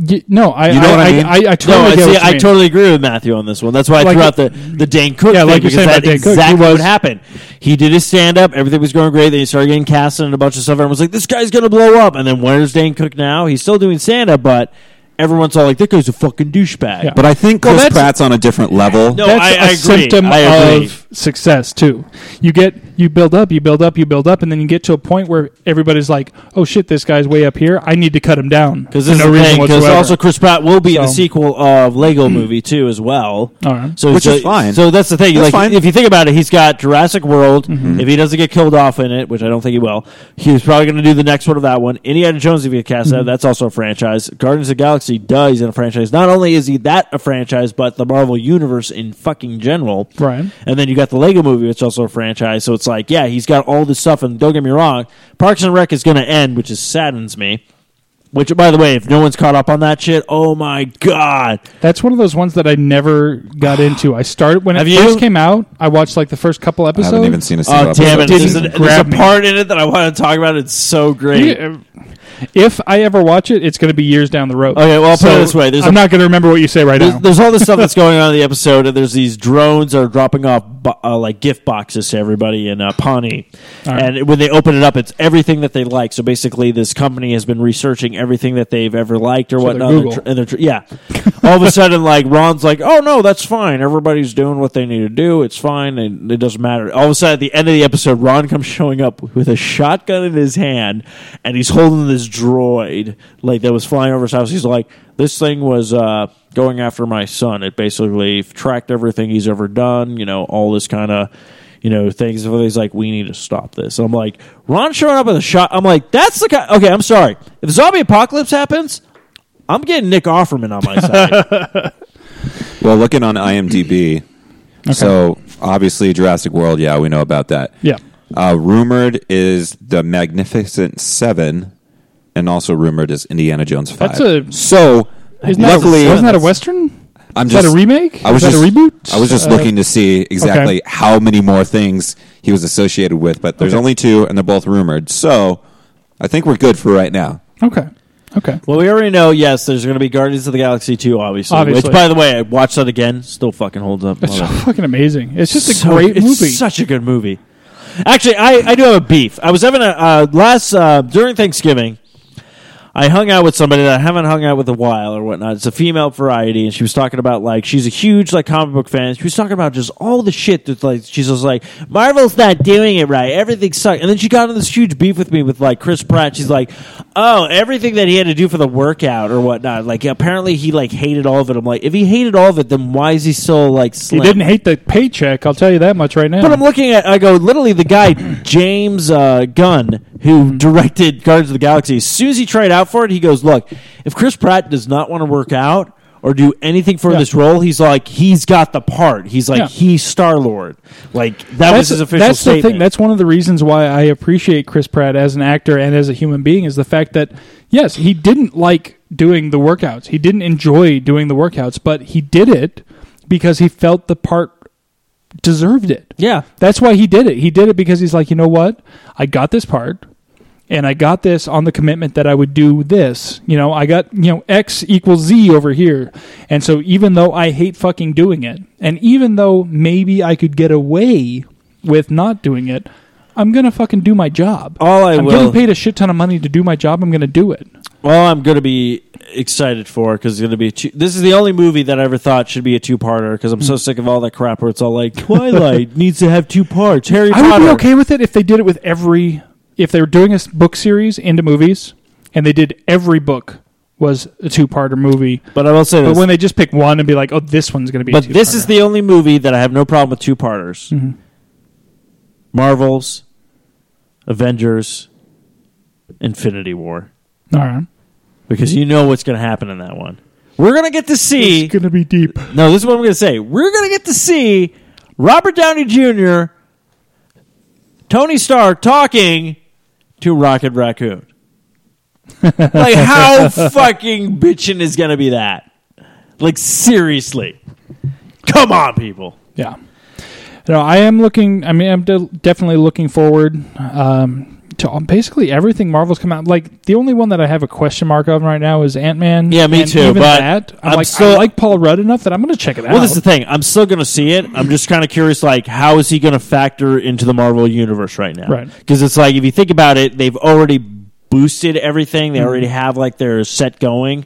[SPEAKER 1] y- no, I,
[SPEAKER 3] You know
[SPEAKER 1] I,
[SPEAKER 3] what I mean?
[SPEAKER 1] I, I, I
[SPEAKER 2] No,
[SPEAKER 1] totally
[SPEAKER 2] I,
[SPEAKER 1] get
[SPEAKER 2] see,
[SPEAKER 1] what you
[SPEAKER 2] I
[SPEAKER 1] mean.
[SPEAKER 2] totally agree with Matthew on this one. That's why I
[SPEAKER 1] Like-
[SPEAKER 2] threw out the, the Dan Cook
[SPEAKER 1] Yeah,
[SPEAKER 2] thing
[SPEAKER 1] like you're
[SPEAKER 2] because
[SPEAKER 1] saying
[SPEAKER 2] that's
[SPEAKER 1] about Dan Cook, he
[SPEAKER 2] exactly
[SPEAKER 1] was-
[SPEAKER 2] what happened. He did his stand up, everything was going great. Then he started getting cast in a bunch of stuff. Everyone was like, "This guy's going to blow up." And then where's Dan Cook now? He's still doing stand up, but everyone's all like, "That guy's a fucking douchebag."
[SPEAKER 1] Yeah.
[SPEAKER 3] but I think
[SPEAKER 1] Well,
[SPEAKER 3] Chris
[SPEAKER 1] that's-
[SPEAKER 3] Pratt's on a different level.
[SPEAKER 2] No,
[SPEAKER 1] That's
[SPEAKER 2] Oh, I-
[SPEAKER 1] a
[SPEAKER 2] I agree.
[SPEAKER 1] symptom
[SPEAKER 2] I agree.
[SPEAKER 1] of success too. You get you build up, you build up, you build up, and then you get to a point where everybody's like, "Oh shit, this guy's way up here. I need to cut him down."
[SPEAKER 2] Because
[SPEAKER 1] for
[SPEAKER 2] this
[SPEAKER 1] no
[SPEAKER 2] is the
[SPEAKER 1] reason
[SPEAKER 2] thing. Because
[SPEAKER 1] whatsoever.
[SPEAKER 2] also Chris Pratt will be in the
[SPEAKER 1] So- Hmm.
[SPEAKER 2] sequel of Lego Movie too, as well.
[SPEAKER 1] All right.
[SPEAKER 2] So
[SPEAKER 3] Which
[SPEAKER 2] so,
[SPEAKER 3] is fine.
[SPEAKER 2] So that's the thing.
[SPEAKER 3] That's
[SPEAKER 2] like,
[SPEAKER 3] fine.
[SPEAKER 2] if you think about it, he's got Jurassic World. If he doesn't get killed off in it, which I don't think he will, he's probably going to do the next one of that one. Indiana Jones, if he gets cast out, that's also a franchise. Guardians of the Galaxy, duh, he's in a franchise. Not only is he that a franchise, but the Marvel Universe in fucking general.
[SPEAKER 1] Right.
[SPEAKER 2] And then you got the Lego Movie, which is also a franchise. So it's like, yeah, he's got all this stuff. And don't get me wrong, Parks and Rec is going to end, which is saddens me. Which, by the way, if no one's caught up on that shit, oh my god!
[SPEAKER 1] that's one of those ones that I never got into. I started when
[SPEAKER 2] Have
[SPEAKER 1] it
[SPEAKER 2] you-
[SPEAKER 1] first came out. I watched like the first couple
[SPEAKER 3] I
[SPEAKER 1] episodes.
[SPEAKER 3] haven't even seen a single
[SPEAKER 2] Oh damn it!
[SPEAKER 3] episode.
[SPEAKER 2] There's,
[SPEAKER 1] Didn't
[SPEAKER 2] an, there's a
[SPEAKER 1] grab me.
[SPEAKER 2] part in it that I want to talk about. It's so great.
[SPEAKER 1] Yeah, uh, If I ever watch it, it's going to be years down the road.
[SPEAKER 2] Okay, well, I'll put it this way. There's
[SPEAKER 1] I'm
[SPEAKER 2] a-
[SPEAKER 1] not going to remember what you say right
[SPEAKER 2] There's,
[SPEAKER 1] now.
[SPEAKER 2] there's all this stuff that's going on in the episode, and there's these drones that are dropping off bo- uh, like gift boxes to everybody in uh, Pawnee.
[SPEAKER 1] All right.
[SPEAKER 2] And when they open it up, it's everything that they like. So basically, this company has been researching everything that they've ever liked or
[SPEAKER 1] So they're
[SPEAKER 2] whatnot. and
[SPEAKER 1] Google.
[SPEAKER 2] tr- and they're tr- yeah. all of a sudden, like Ron's like, "Oh no, that's fine. Everybody's doing what they need to do. It's fine, and it doesn't matter." All of a sudden, at the end of the episode, Ron comes showing up with a shotgun in his hand, and he's holding this droid like that was flying over his house. He's like, "This thing was uh, going after my son. It basically tracked everything he's ever done. You know, all this kind of." You know things. where He's like, we need to stop this. And I'm like, Ron showing up with a shot. I'm like, that's the kind. Okay, I'm sorry. If zombie apocalypse happens, I'm getting Nick Offerman on my side.
[SPEAKER 3] Well, looking on IMDb, so obviously Jurassic World, yeah, we know about that.
[SPEAKER 1] Yeah.
[SPEAKER 3] Uh, rumored is the Magnificent Seven, and also rumored is Indiana Jones Five.
[SPEAKER 1] That's a-
[SPEAKER 3] so.
[SPEAKER 1] Isn't that-
[SPEAKER 3] luckily,
[SPEAKER 1] wasn't
[SPEAKER 2] uh,
[SPEAKER 1] that a western?
[SPEAKER 3] I'm
[SPEAKER 1] Is
[SPEAKER 3] just,
[SPEAKER 1] that a remake?
[SPEAKER 3] I was
[SPEAKER 1] Is that
[SPEAKER 3] just
[SPEAKER 1] a reboot?
[SPEAKER 3] I was just
[SPEAKER 1] Uh,
[SPEAKER 3] looking to see exactly how many more things he was associated with, but there's only two, and they're both rumored. So I think we're good for right now.
[SPEAKER 1] Okay. Okay.
[SPEAKER 2] well, we already know, yes, there's going to be Guardians of the Galaxy 2, obviously.
[SPEAKER 1] Obviously.
[SPEAKER 2] Which, by the way, I watched that again. Still fucking holds up.
[SPEAKER 1] It's so
[SPEAKER 2] Love it.
[SPEAKER 1] fucking amazing. It's just
[SPEAKER 2] So-
[SPEAKER 1] a great
[SPEAKER 2] it's
[SPEAKER 1] movie.
[SPEAKER 2] such a good movie. Actually, I, I do have a beef. I was having a uh, last uh, during Thanksgiving. I hung out with somebody that I haven't hung out with in a while or whatnot. It's a female variety, and she was talking about like she's a huge like comic book fan. She was talking about just all the shit that like she's just like Marvel's not doing it right. Everything sucks. And then she got into this huge beef with me with like Chris Pratt. She's like, oh, everything that he had to do for the workout or whatnot. Like apparently he like hated all of it. I'm like, if he hated all of it, then why is he still like?
[SPEAKER 1] he
[SPEAKER 2] Slim?
[SPEAKER 1] didn't hate the paycheck, I'll tell you that much right now.
[SPEAKER 2] But I'm looking at, I go, literally, the guy, James uh, Gunn,
[SPEAKER 1] Mm-hmm.
[SPEAKER 2] who directed Guardians of the Galaxy, as soon as he tried out for it, he goes, Look, if Chris Pratt does not want to work out or do anything for
[SPEAKER 1] Yeah.
[SPEAKER 2] this role, he's like, He's got the part. He's like,
[SPEAKER 1] Yeah.
[SPEAKER 2] He's Star Lord. Like, that was his official
[SPEAKER 1] that's
[SPEAKER 2] statement.
[SPEAKER 1] the thing. That's one of the reasons why I appreciate Chris Pratt as an actor and as a human being is the fact that yes, he didn't like doing the workouts. He didn't enjoy doing the workouts, but he did it because he felt the part deserved it.
[SPEAKER 2] yeah.
[SPEAKER 1] That's why he did it. He did it because he's like, you know what? I got this part and I got this on the commitment that I would do this. You know, I got, you know, X equals Z over here. And so even though I hate fucking doing it, and even though maybe I could get away with not doing it, I'm gonna fucking do my job.
[SPEAKER 2] All I
[SPEAKER 1] I'm
[SPEAKER 2] will-
[SPEAKER 1] getting paid a shit ton of money to do my job. I'm gonna do it.
[SPEAKER 2] Well, I'm going to be excited for because it's going to be. Two, this is the only movie that I ever thought should be a two parter because I'm
[SPEAKER 1] Mm.
[SPEAKER 2] so sick of all that crap where it's all like Twilight needs to have two parts. Harry
[SPEAKER 1] I would
[SPEAKER 2] Potter.
[SPEAKER 1] be okay with it if they did it with every if they were doing a s- book series into movies and they did every book was a two-parter movie.
[SPEAKER 2] But I will say this.
[SPEAKER 1] But when they just pick one and be like, "Oh, this one's going to be," a
[SPEAKER 2] But this is
[SPEAKER 1] two-parter.
[SPEAKER 2] the only movie that I have no problem with two parters. Marvels, Avengers, Infinity War,
[SPEAKER 1] all right.
[SPEAKER 2] because you know what's going to happen in that one. We're going to get to see.
[SPEAKER 1] It's going to be deep.
[SPEAKER 2] No, this is what I'm going to say. We're going to get to see Robert Downey Jr., Tony Stark talking to Rocket Raccoon. like how fucking bitching is gonna be that? Like seriously, come on, people.
[SPEAKER 1] Yeah. No, I am looking. I mean, I'm de- definitely looking forward um, to all- basically everything Marvel's come out. Like the only one that I have a question mark on right now is Ant Man.
[SPEAKER 2] Yeah, me too, but
[SPEAKER 1] I'm,
[SPEAKER 2] I'm
[SPEAKER 1] like,
[SPEAKER 2] still-
[SPEAKER 1] I like Paul Rudd enough that I'm going to check it out.
[SPEAKER 2] Well, this is the thing. I'm still going to see it. I'm just kind of curious, like, how is he going to factor into the Marvel universe right now?
[SPEAKER 1] Right.
[SPEAKER 2] Because it's like, if you think about it, they've already boosted everything. They already have like their set going.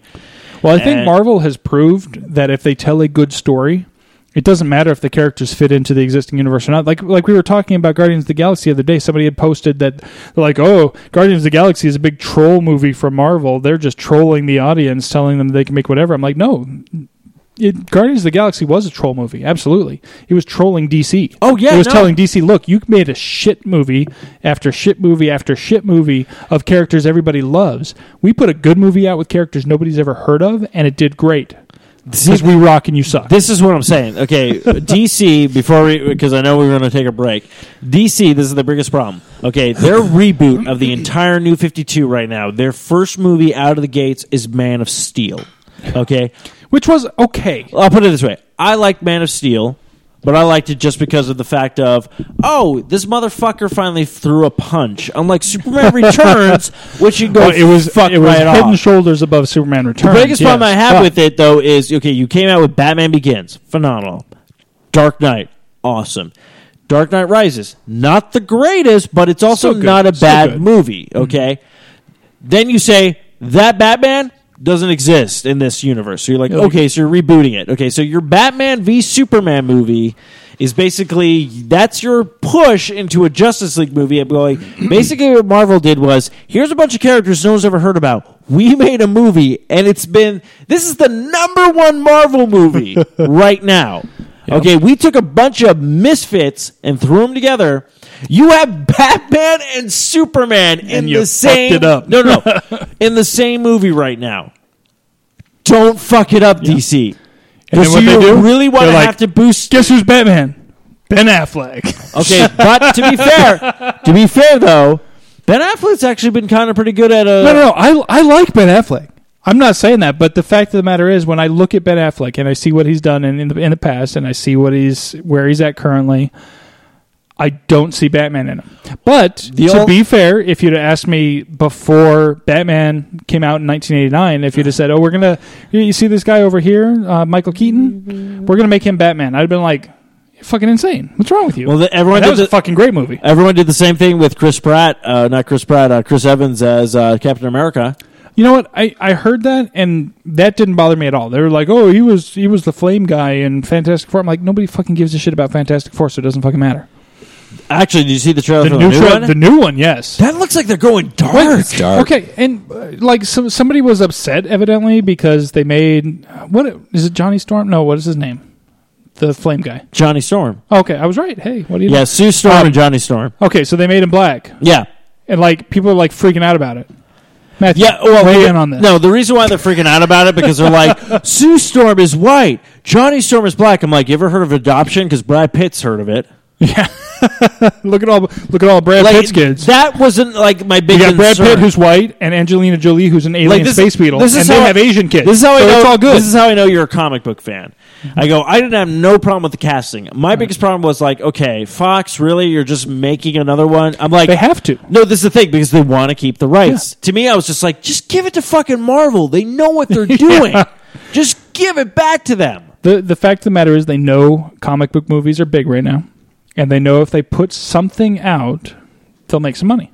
[SPEAKER 1] Well, I think
[SPEAKER 2] And-
[SPEAKER 1] Marvel has proved that if they tell a good story, it doesn't matter if the characters fit into the existing universe or not. Like like we were talking about Guardians of the Galaxy the other day, somebody had posted that like, "Oh, Guardians of the Galaxy is a big troll movie from Marvel. They're just trolling the audience, telling them they can make whatever." I'm like, "No, it, Guardians of the Galaxy was a troll movie. Absolutely, it was trolling DC.
[SPEAKER 2] Oh, yeah,
[SPEAKER 1] it was
[SPEAKER 2] no.
[SPEAKER 1] telling DC, look, you made a shit movie after shit movie after shit movie of characters everybody loves. We put a good movie out with characters nobody's ever heard of, and it did great. Because we rock and you suck.
[SPEAKER 2] This is what I'm saying. Okay, DC. Before we, because I know we're going to take a break. DC. This is the biggest problem. Okay, their reboot of the entire New Fifty Two right now. Their first movie out of the gates is Man of Steel. Okay,
[SPEAKER 1] which was okay.
[SPEAKER 2] I'll put it this way: I liked Man of Steel, but I liked it just because of the fact of, oh, this motherfucker finally threw a punch. Unlike Superman Returns, which you go,
[SPEAKER 1] Well, it was
[SPEAKER 2] fuck
[SPEAKER 1] it was
[SPEAKER 2] right
[SPEAKER 1] head
[SPEAKER 2] off.
[SPEAKER 1] and shoulders above Superman
[SPEAKER 2] The
[SPEAKER 1] Returns.
[SPEAKER 2] biggest
[SPEAKER 1] yes,
[SPEAKER 2] problem I have
[SPEAKER 1] but-
[SPEAKER 2] with it though is okay, you came out with Batman Begins, phenomenal. Dark Knight, awesome. Dark Knight Rises, not the greatest, but it's also
[SPEAKER 1] Still good.
[SPEAKER 2] not a
[SPEAKER 1] Still
[SPEAKER 2] bad
[SPEAKER 1] good. Mm-hmm.
[SPEAKER 2] movie, okay? Then you say that Batman doesn't exist in this universe. So you're like, okay, so you're rebooting it. Okay, so your Batman v Superman movie is basically that's your push into a Justice League movie. I'm going basically what Marvel did was here's a bunch of characters no one's ever heard about. We made a movie and it's been this is the number one Marvel movie right now. Okay, we took a bunch of misfits and threw them together. You have Batman and Superman in
[SPEAKER 1] And you
[SPEAKER 2] the
[SPEAKER 1] fucked
[SPEAKER 2] same
[SPEAKER 1] it up.
[SPEAKER 2] no, no, in the same movie right now. Don't fuck it up, DC.
[SPEAKER 1] And then
[SPEAKER 2] so
[SPEAKER 1] what
[SPEAKER 2] you
[SPEAKER 1] they do?
[SPEAKER 2] really want to
[SPEAKER 1] They're like,
[SPEAKER 2] have to boost.
[SPEAKER 1] guess who's Batman? Ben Affleck.
[SPEAKER 2] Okay, but to be fair, to be fair though, Ben Affleck's actually been kind of pretty good at uh, a.
[SPEAKER 1] No, no, no. I, I like Ben Affleck. I'm not saying that, but the fact of the matter is, when I look at Ben Affleck and I see what he's done in, in the in the past, and I see what he's where he's at currently, I don't see Batman in him. But
[SPEAKER 2] The
[SPEAKER 1] to
[SPEAKER 2] ol-
[SPEAKER 1] be fair, if you'd have asked me before Batman came out in 1989, if you'd have said, "Oh, we're gonna, you- you see this guy over here, uh, Michael Keaton, we're gonna make him Batman," I'd have been like, "You're fucking insane! What's wrong with you?"
[SPEAKER 2] Well, the, everyone
[SPEAKER 1] that
[SPEAKER 2] did
[SPEAKER 1] was a
[SPEAKER 2] the,
[SPEAKER 1] fucking great movie.
[SPEAKER 2] everyone did the same thing with Chris Pratt, uh, not Chris Pratt, uh, Chris Evans as uh, Captain America.
[SPEAKER 1] You know what? I, I heard that and that didn't bother me at all. They were like, "Oh, he was he was the flame guy in Fantastic Four. I'm like, nobody fucking gives a shit about Fantastic Four, so it doesn't fucking matter.
[SPEAKER 2] Actually, did you see the trailer
[SPEAKER 1] The
[SPEAKER 2] for
[SPEAKER 1] new,
[SPEAKER 2] the new
[SPEAKER 1] tra-
[SPEAKER 2] one?
[SPEAKER 1] the new one, yes.
[SPEAKER 2] that looks like they're going dark.
[SPEAKER 3] It's dark.
[SPEAKER 1] Okay, and uh, like some somebody was upset evidently because they made what is it Johnny Storm? No, what is his name? The flame guy.
[SPEAKER 2] Johnny Storm.
[SPEAKER 1] Okay, I was right. Hey, what do you?
[SPEAKER 2] Yeah, Sue Storm
[SPEAKER 1] Um,
[SPEAKER 2] and Johnny Storm.
[SPEAKER 1] know? Okay, so they made him black,
[SPEAKER 2] Yeah,
[SPEAKER 1] and like people are like freaking out about it. Matthew,
[SPEAKER 2] Yeah, well,
[SPEAKER 1] weigh
[SPEAKER 2] the-
[SPEAKER 1] in on this.
[SPEAKER 2] No, the reason why they're freaking out about it because they're like, Sue Storm is white, Johnny Storm is black. I'm like, you ever heard of adoption? Because Brad Pitt's heard of it.
[SPEAKER 1] look at all look at all Brad
[SPEAKER 2] Like,
[SPEAKER 1] Pitt's kids.
[SPEAKER 2] That wasn't like my big
[SPEAKER 1] You got
[SPEAKER 2] concern.
[SPEAKER 1] Brad Pitt, who's white, and Angelina Jolie, who's an alien
[SPEAKER 2] like this,
[SPEAKER 1] space beetle,
[SPEAKER 2] This
[SPEAKER 1] and
[SPEAKER 2] is how
[SPEAKER 1] they
[SPEAKER 2] I-
[SPEAKER 1] have Asian kids.
[SPEAKER 2] This is how I
[SPEAKER 1] so
[SPEAKER 2] know
[SPEAKER 1] it's all good.
[SPEAKER 2] This is how I know you're a comic book fan. I go, I didn't have no problem with the casting. My biggest problem was like, okay, Fox, really, you're just making another one. I'm like,
[SPEAKER 1] they have to.
[SPEAKER 2] No, this is the thing because they want to keep the rights. To me, I was just like, just give it to fucking Marvel. They know what they're doing. Just give it back to them.
[SPEAKER 1] the The fact of the matter is, they know comic book movies are big right now, and they know if they put something out, they'll make some money.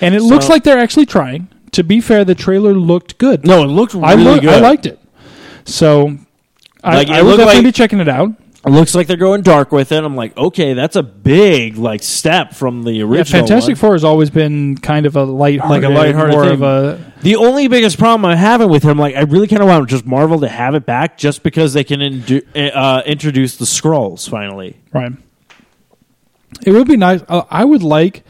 [SPEAKER 1] And it looks like they're actually trying. To be fair, the trailer looked good.
[SPEAKER 2] No, it looked
[SPEAKER 1] I
[SPEAKER 2] really
[SPEAKER 1] look-
[SPEAKER 2] good.
[SPEAKER 1] I liked it. So I,
[SPEAKER 2] Like, it
[SPEAKER 1] I will
[SPEAKER 2] looked
[SPEAKER 1] definitely
[SPEAKER 2] like-
[SPEAKER 1] be checking it out.
[SPEAKER 2] It looks like they're going dark with it. I'm like, okay, that's a big like step from the original.
[SPEAKER 1] Yeah, Fantastic
[SPEAKER 2] one.
[SPEAKER 1] Four has always been kind of a lighthearted,
[SPEAKER 2] lighthearted
[SPEAKER 1] more
[SPEAKER 2] thing.
[SPEAKER 1] of a
[SPEAKER 2] The only biggest problem I'm having with him, like, I really kind of want just Marvel to have it back, just because they can indu- uh, introduce the scrolls finally.
[SPEAKER 1] Right. It would be nice. Uh, I would like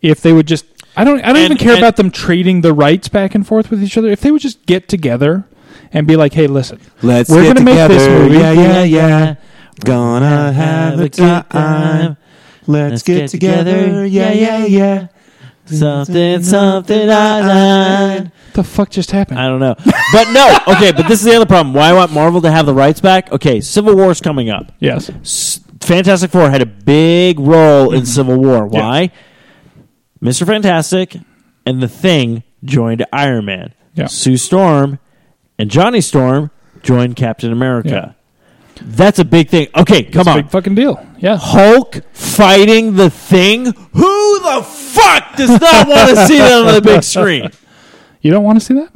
[SPEAKER 1] if they would just. I don't. I don't
[SPEAKER 2] And-
[SPEAKER 1] even care
[SPEAKER 2] and-
[SPEAKER 1] about them trading the rights back and forth with each other. If they would just get together and be like, "Hey, listen,
[SPEAKER 3] Let's
[SPEAKER 1] we're
[SPEAKER 3] get
[SPEAKER 1] gonna make
[SPEAKER 3] together.
[SPEAKER 1] this movie.
[SPEAKER 3] Yeah, yeah, yeah. Gonna have a good time. Let's, get, together. Yeah, yeah, yeah.
[SPEAKER 2] Something, something I like.
[SPEAKER 1] the fuck just happened?
[SPEAKER 2] I don't know. But no, okay, but this is the other problem. Why I want Marvel to have the rights back? Okay, Civil War's coming up.
[SPEAKER 1] Yes.
[SPEAKER 2] S- Fantastic Four had a big role
[SPEAKER 1] Mm-hmm.
[SPEAKER 2] in Civil War. Why? Mr. Fantastic and The Thing joined Iron Man.
[SPEAKER 1] Yeah.
[SPEAKER 2] Sue Storm and Johnny Storm joined Captain America. That's a big thing. Okay, come
[SPEAKER 1] It's a
[SPEAKER 2] on.
[SPEAKER 1] big fucking deal. Yeah.
[SPEAKER 2] Hulk fighting the thing? Who the fuck does not want to see that on the big screen?
[SPEAKER 1] You don't want to see that?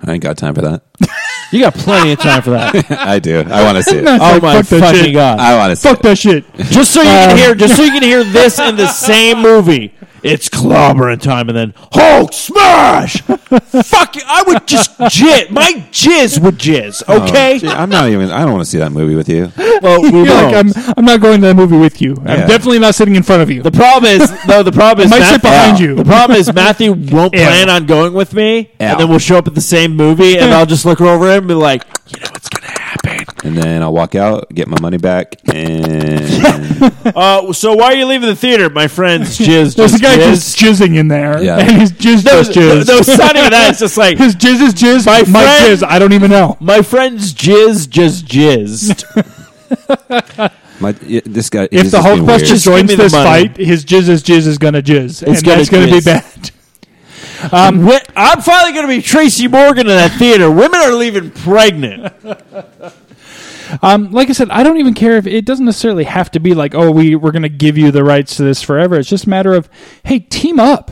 [SPEAKER 3] I ain't got time for that.
[SPEAKER 2] You got plenty of time for that.
[SPEAKER 3] I do. I want to see it.
[SPEAKER 1] That's
[SPEAKER 2] Oh
[SPEAKER 1] like,
[SPEAKER 2] my
[SPEAKER 1] fuck that
[SPEAKER 2] fucking
[SPEAKER 1] shit.
[SPEAKER 2] god.
[SPEAKER 3] I want to see
[SPEAKER 1] Fuck that shit.
[SPEAKER 2] Just so you can hear just so you can hear this in the same movie. It's clobbering time and then Hulk smash! Fuck you, I would just jizz. My jizz would jizz,
[SPEAKER 3] it.
[SPEAKER 2] okay?
[SPEAKER 3] Oh, gee, I'm not even. I don't want to see that movie with you.
[SPEAKER 2] well, we
[SPEAKER 1] You're like,
[SPEAKER 2] won't.
[SPEAKER 1] I'm, I'm not going to that movie with you. I'm
[SPEAKER 3] Yeah.
[SPEAKER 1] definitely not sitting in front of you.
[SPEAKER 2] the problem is no. The problem is
[SPEAKER 1] might sit behind you.
[SPEAKER 2] The problem is Matthew won't
[SPEAKER 1] Ew.
[SPEAKER 2] plan on going with me,
[SPEAKER 3] Ew.
[SPEAKER 2] and then we'll show up at the same movie, and I'll just look over him and be like, "You know what's gonna happen."
[SPEAKER 3] And then I'll walk out, get my money back, and
[SPEAKER 2] Uh, so why are you leaving the theater, my friends?
[SPEAKER 1] There's
[SPEAKER 2] Jizz, just
[SPEAKER 1] a guy
[SPEAKER 2] jizz.
[SPEAKER 1] just jizzing in there.
[SPEAKER 3] Yeah.
[SPEAKER 1] And his jizz
[SPEAKER 2] no,
[SPEAKER 1] does jizz.
[SPEAKER 2] no, it's not even that. It's just like
[SPEAKER 1] his jizz is jizz.
[SPEAKER 2] My
[SPEAKER 1] My,
[SPEAKER 2] friend-
[SPEAKER 1] jizz, I don't even know.
[SPEAKER 2] my friends jizz just jizzed.
[SPEAKER 3] my y- this guy.
[SPEAKER 1] If
[SPEAKER 3] he's
[SPEAKER 1] the
[SPEAKER 3] just being
[SPEAKER 1] Hulkbuster
[SPEAKER 3] weird.
[SPEAKER 2] Just give me
[SPEAKER 1] joins
[SPEAKER 2] the
[SPEAKER 1] this
[SPEAKER 2] money.
[SPEAKER 1] fight, his jizz is jizz is going to jizz. and
[SPEAKER 2] gonna
[SPEAKER 1] that's going to be bad.
[SPEAKER 2] jizz. Wi- I'm finally going to be Tracy Morgan in that theater. Women are leaving pregnant.
[SPEAKER 1] Um, like I said, I don't even care if it doesn't necessarily have to be like, oh, we, we're going to give you the rights to this forever. It's just a matter of, hey, team up.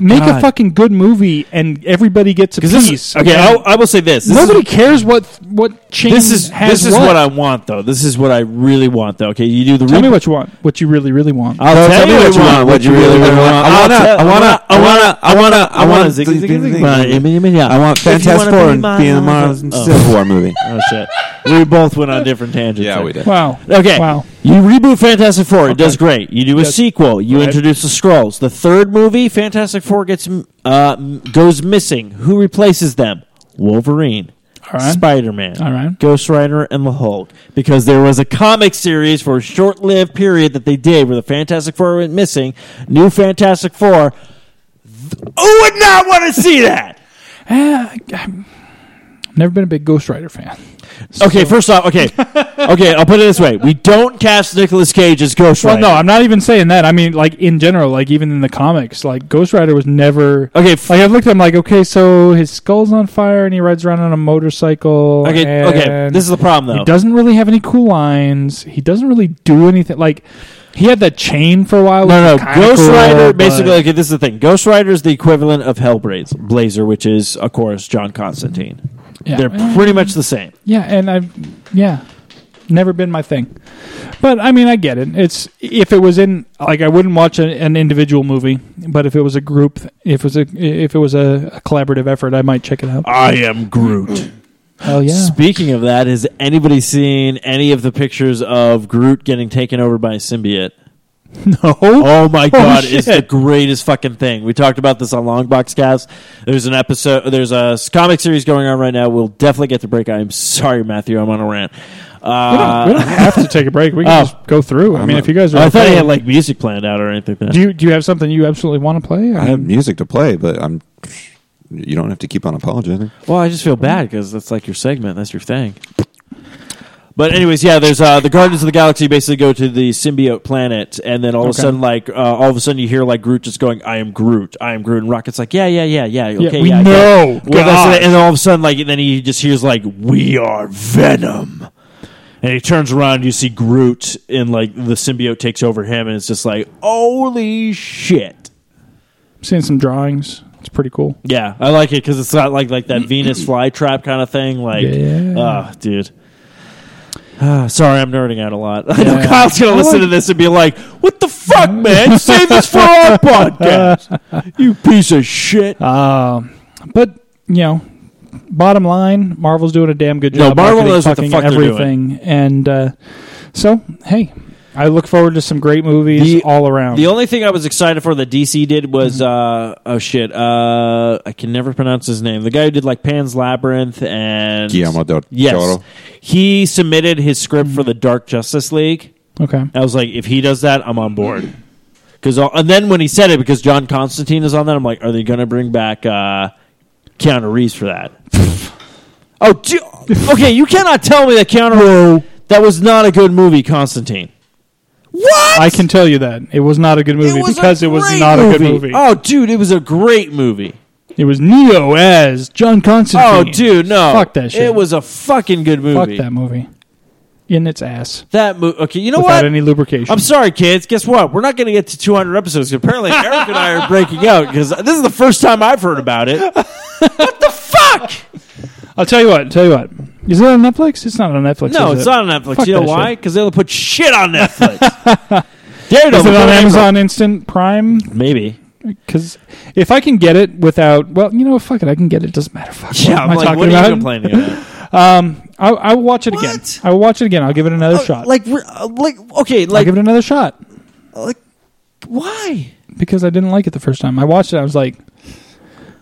[SPEAKER 1] Make a
[SPEAKER 2] God.
[SPEAKER 1] fucking good movie and everybody gets a piece.
[SPEAKER 2] This is, okay, I, I will say this. This
[SPEAKER 1] Nobody
[SPEAKER 2] is,
[SPEAKER 1] cares what what chain
[SPEAKER 2] this is,
[SPEAKER 1] has
[SPEAKER 2] this is what I want, though. This is what I really want, though. Okay, you do the
[SPEAKER 1] Tell me
[SPEAKER 2] re-
[SPEAKER 1] what you want. Uh, What you really, really want.
[SPEAKER 2] I'll tell, you what you want. What you really, really want.
[SPEAKER 3] I wanna-
[SPEAKER 2] I'll tell-
[SPEAKER 3] I wanna- I wanna- I wanna- I wanna-
[SPEAKER 2] Ziggy,
[SPEAKER 3] ziggy,
[SPEAKER 2] ziggy, ziggy.
[SPEAKER 3] ziggy, ziggy. I want
[SPEAKER 2] If you
[SPEAKER 3] Fantastic
[SPEAKER 2] wanna
[SPEAKER 3] Four
[SPEAKER 2] be
[SPEAKER 3] and
[SPEAKER 2] my
[SPEAKER 3] being the
[SPEAKER 2] husband-
[SPEAKER 3] Marvel
[SPEAKER 2] Oh.
[SPEAKER 3] Civil War movie.
[SPEAKER 2] Oh shit, we both went on different tangents.
[SPEAKER 3] Yeah, we did.
[SPEAKER 1] wow.
[SPEAKER 2] Okay.
[SPEAKER 1] Wow.
[SPEAKER 2] You reboot Fantastic Four. It does great. You do a
[SPEAKER 1] Yes.
[SPEAKER 2] sequel. You
[SPEAKER 1] Right.
[SPEAKER 2] introduce the Scrolls. The third movie, Fantastic Four gets m- uh, m- goes missing. Who replaces them? Wolverine,
[SPEAKER 1] right.
[SPEAKER 2] Spider Man,
[SPEAKER 1] All right.
[SPEAKER 2] Ghost Rider, and the Hulk. Because there was a comic series for a short lived period that they did where the Fantastic Four went missing. New Fantastic Four. Th- Who would not want to see that?
[SPEAKER 1] Never been a big Ghost Rider fan.
[SPEAKER 2] Okay, first off, okay, okay, I'll put it this way: we don't cast Nicolas Cage as Ghost
[SPEAKER 1] Well,
[SPEAKER 2] Rider.
[SPEAKER 1] no, I'm not even saying that. I mean, like in general, like even in the comics, like Ghost Rider was never.
[SPEAKER 2] Okay, f-
[SPEAKER 1] Like I've looked at him, like okay, so his skull's on fire and he rides around on a motorcycle.
[SPEAKER 2] Okay, okay.
[SPEAKER 1] and
[SPEAKER 2] This is the problem
[SPEAKER 1] He
[SPEAKER 2] though.
[SPEAKER 1] doesn't really have any cool lines. He doesn't really do anything. Like he had that chain for a while. which
[SPEAKER 2] no,
[SPEAKER 1] was
[SPEAKER 2] no.
[SPEAKER 1] kinda
[SPEAKER 2] Ghost
[SPEAKER 1] cool,
[SPEAKER 2] Rider,
[SPEAKER 1] but-
[SPEAKER 2] basically, okay, this is the thing. Ghost Rider is the equivalent of Hellblazer, Blazer, which is, of course, John Constantine.
[SPEAKER 1] Yeah.
[SPEAKER 2] They're pretty much the same.
[SPEAKER 1] Yeah, and I've yeah, never been my thing. But I mean, I get it. It's if it was in like I wouldn't watch an, an individual movie, but if it was a group, if it was a if it was a, a collaborative effort, I might check it out.
[SPEAKER 2] I am Groot. Oh,
[SPEAKER 1] Hell yeah!
[SPEAKER 2] Speaking of that, has anybody seen any of the pictures of Groot getting taken over by a symbiote?
[SPEAKER 1] No,
[SPEAKER 2] Oh my god, it's the
[SPEAKER 1] shit.
[SPEAKER 2] greatest fucking thing. We talked about this on Longbox Cast. There's an episode there's a s- comic series going on right now. We'll definitely get the break. I'm sorry, Matthew, I'm on a rant. Uh,
[SPEAKER 1] we don't, we don't have to take a break. We can
[SPEAKER 2] Oh.
[SPEAKER 1] just go through. I mean, if you guys are,
[SPEAKER 2] I thought
[SPEAKER 1] okay-
[SPEAKER 2] he had like music planned out or anything.
[SPEAKER 1] do you do you have something you absolutely want to play?
[SPEAKER 3] I have music to play, but I'm. You don't have to keep on apologizing.
[SPEAKER 2] Well, I just feel bad because that's like your segment. That's your thing. But anyways, yeah, there's uh, the Guardians of the Galaxy basically go to the symbiote planet, and then all of a
[SPEAKER 1] Okay.
[SPEAKER 2] sudden, like uh, all of a sudden, you hear like Groot just going, "I am Groot, I am Groot," and Rocket's like, "Yeah, yeah, yeah, yeah, okay,
[SPEAKER 1] we
[SPEAKER 2] yeah,
[SPEAKER 1] know,
[SPEAKER 2] Yeah. Well, that's
[SPEAKER 1] God.
[SPEAKER 2] it. And then all of a sudden, like then he just hears like, "We are Venom," and he turns around, you see Groot, and like the symbiote takes over him, and it's just like, "Holy shit!"
[SPEAKER 1] I'm seeing some drawings. It's pretty cool.
[SPEAKER 2] Yeah, I like it because it's not like like that Venus flytrap kind of thing. Like,
[SPEAKER 1] Yeah.
[SPEAKER 2] oh, dude. Ah, sorry, I'm nerding out a lot. I know
[SPEAKER 1] Yeah.
[SPEAKER 2] Kyle's gonna
[SPEAKER 1] I
[SPEAKER 2] listen
[SPEAKER 1] like-
[SPEAKER 2] to this and be like, "What the fuck, man? Save this for our podcast, you piece of shit."
[SPEAKER 1] Um, but you know, bottom line, Marvel's doing a damn good
[SPEAKER 2] No,
[SPEAKER 1] job.
[SPEAKER 2] Marvel
[SPEAKER 1] marketing
[SPEAKER 2] knows what the
[SPEAKER 1] fucking
[SPEAKER 2] fuck they're doing.
[SPEAKER 1] everything, and uh, so hey, I look forward to some great movies
[SPEAKER 2] The-
[SPEAKER 1] all around.
[SPEAKER 2] The only thing I was excited for that DC did was,
[SPEAKER 1] Mhm.
[SPEAKER 2] uh, oh shit, uh, I can never pronounce his name. The guy who did like Pan's Labyrinth and
[SPEAKER 3] Guillermo del
[SPEAKER 2] Yes,
[SPEAKER 3] Toro.
[SPEAKER 2] he submitted his script
[SPEAKER 1] Mm.
[SPEAKER 2] for the Dark Justice League.
[SPEAKER 1] okay,
[SPEAKER 2] I was like, if he does that, I'm on board. Because and then when he said it, because John Constantine is on that, I'm like, are they going to bring back uh, Keanu Reeves for that. oh, do, okay. You cannot tell me that Keanu that was not a good movie, Constantine. What?
[SPEAKER 1] I can tell you that it was not a good movie
[SPEAKER 2] was a
[SPEAKER 1] because it was
[SPEAKER 2] great
[SPEAKER 1] not a good movie.
[SPEAKER 2] Oh, dude, it was a great movie.
[SPEAKER 1] It was Neo as John
[SPEAKER 2] Oh,
[SPEAKER 1] Constantine.
[SPEAKER 2] dude, no,
[SPEAKER 1] Fuck that shit.
[SPEAKER 2] It was a fucking good
[SPEAKER 1] Fuck
[SPEAKER 2] movie.
[SPEAKER 1] that movie. In its ass.
[SPEAKER 2] That movie. Okay, you know
[SPEAKER 1] without
[SPEAKER 2] what?
[SPEAKER 1] any lubrication.
[SPEAKER 2] I'm sorry, kids. Guess what? We're not going to get to 200 episodes. 'cause Apparently, Eric and I are breaking out because this is the first time I've heard about it.
[SPEAKER 1] I'll tell you what. Tell you what. Is it on Netflix? It's not on Netflix.
[SPEAKER 2] No,
[SPEAKER 1] is
[SPEAKER 2] it's
[SPEAKER 1] it?
[SPEAKER 2] not on Netflix.
[SPEAKER 1] Fuck
[SPEAKER 2] you know
[SPEAKER 1] that
[SPEAKER 2] why?
[SPEAKER 1] shit.
[SPEAKER 2] Because they'll put shit on Netflix. Daredevil
[SPEAKER 1] Is it on
[SPEAKER 2] April.
[SPEAKER 1] Amazon Instant Prime?
[SPEAKER 2] Maybe.
[SPEAKER 1] Because if I can get it without, well, you know, fuck it, I can get it. Doesn't matter. Fuck.
[SPEAKER 2] Yeah,
[SPEAKER 1] am
[SPEAKER 2] I'm
[SPEAKER 1] I
[SPEAKER 2] like,
[SPEAKER 1] talking
[SPEAKER 2] what are
[SPEAKER 1] about?
[SPEAKER 2] you complaining about?
[SPEAKER 1] Um, I, I will watch it again.
[SPEAKER 2] What?
[SPEAKER 1] I will watch it again. I'll give it another shot.
[SPEAKER 2] Like, we're- uh, like, okay,
[SPEAKER 1] I'll
[SPEAKER 2] like,
[SPEAKER 1] give it another shot
[SPEAKER 2] like, why?
[SPEAKER 1] because I didn't like it the first time. I watched it. I was like,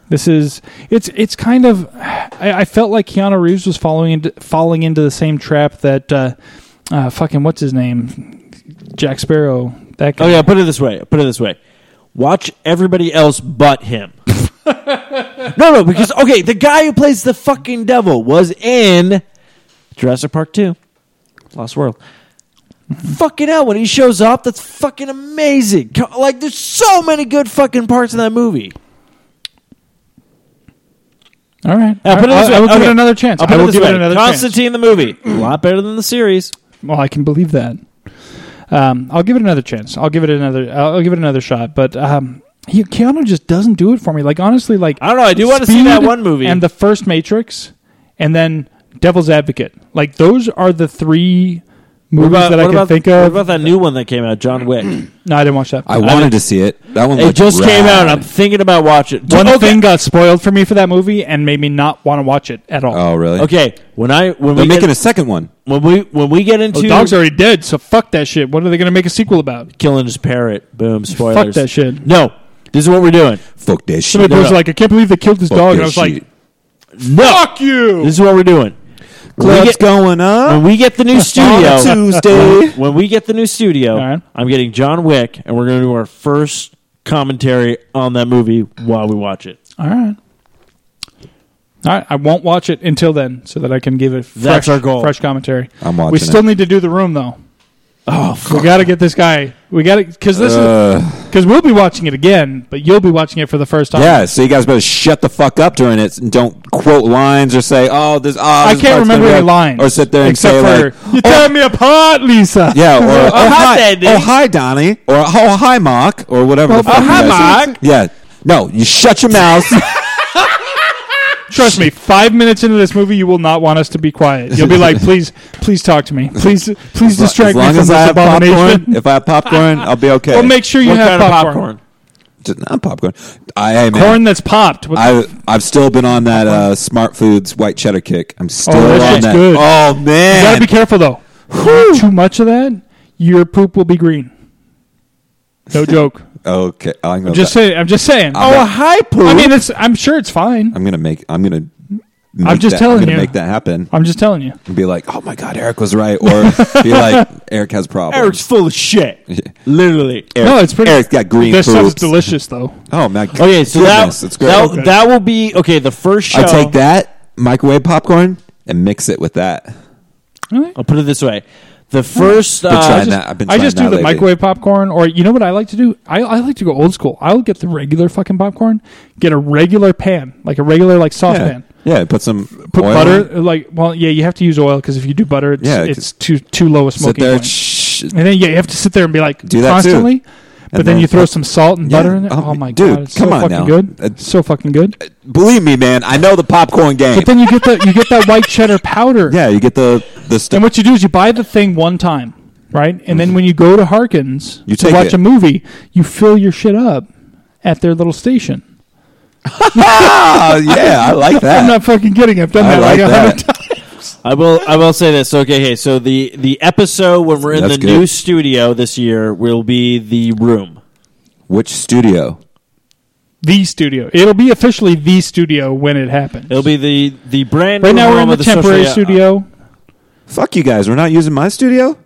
[SPEAKER 1] this is it's it's kind of. I, I felt like Keanu Reeves was following into, falling into the same trap that uh, uh, fucking what's his name, Jack Sparrow. That guy.
[SPEAKER 2] Okay, Oh, put it this way. Put it this way. Watch everybody else but him. no, no, because okay, the guy who plays the fucking devil was in Jurassic Park Two, Lost World. Fucking hell, when he shows up, that's fucking amazing. Co- Like, there's so many good fucking parts in that movie.
[SPEAKER 1] All right.
[SPEAKER 2] Now, put it
[SPEAKER 1] I,
[SPEAKER 2] this
[SPEAKER 1] I-
[SPEAKER 2] way.
[SPEAKER 1] I will give
[SPEAKER 2] Okay.
[SPEAKER 1] it another chance.
[SPEAKER 2] I'll put
[SPEAKER 1] I will
[SPEAKER 2] this
[SPEAKER 1] give
[SPEAKER 2] way.
[SPEAKER 1] it another chance.
[SPEAKER 2] Constantine the movie, a lot better than the series.
[SPEAKER 1] Well, I can believe that. Um, I'll give it another chance. I'll give it another. I'll I'll give it another shot. But um, he, Keanu just doesn't do it for me. Like honestly, like
[SPEAKER 2] I don't know. I do want to see that
[SPEAKER 1] Speed
[SPEAKER 2] one movie.
[SPEAKER 1] and the first Matrix, and then Devil's Advocate. Like those are the three movies that I
[SPEAKER 2] what
[SPEAKER 1] can
[SPEAKER 2] about,
[SPEAKER 1] think
[SPEAKER 2] What
[SPEAKER 1] of.
[SPEAKER 2] about that new one that came out, John Wick?
[SPEAKER 1] no, I didn't watch that.
[SPEAKER 3] I wanted to see it. That one
[SPEAKER 2] it
[SPEAKER 3] looked
[SPEAKER 2] just came out.
[SPEAKER 3] rad.
[SPEAKER 2] and I'm thinking about watching. it.
[SPEAKER 1] one
[SPEAKER 2] Okay.
[SPEAKER 1] thing got spoiled for me for that movie and made me not want to watch it at all.
[SPEAKER 3] Oh, really?
[SPEAKER 2] Okay, when I when
[SPEAKER 3] They're
[SPEAKER 2] we get,
[SPEAKER 3] making a second one.
[SPEAKER 2] when we when we get into
[SPEAKER 1] The dog's already dead, so fuck that shit. What are they going to make a sequel about?
[SPEAKER 2] killing his parrot, boom, spoilers.
[SPEAKER 1] Fuck that shit.
[SPEAKER 2] No, this is what we're doing.
[SPEAKER 3] Fuck that shit.
[SPEAKER 1] Somebody
[SPEAKER 2] no,
[SPEAKER 1] was
[SPEAKER 2] no.
[SPEAKER 1] like, I can't believe they killed this
[SPEAKER 3] Fuck
[SPEAKER 1] dog, and
[SPEAKER 3] that
[SPEAKER 1] I was like,
[SPEAKER 3] shit.
[SPEAKER 2] No,
[SPEAKER 1] fuck you.
[SPEAKER 2] this is what we're doing. When we
[SPEAKER 3] Club's
[SPEAKER 2] get,
[SPEAKER 3] going up
[SPEAKER 2] when we get the new
[SPEAKER 3] on
[SPEAKER 2] studio,
[SPEAKER 3] Tuesday.
[SPEAKER 2] when we get the new studio,
[SPEAKER 1] All right.
[SPEAKER 2] I'm getting John Wick, and we're going to do our first commentary on that movie while we watch it.
[SPEAKER 1] All right. All right. I won't watch it until then, so that I can give it fresh,
[SPEAKER 2] That's our goal.
[SPEAKER 1] fresh commentary.
[SPEAKER 3] I'm watching
[SPEAKER 1] We still
[SPEAKER 3] it.
[SPEAKER 1] need to do the room though. Oh, we got to get this guy. We got to because this
[SPEAKER 3] Uh.
[SPEAKER 1] is because we'll be watching it again, but you'll be watching it for the first time.
[SPEAKER 3] Yeah, so you guys better shut the fuck up during it and don't quote lines or say, "Oh, this." Oh,
[SPEAKER 1] I
[SPEAKER 3] this
[SPEAKER 1] can't
[SPEAKER 3] part's
[SPEAKER 1] remember
[SPEAKER 3] gonna be
[SPEAKER 1] any
[SPEAKER 3] like-"
[SPEAKER 1] lines
[SPEAKER 3] Or sit there and
[SPEAKER 1] except
[SPEAKER 3] say like, "Oh,
[SPEAKER 1] for, "You tear me apart, Lisa."
[SPEAKER 3] Yeah, or oh,
[SPEAKER 2] hi,
[SPEAKER 3] hi,
[SPEAKER 2] Daddy.
[SPEAKER 3] oh hi Donnie, or oh hi Mark, or whatever. the
[SPEAKER 1] Oh,
[SPEAKER 3] fuck you
[SPEAKER 1] hi,
[SPEAKER 3] guys-
[SPEAKER 1] Mark.
[SPEAKER 3] Yeah, no, you shut your mouth.
[SPEAKER 1] Trust me, five minutes into this movie, you will not want us to be quiet. You'll be like, "Please, please talk to me. Please, please
[SPEAKER 3] as
[SPEAKER 1] distract me
[SPEAKER 3] long
[SPEAKER 1] from
[SPEAKER 3] as
[SPEAKER 1] this
[SPEAKER 3] I have popcorn,
[SPEAKER 1] abomination."
[SPEAKER 3] if I have popcorn, I'll be okay.
[SPEAKER 1] Well, make sure you
[SPEAKER 2] What
[SPEAKER 1] have
[SPEAKER 2] kind of
[SPEAKER 1] popcorn.
[SPEAKER 2] popcorn?
[SPEAKER 3] Just- not popcorn. I hey, man,
[SPEAKER 1] Corn that's popped. What the
[SPEAKER 3] I I've still been on that uh, Smart Foods white cheddar kick. I'm still
[SPEAKER 1] Oh, that
[SPEAKER 3] on
[SPEAKER 1] shit's
[SPEAKER 3] that.
[SPEAKER 1] good.
[SPEAKER 3] Oh
[SPEAKER 1] You
[SPEAKER 3] man,
[SPEAKER 1] gotta be careful though. Not Too much of that, your poop will be green. No joke.
[SPEAKER 3] okay. I'm gonna,
[SPEAKER 1] just saying. I'm just saying.
[SPEAKER 3] I'm
[SPEAKER 1] oh,
[SPEAKER 3] not-
[SPEAKER 2] Hi, Pooh.
[SPEAKER 1] I mean, it's. I'm sure it's fine.
[SPEAKER 3] I'm gonna make. I'm gonna. Make
[SPEAKER 1] just
[SPEAKER 3] that,
[SPEAKER 1] telling
[SPEAKER 3] I'm gonna
[SPEAKER 1] you.
[SPEAKER 3] make that happen.
[SPEAKER 1] I'm just telling you.
[SPEAKER 3] And be like, oh my god, Eric was right, or be like, Eric has problems.
[SPEAKER 2] Eric's full of shit. Literally.
[SPEAKER 3] Eric-
[SPEAKER 1] no, it's pretty.
[SPEAKER 3] Eric's got green
[SPEAKER 1] This stuff's
[SPEAKER 3] poops.
[SPEAKER 1] delicious though.
[SPEAKER 3] Oh my god.
[SPEAKER 2] Okay, so that,
[SPEAKER 3] Goodness, it's great.
[SPEAKER 2] that that will be okay. The first show
[SPEAKER 3] I take that microwave popcorn and mix it with that.
[SPEAKER 2] I'll put it this way: the first
[SPEAKER 3] Been
[SPEAKER 2] uh,
[SPEAKER 3] trying
[SPEAKER 1] just-
[SPEAKER 3] that. I've been
[SPEAKER 1] I
[SPEAKER 3] trying
[SPEAKER 1] just
[SPEAKER 3] that
[SPEAKER 1] do the
[SPEAKER 3] lately.
[SPEAKER 1] microwave popcorn, or you know what I like to do? I, I like to go old school. I'll get the regular fucking popcorn, get a regular pan, like a regular like
[SPEAKER 3] Yeah,
[SPEAKER 1] saucepan.
[SPEAKER 3] yeah. Put some
[SPEAKER 1] Put
[SPEAKER 3] oil in it.
[SPEAKER 1] butter, like well, yeah, you have to use oil because if you do butter, it's,
[SPEAKER 3] Yeah,
[SPEAKER 1] it's
[SPEAKER 3] 'cause-
[SPEAKER 1] too too low a smoking
[SPEAKER 3] Sit there.
[SPEAKER 1] point.
[SPEAKER 3] Shh.
[SPEAKER 1] And then yeah, you have to sit there and be like
[SPEAKER 3] Do that too.
[SPEAKER 1] constantly. But
[SPEAKER 3] And
[SPEAKER 1] then,
[SPEAKER 3] then
[SPEAKER 1] you throw
[SPEAKER 3] put-
[SPEAKER 1] some salt and
[SPEAKER 3] Yeah.
[SPEAKER 1] butter in it.
[SPEAKER 3] Oh,
[SPEAKER 1] Oh, my
[SPEAKER 3] dude,
[SPEAKER 1] god, it's
[SPEAKER 3] come
[SPEAKER 1] so
[SPEAKER 3] on
[SPEAKER 1] fucking
[SPEAKER 3] now.
[SPEAKER 1] good.
[SPEAKER 3] Uh,
[SPEAKER 1] so fucking good.
[SPEAKER 3] Believe me, man. I know the popcorn game.
[SPEAKER 1] But then you get the you get that white cheddar powder.
[SPEAKER 3] yeah, you get the the
[SPEAKER 1] And
[SPEAKER 3] stuff.
[SPEAKER 1] what you do is you buy the thing one time, right? And then when you go to Harkins
[SPEAKER 3] Mm-hmm. You
[SPEAKER 1] to
[SPEAKER 3] take
[SPEAKER 1] watch
[SPEAKER 3] it.
[SPEAKER 1] a movie, you fill your shit up at their little station.
[SPEAKER 3] Ah, yeah, I like
[SPEAKER 1] I'm
[SPEAKER 3] that.
[SPEAKER 1] not fucking kidding. I've done
[SPEAKER 3] I
[SPEAKER 1] that like
[SPEAKER 3] like
[SPEAKER 1] a hundred
[SPEAKER 3] that.
[SPEAKER 1] times.
[SPEAKER 2] I will. I will say this. Okay, hey. So the the episode when we're in
[SPEAKER 3] That's
[SPEAKER 2] the
[SPEAKER 3] good.
[SPEAKER 2] new studio this year will be the room.
[SPEAKER 3] Which studio?
[SPEAKER 1] The studio. It'll be officially the studio when it happens.
[SPEAKER 2] It'll be the the brand.
[SPEAKER 1] right
[SPEAKER 2] new
[SPEAKER 1] now we're in
[SPEAKER 2] home
[SPEAKER 1] the,
[SPEAKER 2] of social-
[SPEAKER 1] temporary
[SPEAKER 2] yeah,
[SPEAKER 1] studio.
[SPEAKER 3] Fuck you guys. We're not using my studio.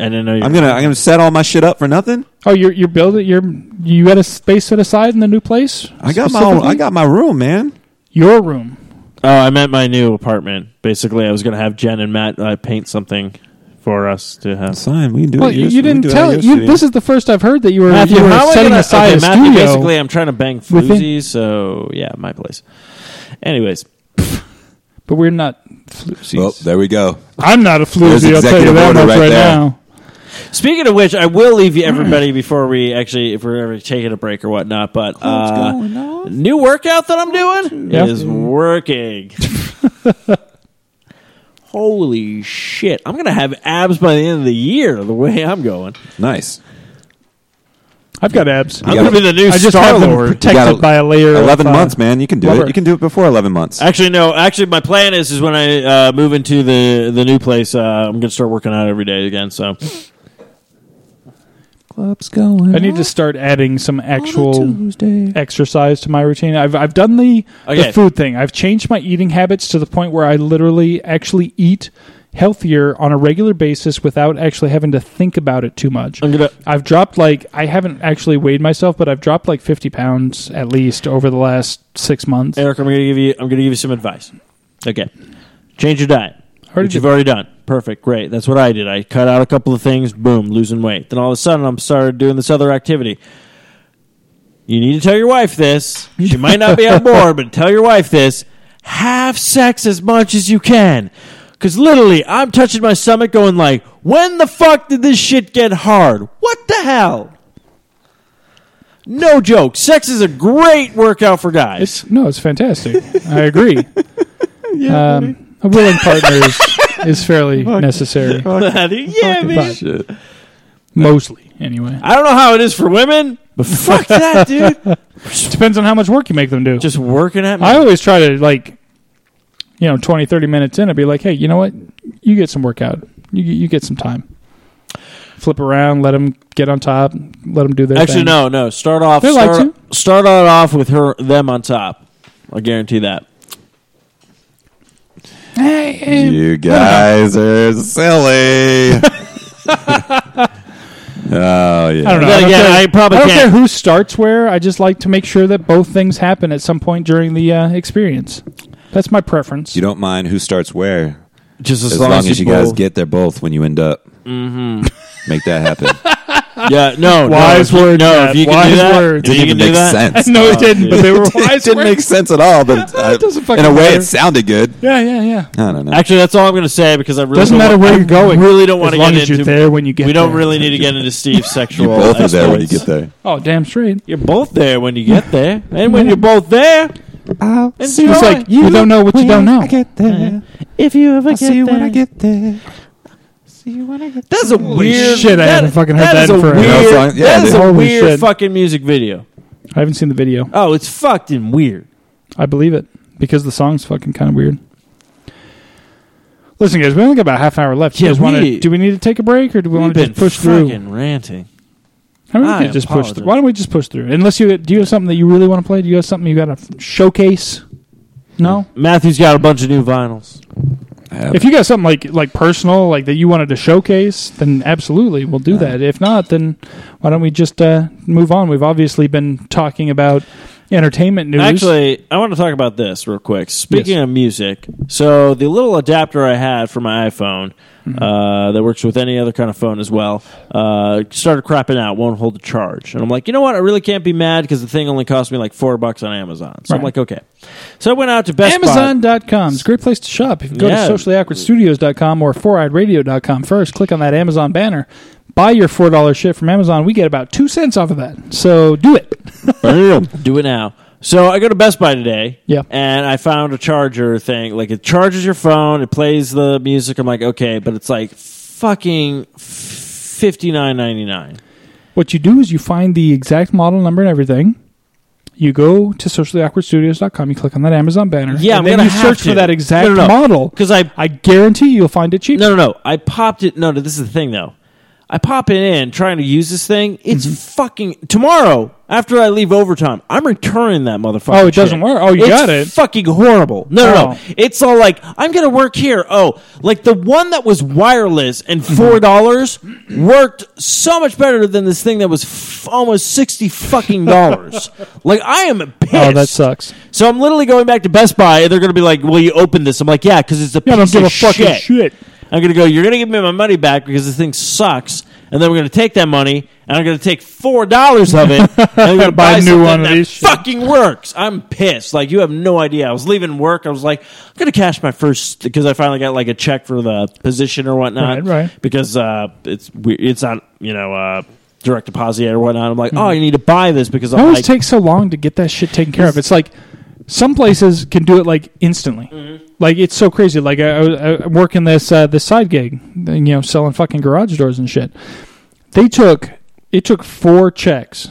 [SPEAKER 2] I didn't know. You
[SPEAKER 3] I'm gonna I'm gonna set all my shit up for nothing.
[SPEAKER 1] Oh, you're you're building. You're you had a space set aside in the new place.
[SPEAKER 3] I got my own, I
[SPEAKER 1] specifically?
[SPEAKER 3] got my room, man.
[SPEAKER 1] Your room.
[SPEAKER 2] Oh, I meant my new apartment. Basically, I was going to have Jen and Matt uh, paint something for us to have.
[SPEAKER 3] Sign. We can do
[SPEAKER 1] Well,
[SPEAKER 3] it.
[SPEAKER 1] you,
[SPEAKER 3] yes, we can
[SPEAKER 1] didn't
[SPEAKER 3] do it
[SPEAKER 1] tell.
[SPEAKER 3] yes,
[SPEAKER 1] You,
[SPEAKER 3] we-
[SPEAKER 1] this is the first I've heard that you were,
[SPEAKER 2] Matthew,
[SPEAKER 1] you were
[SPEAKER 2] how am I
[SPEAKER 1] setting
[SPEAKER 2] gonna-
[SPEAKER 1] aside
[SPEAKER 2] okay,
[SPEAKER 1] a
[SPEAKER 2] Matthew,
[SPEAKER 1] studio.
[SPEAKER 2] Basically, I'm trying to bank
[SPEAKER 1] within-
[SPEAKER 2] floozy, so yeah, my place. Anyways,
[SPEAKER 1] but we're not floozies.
[SPEAKER 3] Well, there we go.
[SPEAKER 1] I'm not a
[SPEAKER 3] There's
[SPEAKER 1] floozy. I'll tell you
[SPEAKER 3] executive
[SPEAKER 1] that
[SPEAKER 3] order
[SPEAKER 1] much
[SPEAKER 3] right
[SPEAKER 1] right,
[SPEAKER 3] there.
[SPEAKER 1] now.
[SPEAKER 2] speaking of which, I will leave you everybody before we actually, if we're ever taking a break or whatnot. But uh, new workout that I'm doing
[SPEAKER 1] Yeah.
[SPEAKER 2] is working. Holy shit! I'm gonna have abs by the end of the year. The way I'm going,
[SPEAKER 3] Nice.
[SPEAKER 1] I've got abs.
[SPEAKER 2] I'm gonna
[SPEAKER 3] gotta-
[SPEAKER 2] be the new
[SPEAKER 1] I just
[SPEAKER 2] Star
[SPEAKER 1] have them
[SPEAKER 2] Lord.
[SPEAKER 1] protected
[SPEAKER 3] You got
[SPEAKER 1] by a layer. of,
[SPEAKER 3] Eleven
[SPEAKER 1] uh,
[SPEAKER 3] months, man. You can do
[SPEAKER 1] rubber.
[SPEAKER 3] it. You can do it before eleven months.
[SPEAKER 2] Actually, no. Actually, my plan is is when I uh, move into the the new place, uh, I'm gonna start working out every day again. So
[SPEAKER 3] Club's going.
[SPEAKER 1] I need to start adding some actual exercise to my routine. I've I've done the,
[SPEAKER 2] Okay.
[SPEAKER 1] the food thing. I've changed my eating habits to the point where I literally actually eat healthier on a regular basis without actually having to think about it too much.
[SPEAKER 2] I'm gonna.
[SPEAKER 1] I've dropped like I haven't actually weighed myself, but I've dropped like fifty pounds at least over the last six months.
[SPEAKER 2] Eric, I'm gonna give you. I'm gonna give you some advice. Okay, change your diet,
[SPEAKER 1] Already
[SPEAKER 2] which you've
[SPEAKER 1] did-
[SPEAKER 2] already done. Perfect, great. That's what I did. I cut out a couple of things. Boom, losing weight. Then all of a sudden, I'm started doing this other activity. You need to tell your wife this. She might not be on board, but tell your wife this. Have sex as much as you can. Cause literally, I'm touching my stomach, going like, "When the fuck did this shit get hard? What the hell?" No joke. Sex is a great workout for guys.
[SPEAKER 1] It's no, it's fantastic. I agree. um, a willing partner is, is fairly necessary,
[SPEAKER 2] yeah, man.
[SPEAKER 1] But- mostly anyway.
[SPEAKER 2] I don't know how it is for women, but fuck that, dude.
[SPEAKER 1] Depends on how much work you make them do.
[SPEAKER 2] Just working at me.
[SPEAKER 1] I always try to like, you know, 20, 30 minutes in, I'd be like, hey, you know what? You get some workout. You get- you get some time. Flip around, let them get on top, let them do their
[SPEAKER 2] Actually,
[SPEAKER 1] thing.
[SPEAKER 2] no, no. Start off.
[SPEAKER 1] They like
[SPEAKER 2] Start, start out off with her, them on top. I guarantee that.
[SPEAKER 3] You guys are silly. oh
[SPEAKER 1] I don't know.
[SPEAKER 3] yeah.
[SPEAKER 2] Then
[SPEAKER 1] I don't,
[SPEAKER 2] again,
[SPEAKER 1] care,
[SPEAKER 2] I probably
[SPEAKER 1] I don't
[SPEAKER 2] can't-
[SPEAKER 1] care who starts where. I just like to make sure that both things happen at some point during the uh, experience. That's my preference.
[SPEAKER 3] You don't mind who starts where,
[SPEAKER 2] Just as,
[SPEAKER 3] as long as you guys
[SPEAKER 2] both-
[SPEAKER 3] get there both when you end up. Mm-hmm. Make that happen.
[SPEAKER 2] Yeah, no,
[SPEAKER 1] Wise
[SPEAKER 2] no,
[SPEAKER 1] words,
[SPEAKER 2] No,
[SPEAKER 1] Matt,
[SPEAKER 2] if you can do
[SPEAKER 1] wise
[SPEAKER 2] that,
[SPEAKER 1] words.
[SPEAKER 2] if
[SPEAKER 3] Didn't
[SPEAKER 2] you can
[SPEAKER 3] even
[SPEAKER 2] do
[SPEAKER 3] make
[SPEAKER 2] that,
[SPEAKER 3] sense.
[SPEAKER 1] no, it didn't. But they were
[SPEAKER 3] it
[SPEAKER 1] wise.
[SPEAKER 3] didn't make sense at all. But uh,
[SPEAKER 1] It doesn't fucking
[SPEAKER 3] in a way,
[SPEAKER 1] matter.
[SPEAKER 3] it sounded good.
[SPEAKER 1] yeah, yeah, yeah.
[SPEAKER 3] I don't know.
[SPEAKER 2] Actually, that's all I'm going to say because I really
[SPEAKER 1] Doesn't
[SPEAKER 2] don't
[SPEAKER 1] matter
[SPEAKER 2] want-
[SPEAKER 1] where
[SPEAKER 2] I
[SPEAKER 1] you're going.
[SPEAKER 2] Really don't
[SPEAKER 1] As
[SPEAKER 2] want to
[SPEAKER 1] long
[SPEAKER 2] get
[SPEAKER 1] as
[SPEAKER 2] into.
[SPEAKER 1] you're there when you get
[SPEAKER 2] we don't
[SPEAKER 1] there.
[SPEAKER 2] really need to get into Steve's sexual.
[SPEAKER 3] you both are there when you
[SPEAKER 2] exploits.
[SPEAKER 3] get there.
[SPEAKER 1] Oh, damn straight.
[SPEAKER 2] You're both there when you get there, and when you're both there, enjoy.
[SPEAKER 1] It's Uh, like you don't know what you don't know.
[SPEAKER 2] if you ever get there,
[SPEAKER 3] get there.
[SPEAKER 2] That's a weird
[SPEAKER 1] shit, I haven't fucking heard that
[SPEAKER 2] is
[SPEAKER 1] in
[SPEAKER 2] a
[SPEAKER 1] forever.
[SPEAKER 2] Weird,
[SPEAKER 3] No, it's like- yeah,
[SPEAKER 2] that is
[SPEAKER 3] it is.
[SPEAKER 2] a
[SPEAKER 1] Holy
[SPEAKER 2] weird
[SPEAKER 1] shit.
[SPEAKER 2] fucking music video.
[SPEAKER 1] I haven't seen the video.
[SPEAKER 2] Oh, it's fucking weird.
[SPEAKER 1] I believe it because the song's fucking kind of weird. Listen, guys, we only got about half an hour left. Do
[SPEAKER 2] Yeah,
[SPEAKER 1] you guys want
[SPEAKER 2] we-
[SPEAKER 1] to? Do we need to take a break, or do we
[SPEAKER 2] We've
[SPEAKER 1] want to
[SPEAKER 2] been
[SPEAKER 1] just push
[SPEAKER 2] fucking
[SPEAKER 1] through?
[SPEAKER 2] ranting.
[SPEAKER 1] How
[SPEAKER 2] I
[SPEAKER 1] many can just push
[SPEAKER 2] apologize.
[SPEAKER 1] through? Why don't we just push through? Unless you do you have something that you really want to play? Do you have something you got to showcase? No.
[SPEAKER 2] Matthew's got a bunch of new vinyls.
[SPEAKER 1] If you got something like like personal, like that you wanted to showcase, then absolutely we'll do that. If not, then why don't we just uh, move on? We've obviously been talking about entertainment news.
[SPEAKER 2] Actually, I want to talk about this real quick. Speaking
[SPEAKER 1] Yes.
[SPEAKER 2] of music, so the little adapter I had for my iPhone
[SPEAKER 1] Mm-hmm.
[SPEAKER 2] uh, that works with any other kind of phone as well uh, started crapping out, won't hold a charge. And I'm like, you know what? I really can't be mad because the thing only cost me like four bucks on Amazon. So I'm
[SPEAKER 1] Right.
[SPEAKER 2] like, okay. So I went out to Best Buy.
[SPEAKER 1] Amazon.com is a great place to shop. If you go
[SPEAKER 2] Yeah.
[SPEAKER 1] to sociallyawkwardstudios.com or foureyedradio.com first, click on that Amazon banner. Buy your $4 shit from Amazon. We get about two cents off of that. So do it.
[SPEAKER 2] Do it now. So I go to Best Buy today.
[SPEAKER 1] Yeah.
[SPEAKER 2] And I found a charger thing. Like it charges your phone, it plays the music. I'm like, okay, but it's like fucking fifty nine ninety nine.
[SPEAKER 1] What you do is you find the exact model number and everything. You go to sociallyawkwardstudios.com. You click on that Amazon banner. and
[SPEAKER 2] Yeah, I'm
[SPEAKER 1] then
[SPEAKER 2] gonna
[SPEAKER 1] you
[SPEAKER 2] have
[SPEAKER 1] search
[SPEAKER 2] to.
[SPEAKER 1] for that exact
[SPEAKER 2] No, no, no.
[SPEAKER 1] model.
[SPEAKER 2] Because I
[SPEAKER 1] I guarantee you'll find it cheap.
[SPEAKER 2] no no no. I popped it no no this is the thing though. I pop it in trying to use this thing. It's
[SPEAKER 1] Mm-hmm.
[SPEAKER 2] fucking tomorrow after I leave overtime. I'm returning that motherfucker.
[SPEAKER 1] Oh, it doesn't work? Oh, you got it.
[SPEAKER 2] Fucking horrible. No, no,
[SPEAKER 1] Oh.
[SPEAKER 2] no. It's all like I'm gonna work here. Oh, like the one that was wireless and
[SPEAKER 1] Mm-hmm.
[SPEAKER 2] four dollars worked so much better than this thing that was f- almost sixty fucking dollars. like I am pissed.
[SPEAKER 1] Oh, that sucks.
[SPEAKER 2] So I'm literally going back to Best Buy, and they're going to be like, "Will you open this?" I'm like, "Yeah," because it's a
[SPEAKER 1] Yeah, I
[SPEAKER 2] piece
[SPEAKER 1] don't give
[SPEAKER 2] of
[SPEAKER 1] a fucking
[SPEAKER 2] shit.
[SPEAKER 1] shit.
[SPEAKER 2] I'm going to go. You're going to give me my money back because this thing sucks, and then we're going to take that money and I'm going to take four dollars of it and I'm going to
[SPEAKER 1] Buy a
[SPEAKER 2] buy
[SPEAKER 1] new
[SPEAKER 2] something
[SPEAKER 1] one of
[SPEAKER 2] that
[SPEAKER 1] these shit.
[SPEAKER 2] fucking works. I'm pissed. Like you have no idea. I was leaving work. I was like, I'm going to cash my first because I finally got like a check for the position or whatnot.
[SPEAKER 1] Right, right.
[SPEAKER 2] Because uh, it's we- it's on you know. Uh, Direct deposit yet or whatnot. I'm like,
[SPEAKER 1] Mm-hmm.
[SPEAKER 2] oh, I need to buy this because
[SPEAKER 1] It
[SPEAKER 2] I'm
[SPEAKER 1] always
[SPEAKER 2] like,
[SPEAKER 1] takes so long to get that shit taken care of. It's like some places can do it like instantly.
[SPEAKER 2] Mm-hmm.
[SPEAKER 1] Like it's so crazy. Like I, I, I work in this uh, this side gig, you know, selling fucking garage doors and shit. They took it took four checks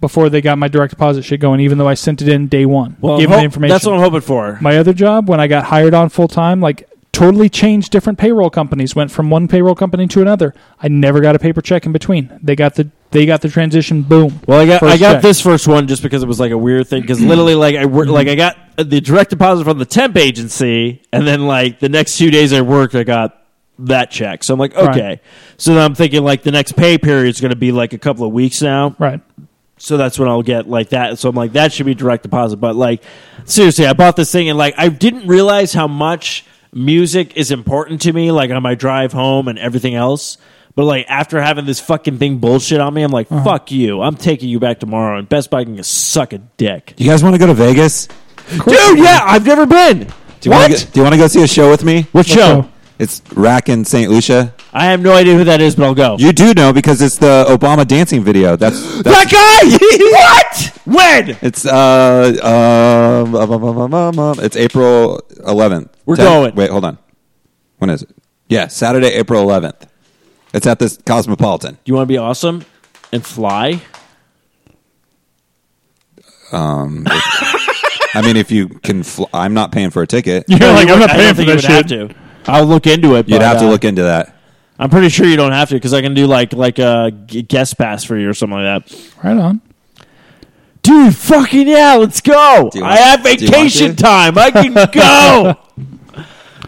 [SPEAKER 1] before they got my direct deposit shit going, even though I sent it in day one.
[SPEAKER 2] well,
[SPEAKER 1] gave them
[SPEAKER 2] I'm
[SPEAKER 1] the
[SPEAKER 2] hope-
[SPEAKER 1] information.
[SPEAKER 2] That's what I'm hoping for.
[SPEAKER 1] my other job when I got hired on full time, like totally changed different payroll companies, went from one payroll company to another. I never got a paper check in between. They got the they got the transition. Boom.
[SPEAKER 2] Well, I got
[SPEAKER 1] First
[SPEAKER 2] I got
[SPEAKER 1] check.
[SPEAKER 2] this first one just because it was like a weird thing because literally like I wor- like I got the direct deposit from the temp agency and then like the next two days I worked I got that check so I'm like
[SPEAKER 1] Right.
[SPEAKER 2] okay so then I'm thinking like the next pay period is going to be like a couple of weeks now
[SPEAKER 1] Right.
[SPEAKER 2] so that's when I'll get like that. So I'm like, that should be direct deposit. But like, seriously, I bought this thing and like, I didn't realize how much music is important to me, like on my drive home and everything else. But like, after having this fucking thing bullshit on me, I'm
[SPEAKER 1] Uh-huh.
[SPEAKER 2] like, fuck you. I'm taking you back tomorrow and Best Buy can suck a dick.
[SPEAKER 3] You guys want to go to Vegas?
[SPEAKER 2] Dude, yeah, I've never been.
[SPEAKER 3] Do you wanna go- do you want to go see a show with me?
[SPEAKER 2] What show?
[SPEAKER 3] It's Rack in St. Lucia.
[SPEAKER 2] I have no idea who that is, but I'll go.
[SPEAKER 3] You do know because it's the Obama dancing video. That's, that's
[SPEAKER 2] that guy? what? When?
[SPEAKER 3] It's uh um, um, um, um, um, um, um, it's April 11th.
[SPEAKER 2] We're
[SPEAKER 3] Ten-
[SPEAKER 2] going.
[SPEAKER 3] Wait, hold on. When is it? Yeah, Saturday, April 11th. It's at this Cosmopolitan.
[SPEAKER 2] You want to be awesome and fly?
[SPEAKER 3] I mean, if you can, fl- I'm not paying for a ticket.
[SPEAKER 1] You're like, I'm not
[SPEAKER 2] I
[SPEAKER 1] paying
[SPEAKER 2] don't
[SPEAKER 1] for
[SPEAKER 2] think you
[SPEAKER 1] this
[SPEAKER 2] would
[SPEAKER 1] shit.
[SPEAKER 2] have to. I'll look into it.
[SPEAKER 3] You'd
[SPEAKER 2] but,
[SPEAKER 3] have to
[SPEAKER 2] uh,
[SPEAKER 3] look into that.
[SPEAKER 2] I'm pretty sure you don't have to because I can do like like a g- guest pass for you or something like that.
[SPEAKER 1] Right on.
[SPEAKER 2] Dude, fucking yeah, let's go!
[SPEAKER 3] Do you
[SPEAKER 2] I
[SPEAKER 3] want-
[SPEAKER 2] have
[SPEAKER 3] do you want
[SPEAKER 2] vacation
[SPEAKER 3] to?
[SPEAKER 2] time. I can go,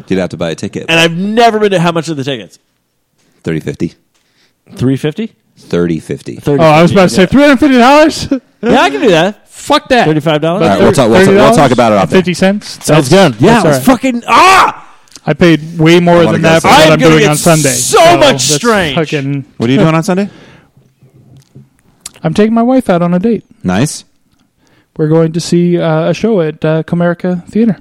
[SPEAKER 3] You'd have to buy a ticket.
[SPEAKER 2] and I've never been to how much are the tickets?
[SPEAKER 3] 30 50
[SPEAKER 2] Three fifty.
[SPEAKER 3] 30 50
[SPEAKER 1] Oh, I was about to say three hundred fifty dollars.
[SPEAKER 2] yeah, I can do that.
[SPEAKER 1] Fuck that.
[SPEAKER 2] Thirty-five
[SPEAKER 3] All
[SPEAKER 2] dollars.
[SPEAKER 3] right, we'll talk- we'll- we'll
[SPEAKER 1] $30?
[SPEAKER 3] talk about it off there.
[SPEAKER 1] Fifty cents.
[SPEAKER 2] Sounds good. Yeah,
[SPEAKER 1] that's
[SPEAKER 2] let's
[SPEAKER 1] all right.
[SPEAKER 2] fucking ah!
[SPEAKER 1] I paid way more
[SPEAKER 3] wanna
[SPEAKER 1] than
[SPEAKER 3] go
[SPEAKER 1] that for
[SPEAKER 3] somewhere.
[SPEAKER 1] what
[SPEAKER 2] I'm
[SPEAKER 1] I'm
[SPEAKER 2] gonna
[SPEAKER 1] doing
[SPEAKER 2] get
[SPEAKER 1] on Sunday.
[SPEAKER 2] so much
[SPEAKER 1] that's
[SPEAKER 2] strange.
[SPEAKER 1] Fucking,
[SPEAKER 3] What are you doing on Sunday?
[SPEAKER 1] I'm taking my wife out on a date.
[SPEAKER 3] Nice.
[SPEAKER 1] We're going to see uh, a show at uh, Comerica Theater.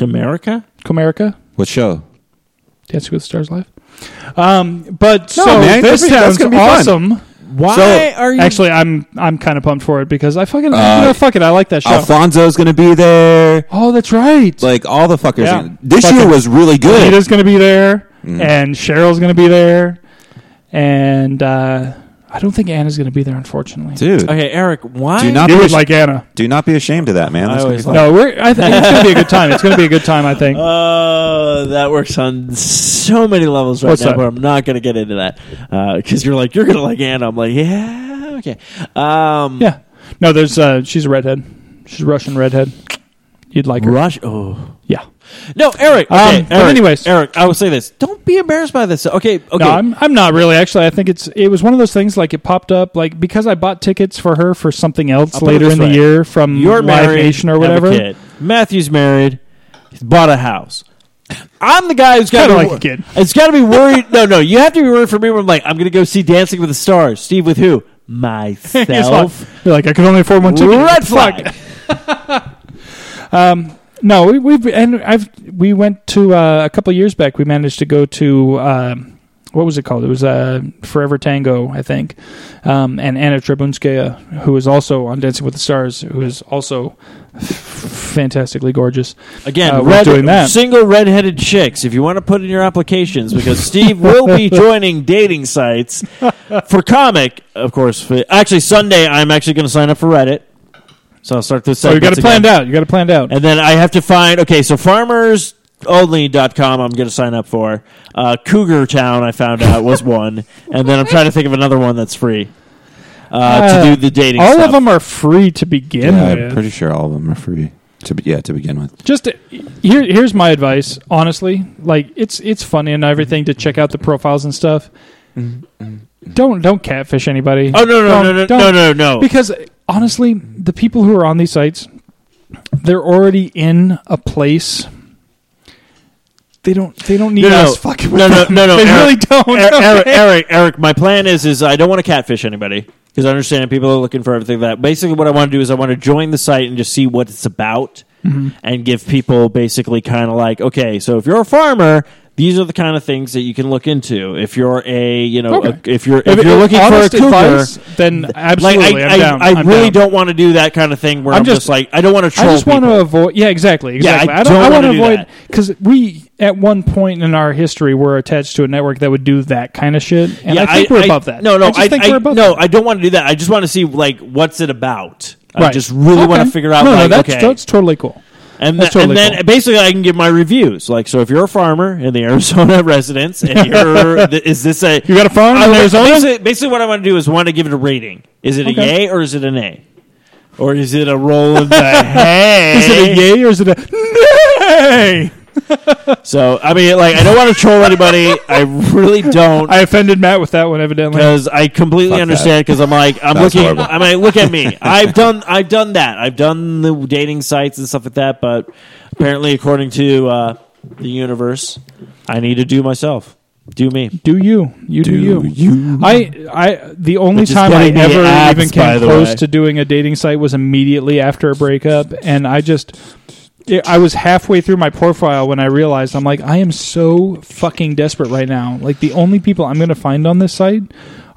[SPEAKER 2] America.
[SPEAKER 1] Comerica.
[SPEAKER 3] What show?
[SPEAKER 1] Dancing with the Stars live. Um, but
[SPEAKER 3] No,
[SPEAKER 1] so
[SPEAKER 3] man,
[SPEAKER 1] this
[SPEAKER 3] that's gonna
[SPEAKER 1] sounds
[SPEAKER 3] be fun.
[SPEAKER 1] awesome.
[SPEAKER 2] Why are you?
[SPEAKER 1] Actually, I'm I'm kind of pumped for it because I fucking
[SPEAKER 3] Uh,
[SPEAKER 1] you know, fuck it. I like that show.
[SPEAKER 3] Alfonso's going to be there.
[SPEAKER 1] oh, that's right.
[SPEAKER 3] Like, all the fuckers.
[SPEAKER 1] Yeah.
[SPEAKER 3] are gonna- This
[SPEAKER 1] Fucking-
[SPEAKER 3] year was really good.
[SPEAKER 1] Anita's going to be there,
[SPEAKER 2] Mm.
[SPEAKER 1] and Cheryl's going to be there, and uh, I don't think Anna's going to be there, unfortunately.
[SPEAKER 3] Dude,
[SPEAKER 2] okay, Eric. Why?
[SPEAKER 3] do, not
[SPEAKER 1] You
[SPEAKER 3] be
[SPEAKER 1] would
[SPEAKER 3] ash-
[SPEAKER 1] like Anna.
[SPEAKER 3] do not be ashamed of that, man. That's gonna
[SPEAKER 2] always
[SPEAKER 3] be fun.
[SPEAKER 1] No, we're. I think it's going to be a good time. It's going to be a good time. I think.
[SPEAKER 2] Uh, that works on so many levels right
[SPEAKER 1] What's
[SPEAKER 2] now,
[SPEAKER 1] that?
[SPEAKER 2] but I'm not going to get into that because you're like you're going to like Anna. I'm like, yeah, okay. Um,
[SPEAKER 1] yeah. No, there's. Uh, she's a redhead. She's a Russian redhead. You'd like her.
[SPEAKER 2] Rush. Oh,
[SPEAKER 1] Yeah.
[SPEAKER 2] no, Eric.
[SPEAKER 1] Um,
[SPEAKER 2] Okay,
[SPEAKER 1] but
[SPEAKER 2] Eric,
[SPEAKER 1] anyways.
[SPEAKER 2] Eric, I will say this: don't be embarrassed by this. Okay, okay.
[SPEAKER 1] No, I'm. I'm not really. Actually, I think it's. It was one of those things. Like it popped up. Like because I bought tickets for her for something else
[SPEAKER 2] I'll put it
[SPEAKER 1] later
[SPEAKER 2] this
[SPEAKER 1] in the
[SPEAKER 2] way.
[SPEAKER 1] year from
[SPEAKER 2] you're
[SPEAKER 1] Live
[SPEAKER 2] married,
[SPEAKER 1] Nation or
[SPEAKER 2] have a
[SPEAKER 1] whatever.
[SPEAKER 2] kid. Matthew's married. He's bought a house. I'm the guy who's got
[SPEAKER 1] Kinda
[SPEAKER 2] to
[SPEAKER 1] like a kid.
[SPEAKER 2] It's got to be worried. no, no, you have to be worried for me. When I'm like, I'm going to go see Dancing with the Stars. Steve, with who?
[SPEAKER 1] It's like,
[SPEAKER 2] Myself.
[SPEAKER 1] you're like I could only afford one ticket.
[SPEAKER 2] Red
[SPEAKER 1] Fuck.
[SPEAKER 2] flag.
[SPEAKER 1] No, we, we've and I've we went to uh, a couple of years back. We managed to go to um, what was it called? It was uh, Forever Tango, I think. Um, and Anna Trebunskaya, who is also on Dancing with the Stars, who is also f- fantastically gorgeous.
[SPEAKER 2] Again,
[SPEAKER 1] Uh, we're
[SPEAKER 2] red,
[SPEAKER 1] doing that.
[SPEAKER 2] single redheaded chicks. If you want to put in your applications, because Steve will be joining dating sites for comic, of course. For, actually, Sunday I'm actually going to sign up for Reddit, so I'll start this.
[SPEAKER 1] So Oh, you got it
[SPEAKER 2] segments
[SPEAKER 1] planned
[SPEAKER 2] again.
[SPEAKER 1] out. You got it planned out.
[SPEAKER 2] and then I have to find okay. So farmers Only.com, I'm going to sign up for. Uh, Cougar Town, I found out, was one. And then I'm trying to think of another one that's free uh, to do the dating
[SPEAKER 1] All
[SPEAKER 2] stuff.
[SPEAKER 1] of them are free to begin
[SPEAKER 3] yeah,
[SPEAKER 1] with.
[SPEAKER 3] I'm pretty sure all of them are free. To be, yeah, to begin with.
[SPEAKER 1] just here here's my advice honestly like it's it's funny and everything to check out the profiles and stuff
[SPEAKER 3] Mm-hmm.
[SPEAKER 1] don't don't catfish anybody
[SPEAKER 2] Oh, no, no,
[SPEAKER 1] Don't-
[SPEAKER 2] no, no,
[SPEAKER 1] don't-
[SPEAKER 2] no, no, no.
[SPEAKER 1] because honestly the people who are on these sites they're already in a place they don't they don't need us fucking with
[SPEAKER 2] no, no,
[SPEAKER 1] them.
[SPEAKER 2] no, no,
[SPEAKER 1] they
[SPEAKER 2] Eric,
[SPEAKER 1] really don't
[SPEAKER 2] Eric, Eric,
[SPEAKER 1] okay?
[SPEAKER 2] Eric, Eric, my plan is is I don't want to catfish anybody because I understand people are looking for everything that. Basically, what I want to do is I want to join the site and just see what it's about
[SPEAKER 1] Mm-hmm.
[SPEAKER 2] and give people basically kind of like, okay, so if you're a farmer. These are the kind of things that you can look into. If you're a, you know,
[SPEAKER 1] Okay.
[SPEAKER 2] a, if you're if,
[SPEAKER 1] If-
[SPEAKER 2] you're
[SPEAKER 1] if
[SPEAKER 2] looking for a
[SPEAKER 1] honest
[SPEAKER 2] cougar,
[SPEAKER 1] advice, then absolutely,
[SPEAKER 2] Like, I,
[SPEAKER 1] I'm down,
[SPEAKER 2] I, I
[SPEAKER 1] I'm
[SPEAKER 2] really
[SPEAKER 1] down.
[SPEAKER 2] don't want to do that kind of thing where I'm,
[SPEAKER 1] I'm
[SPEAKER 2] just,
[SPEAKER 1] just-
[SPEAKER 2] like I don't want to troll.
[SPEAKER 1] I just want
[SPEAKER 2] people.
[SPEAKER 1] to avoid. Yeah, exactly.
[SPEAKER 2] Yeah, I
[SPEAKER 1] Exactly. I,
[SPEAKER 2] don't
[SPEAKER 1] don't. I want
[SPEAKER 2] wanna
[SPEAKER 1] to
[SPEAKER 2] do
[SPEAKER 1] avoid
[SPEAKER 2] that.
[SPEAKER 1] because we at one point in our history were attached to a network that would do that kind of shit, and I think we're above that.
[SPEAKER 2] No, no,
[SPEAKER 1] I just think we're above
[SPEAKER 2] no.
[SPEAKER 1] that.
[SPEAKER 2] I don't want to do that. I just want to see like what's it about. I
[SPEAKER 1] Right.
[SPEAKER 2] just really want
[SPEAKER 1] Okay.
[SPEAKER 2] to figure out.
[SPEAKER 1] No,
[SPEAKER 2] like,
[SPEAKER 1] no, that's,
[SPEAKER 2] okay.
[SPEAKER 1] that's totally cool.
[SPEAKER 2] and,
[SPEAKER 1] that's
[SPEAKER 2] th- and
[SPEAKER 1] totally
[SPEAKER 2] then
[SPEAKER 1] cool.
[SPEAKER 2] basically I can give my reviews. Like, so if you're a farmer in the Arizona residence, and you're th- is this a
[SPEAKER 1] You got a farm
[SPEAKER 2] I
[SPEAKER 1] in
[SPEAKER 2] would-
[SPEAKER 1] Arizona?
[SPEAKER 2] Basically, basically what I want to do is want to give it a rating. Is it a
[SPEAKER 1] Okay.
[SPEAKER 2] yay or is it an A? Or is it a roll in the hay?
[SPEAKER 1] Is it a yay or is it a nay?
[SPEAKER 2] So I mean, like, I don't want to troll anybody. I really don't.
[SPEAKER 1] I offended Matt with that one, evidently.
[SPEAKER 2] because I completely
[SPEAKER 3] Fuck
[SPEAKER 2] understand. Because I'm like, I'm
[SPEAKER 3] That was
[SPEAKER 2] looking.
[SPEAKER 3] horrible.
[SPEAKER 2] I mean, look at me. I've done. I've done that. I've done the dating sites and stuff like that. But apparently, according to uh, the universe, I need to do myself. Do me.
[SPEAKER 1] Do you? You do, you?
[SPEAKER 3] you?
[SPEAKER 1] I I the only
[SPEAKER 2] Which is
[SPEAKER 1] time I
[SPEAKER 2] getting me
[SPEAKER 1] ever
[SPEAKER 2] abs,
[SPEAKER 1] even
[SPEAKER 2] by
[SPEAKER 1] came
[SPEAKER 2] the
[SPEAKER 1] close
[SPEAKER 2] way.
[SPEAKER 1] to doing a dating site was immediately after a breakup, and I just it, I was halfway through my profile when I realized I'm like I am so fucking desperate right now. Like the only people I'm going to find on this site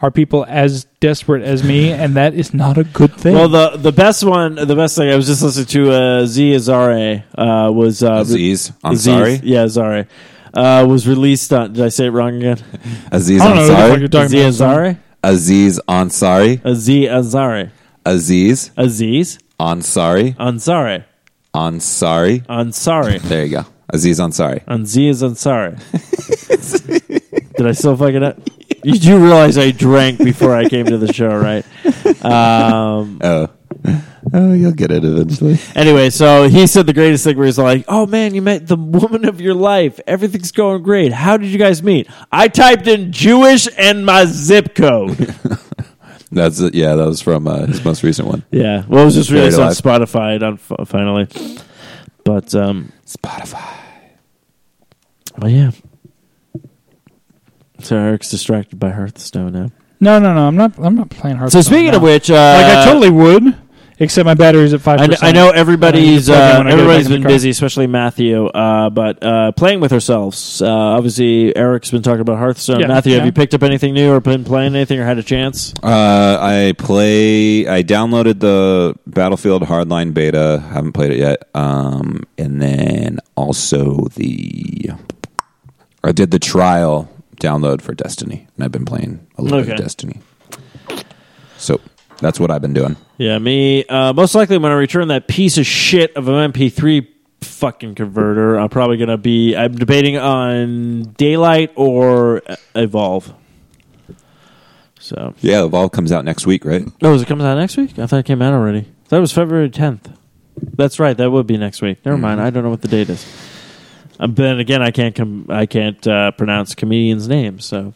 [SPEAKER 1] are people as desperate as me, and that is not a good thing.
[SPEAKER 2] Well, the the best one, the best thing I was just listening to uh, Z Azare uh, was uh,
[SPEAKER 3] Aziz
[SPEAKER 2] Aziz-
[SPEAKER 3] Ansari.
[SPEAKER 2] Yeah, Azare uh, was released on. Did I say it wrong again?
[SPEAKER 3] Aziz
[SPEAKER 1] I don't know who the fuck you're
[SPEAKER 3] Ansari.
[SPEAKER 1] talking
[SPEAKER 2] Z
[SPEAKER 1] about.
[SPEAKER 2] Azare.
[SPEAKER 3] Aziz Ansari.
[SPEAKER 2] Aziz Azare. Uh,
[SPEAKER 3] Aziz
[SPEAKER 2] Aziz
[SPEAKER 3] Ansari.
[SPEAKER 2] Ansari.
[SPEAKER 3] Ansari.
[SPEAKER 2] Ansari.
[SPEAKER 3] There you go. Aziz Ansari.
[SPEAKER 2] On Z is Ansari. Did I still fuck it up? You do realize I drank before I came to the show, right? Um,
[SPEAKER 3] Oh. Oh, you'll get it eventually.
[SPEAKER 2] anyway, so he said the greatest thing where he's like, Oh man, you met the woman of your life. Everything's going great. How did you guys meet? I typed in Jewish and my zip code.
[SPEAKER 3] That's yeah. That was from uh, his most recent one.
[SPEAKER 2] yeah. Well, it was just
[SPEAKER 3] Buried
[SPEAKER 2] released on
[SPEAKER 3] alive.
[SPEAKER 2] Spotify and on fi- finally. But, um,
[SPEAKER 3] Spotify.
[SPEAKER 2] but yeah. So Eric's distracted by Hearthstone now.
[SPEAKER 1] no, no, no, I'm not. I'm not playing hard.
[SPEAKER 2] So speaking of which, uh,
[SPEAKER 1] like I totally would, except my battery's at five.
[SPEAKER 2] I, kn- I know everybody's
[SPEAKER 1] I need to Uh, plug in
[SPEAKER 2] uh,
[SPEAKER 1] when I get
[SPEAKER 2] everybody's
[SPEAKER 1] back in the
[SPEAKER 2] been
[SPEAKER 1] car.
[SPEAKER 2] busy, especially Matthew. Uh, but uh, playing with ourselves. Uh, obviously, Eric's been talking about Hearthstone.
[SPEAKER 1] Yeah,
[SPEAKER 2] Matthew, have
[SPEAKER 1] yeah.
[SPEAKER 2] you picked up anything new or been playing anything or had a chance?
[SPEAKER 3] Uh, I play. I downloaded the Battlefield Hardline beta. Haven't played it yet. Um, and then also the I did the trial download for Destiny, and I've been playing a little bit
[SPEAKER 2] Okay.
[SPEAKER 3] of Destiny. So that's what I've been doing.
[SPEAKER 2] Yeah, me. Uh, most likely, when I return that piece of shit of an MP3 fucking converter, I'm probably gonna be. I'm debating on Daylight or E-, Evolve. So,
[SPEAKER 3] Yeah, Evolve comes out next week, right?
[SPEAKER 2] no, Oh, is it comes out next week? I thought it came out already. That was February 10th. That's right. That would be next week. Never mind. I don't know what the date is. Um, but then again, I can't com- I can't uh, pronounce comedians' names. So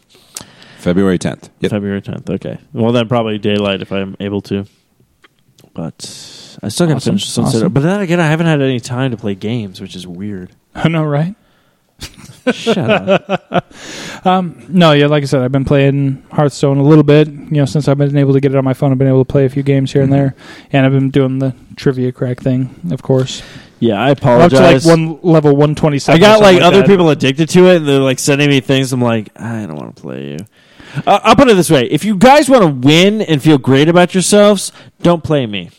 [SPEAKER 3] February tenth. Yep.
[SPEAKER 2] February 10th. Okay. Well, then probably daylight if I'm able to. But I still got to
[SPEAKER 1] Awesome.
[SPEAKER 2] finish Sunset.
[SPEAKER 1] Awesome.
[SPEAKER 2] But then again, I haven't had any time to play games, which is weird.
[SPEAKER 1] I know, right?
[SPEAKER 2] Shut up.
[SPEAKER 1] No, yeah, like I said, I've been playing Hearthstone a little bit. You know, since I've been able to get it on my phone, I've been able to play a few games here and
[SPEAKER 2] Mm-hmm.
[SPEAKER 1] there, and I've been doing the trivia crack thing, of course.
[SPEAKER 2] Yeah, I
[SPEAKER 1] I'm up to like
[SPEAKER 2] apologize.
[SPEAKER 1] one level one twenty
[SPEAKER 2] I
[SPEAKER 1] seven.
[SPEAKER 2] got like, other people addicted to it, and they're like sending me things. I'm like, I don't want to play you. Uh, I'll put it this way: if you guys want to win and feel great about yourselves, don't play me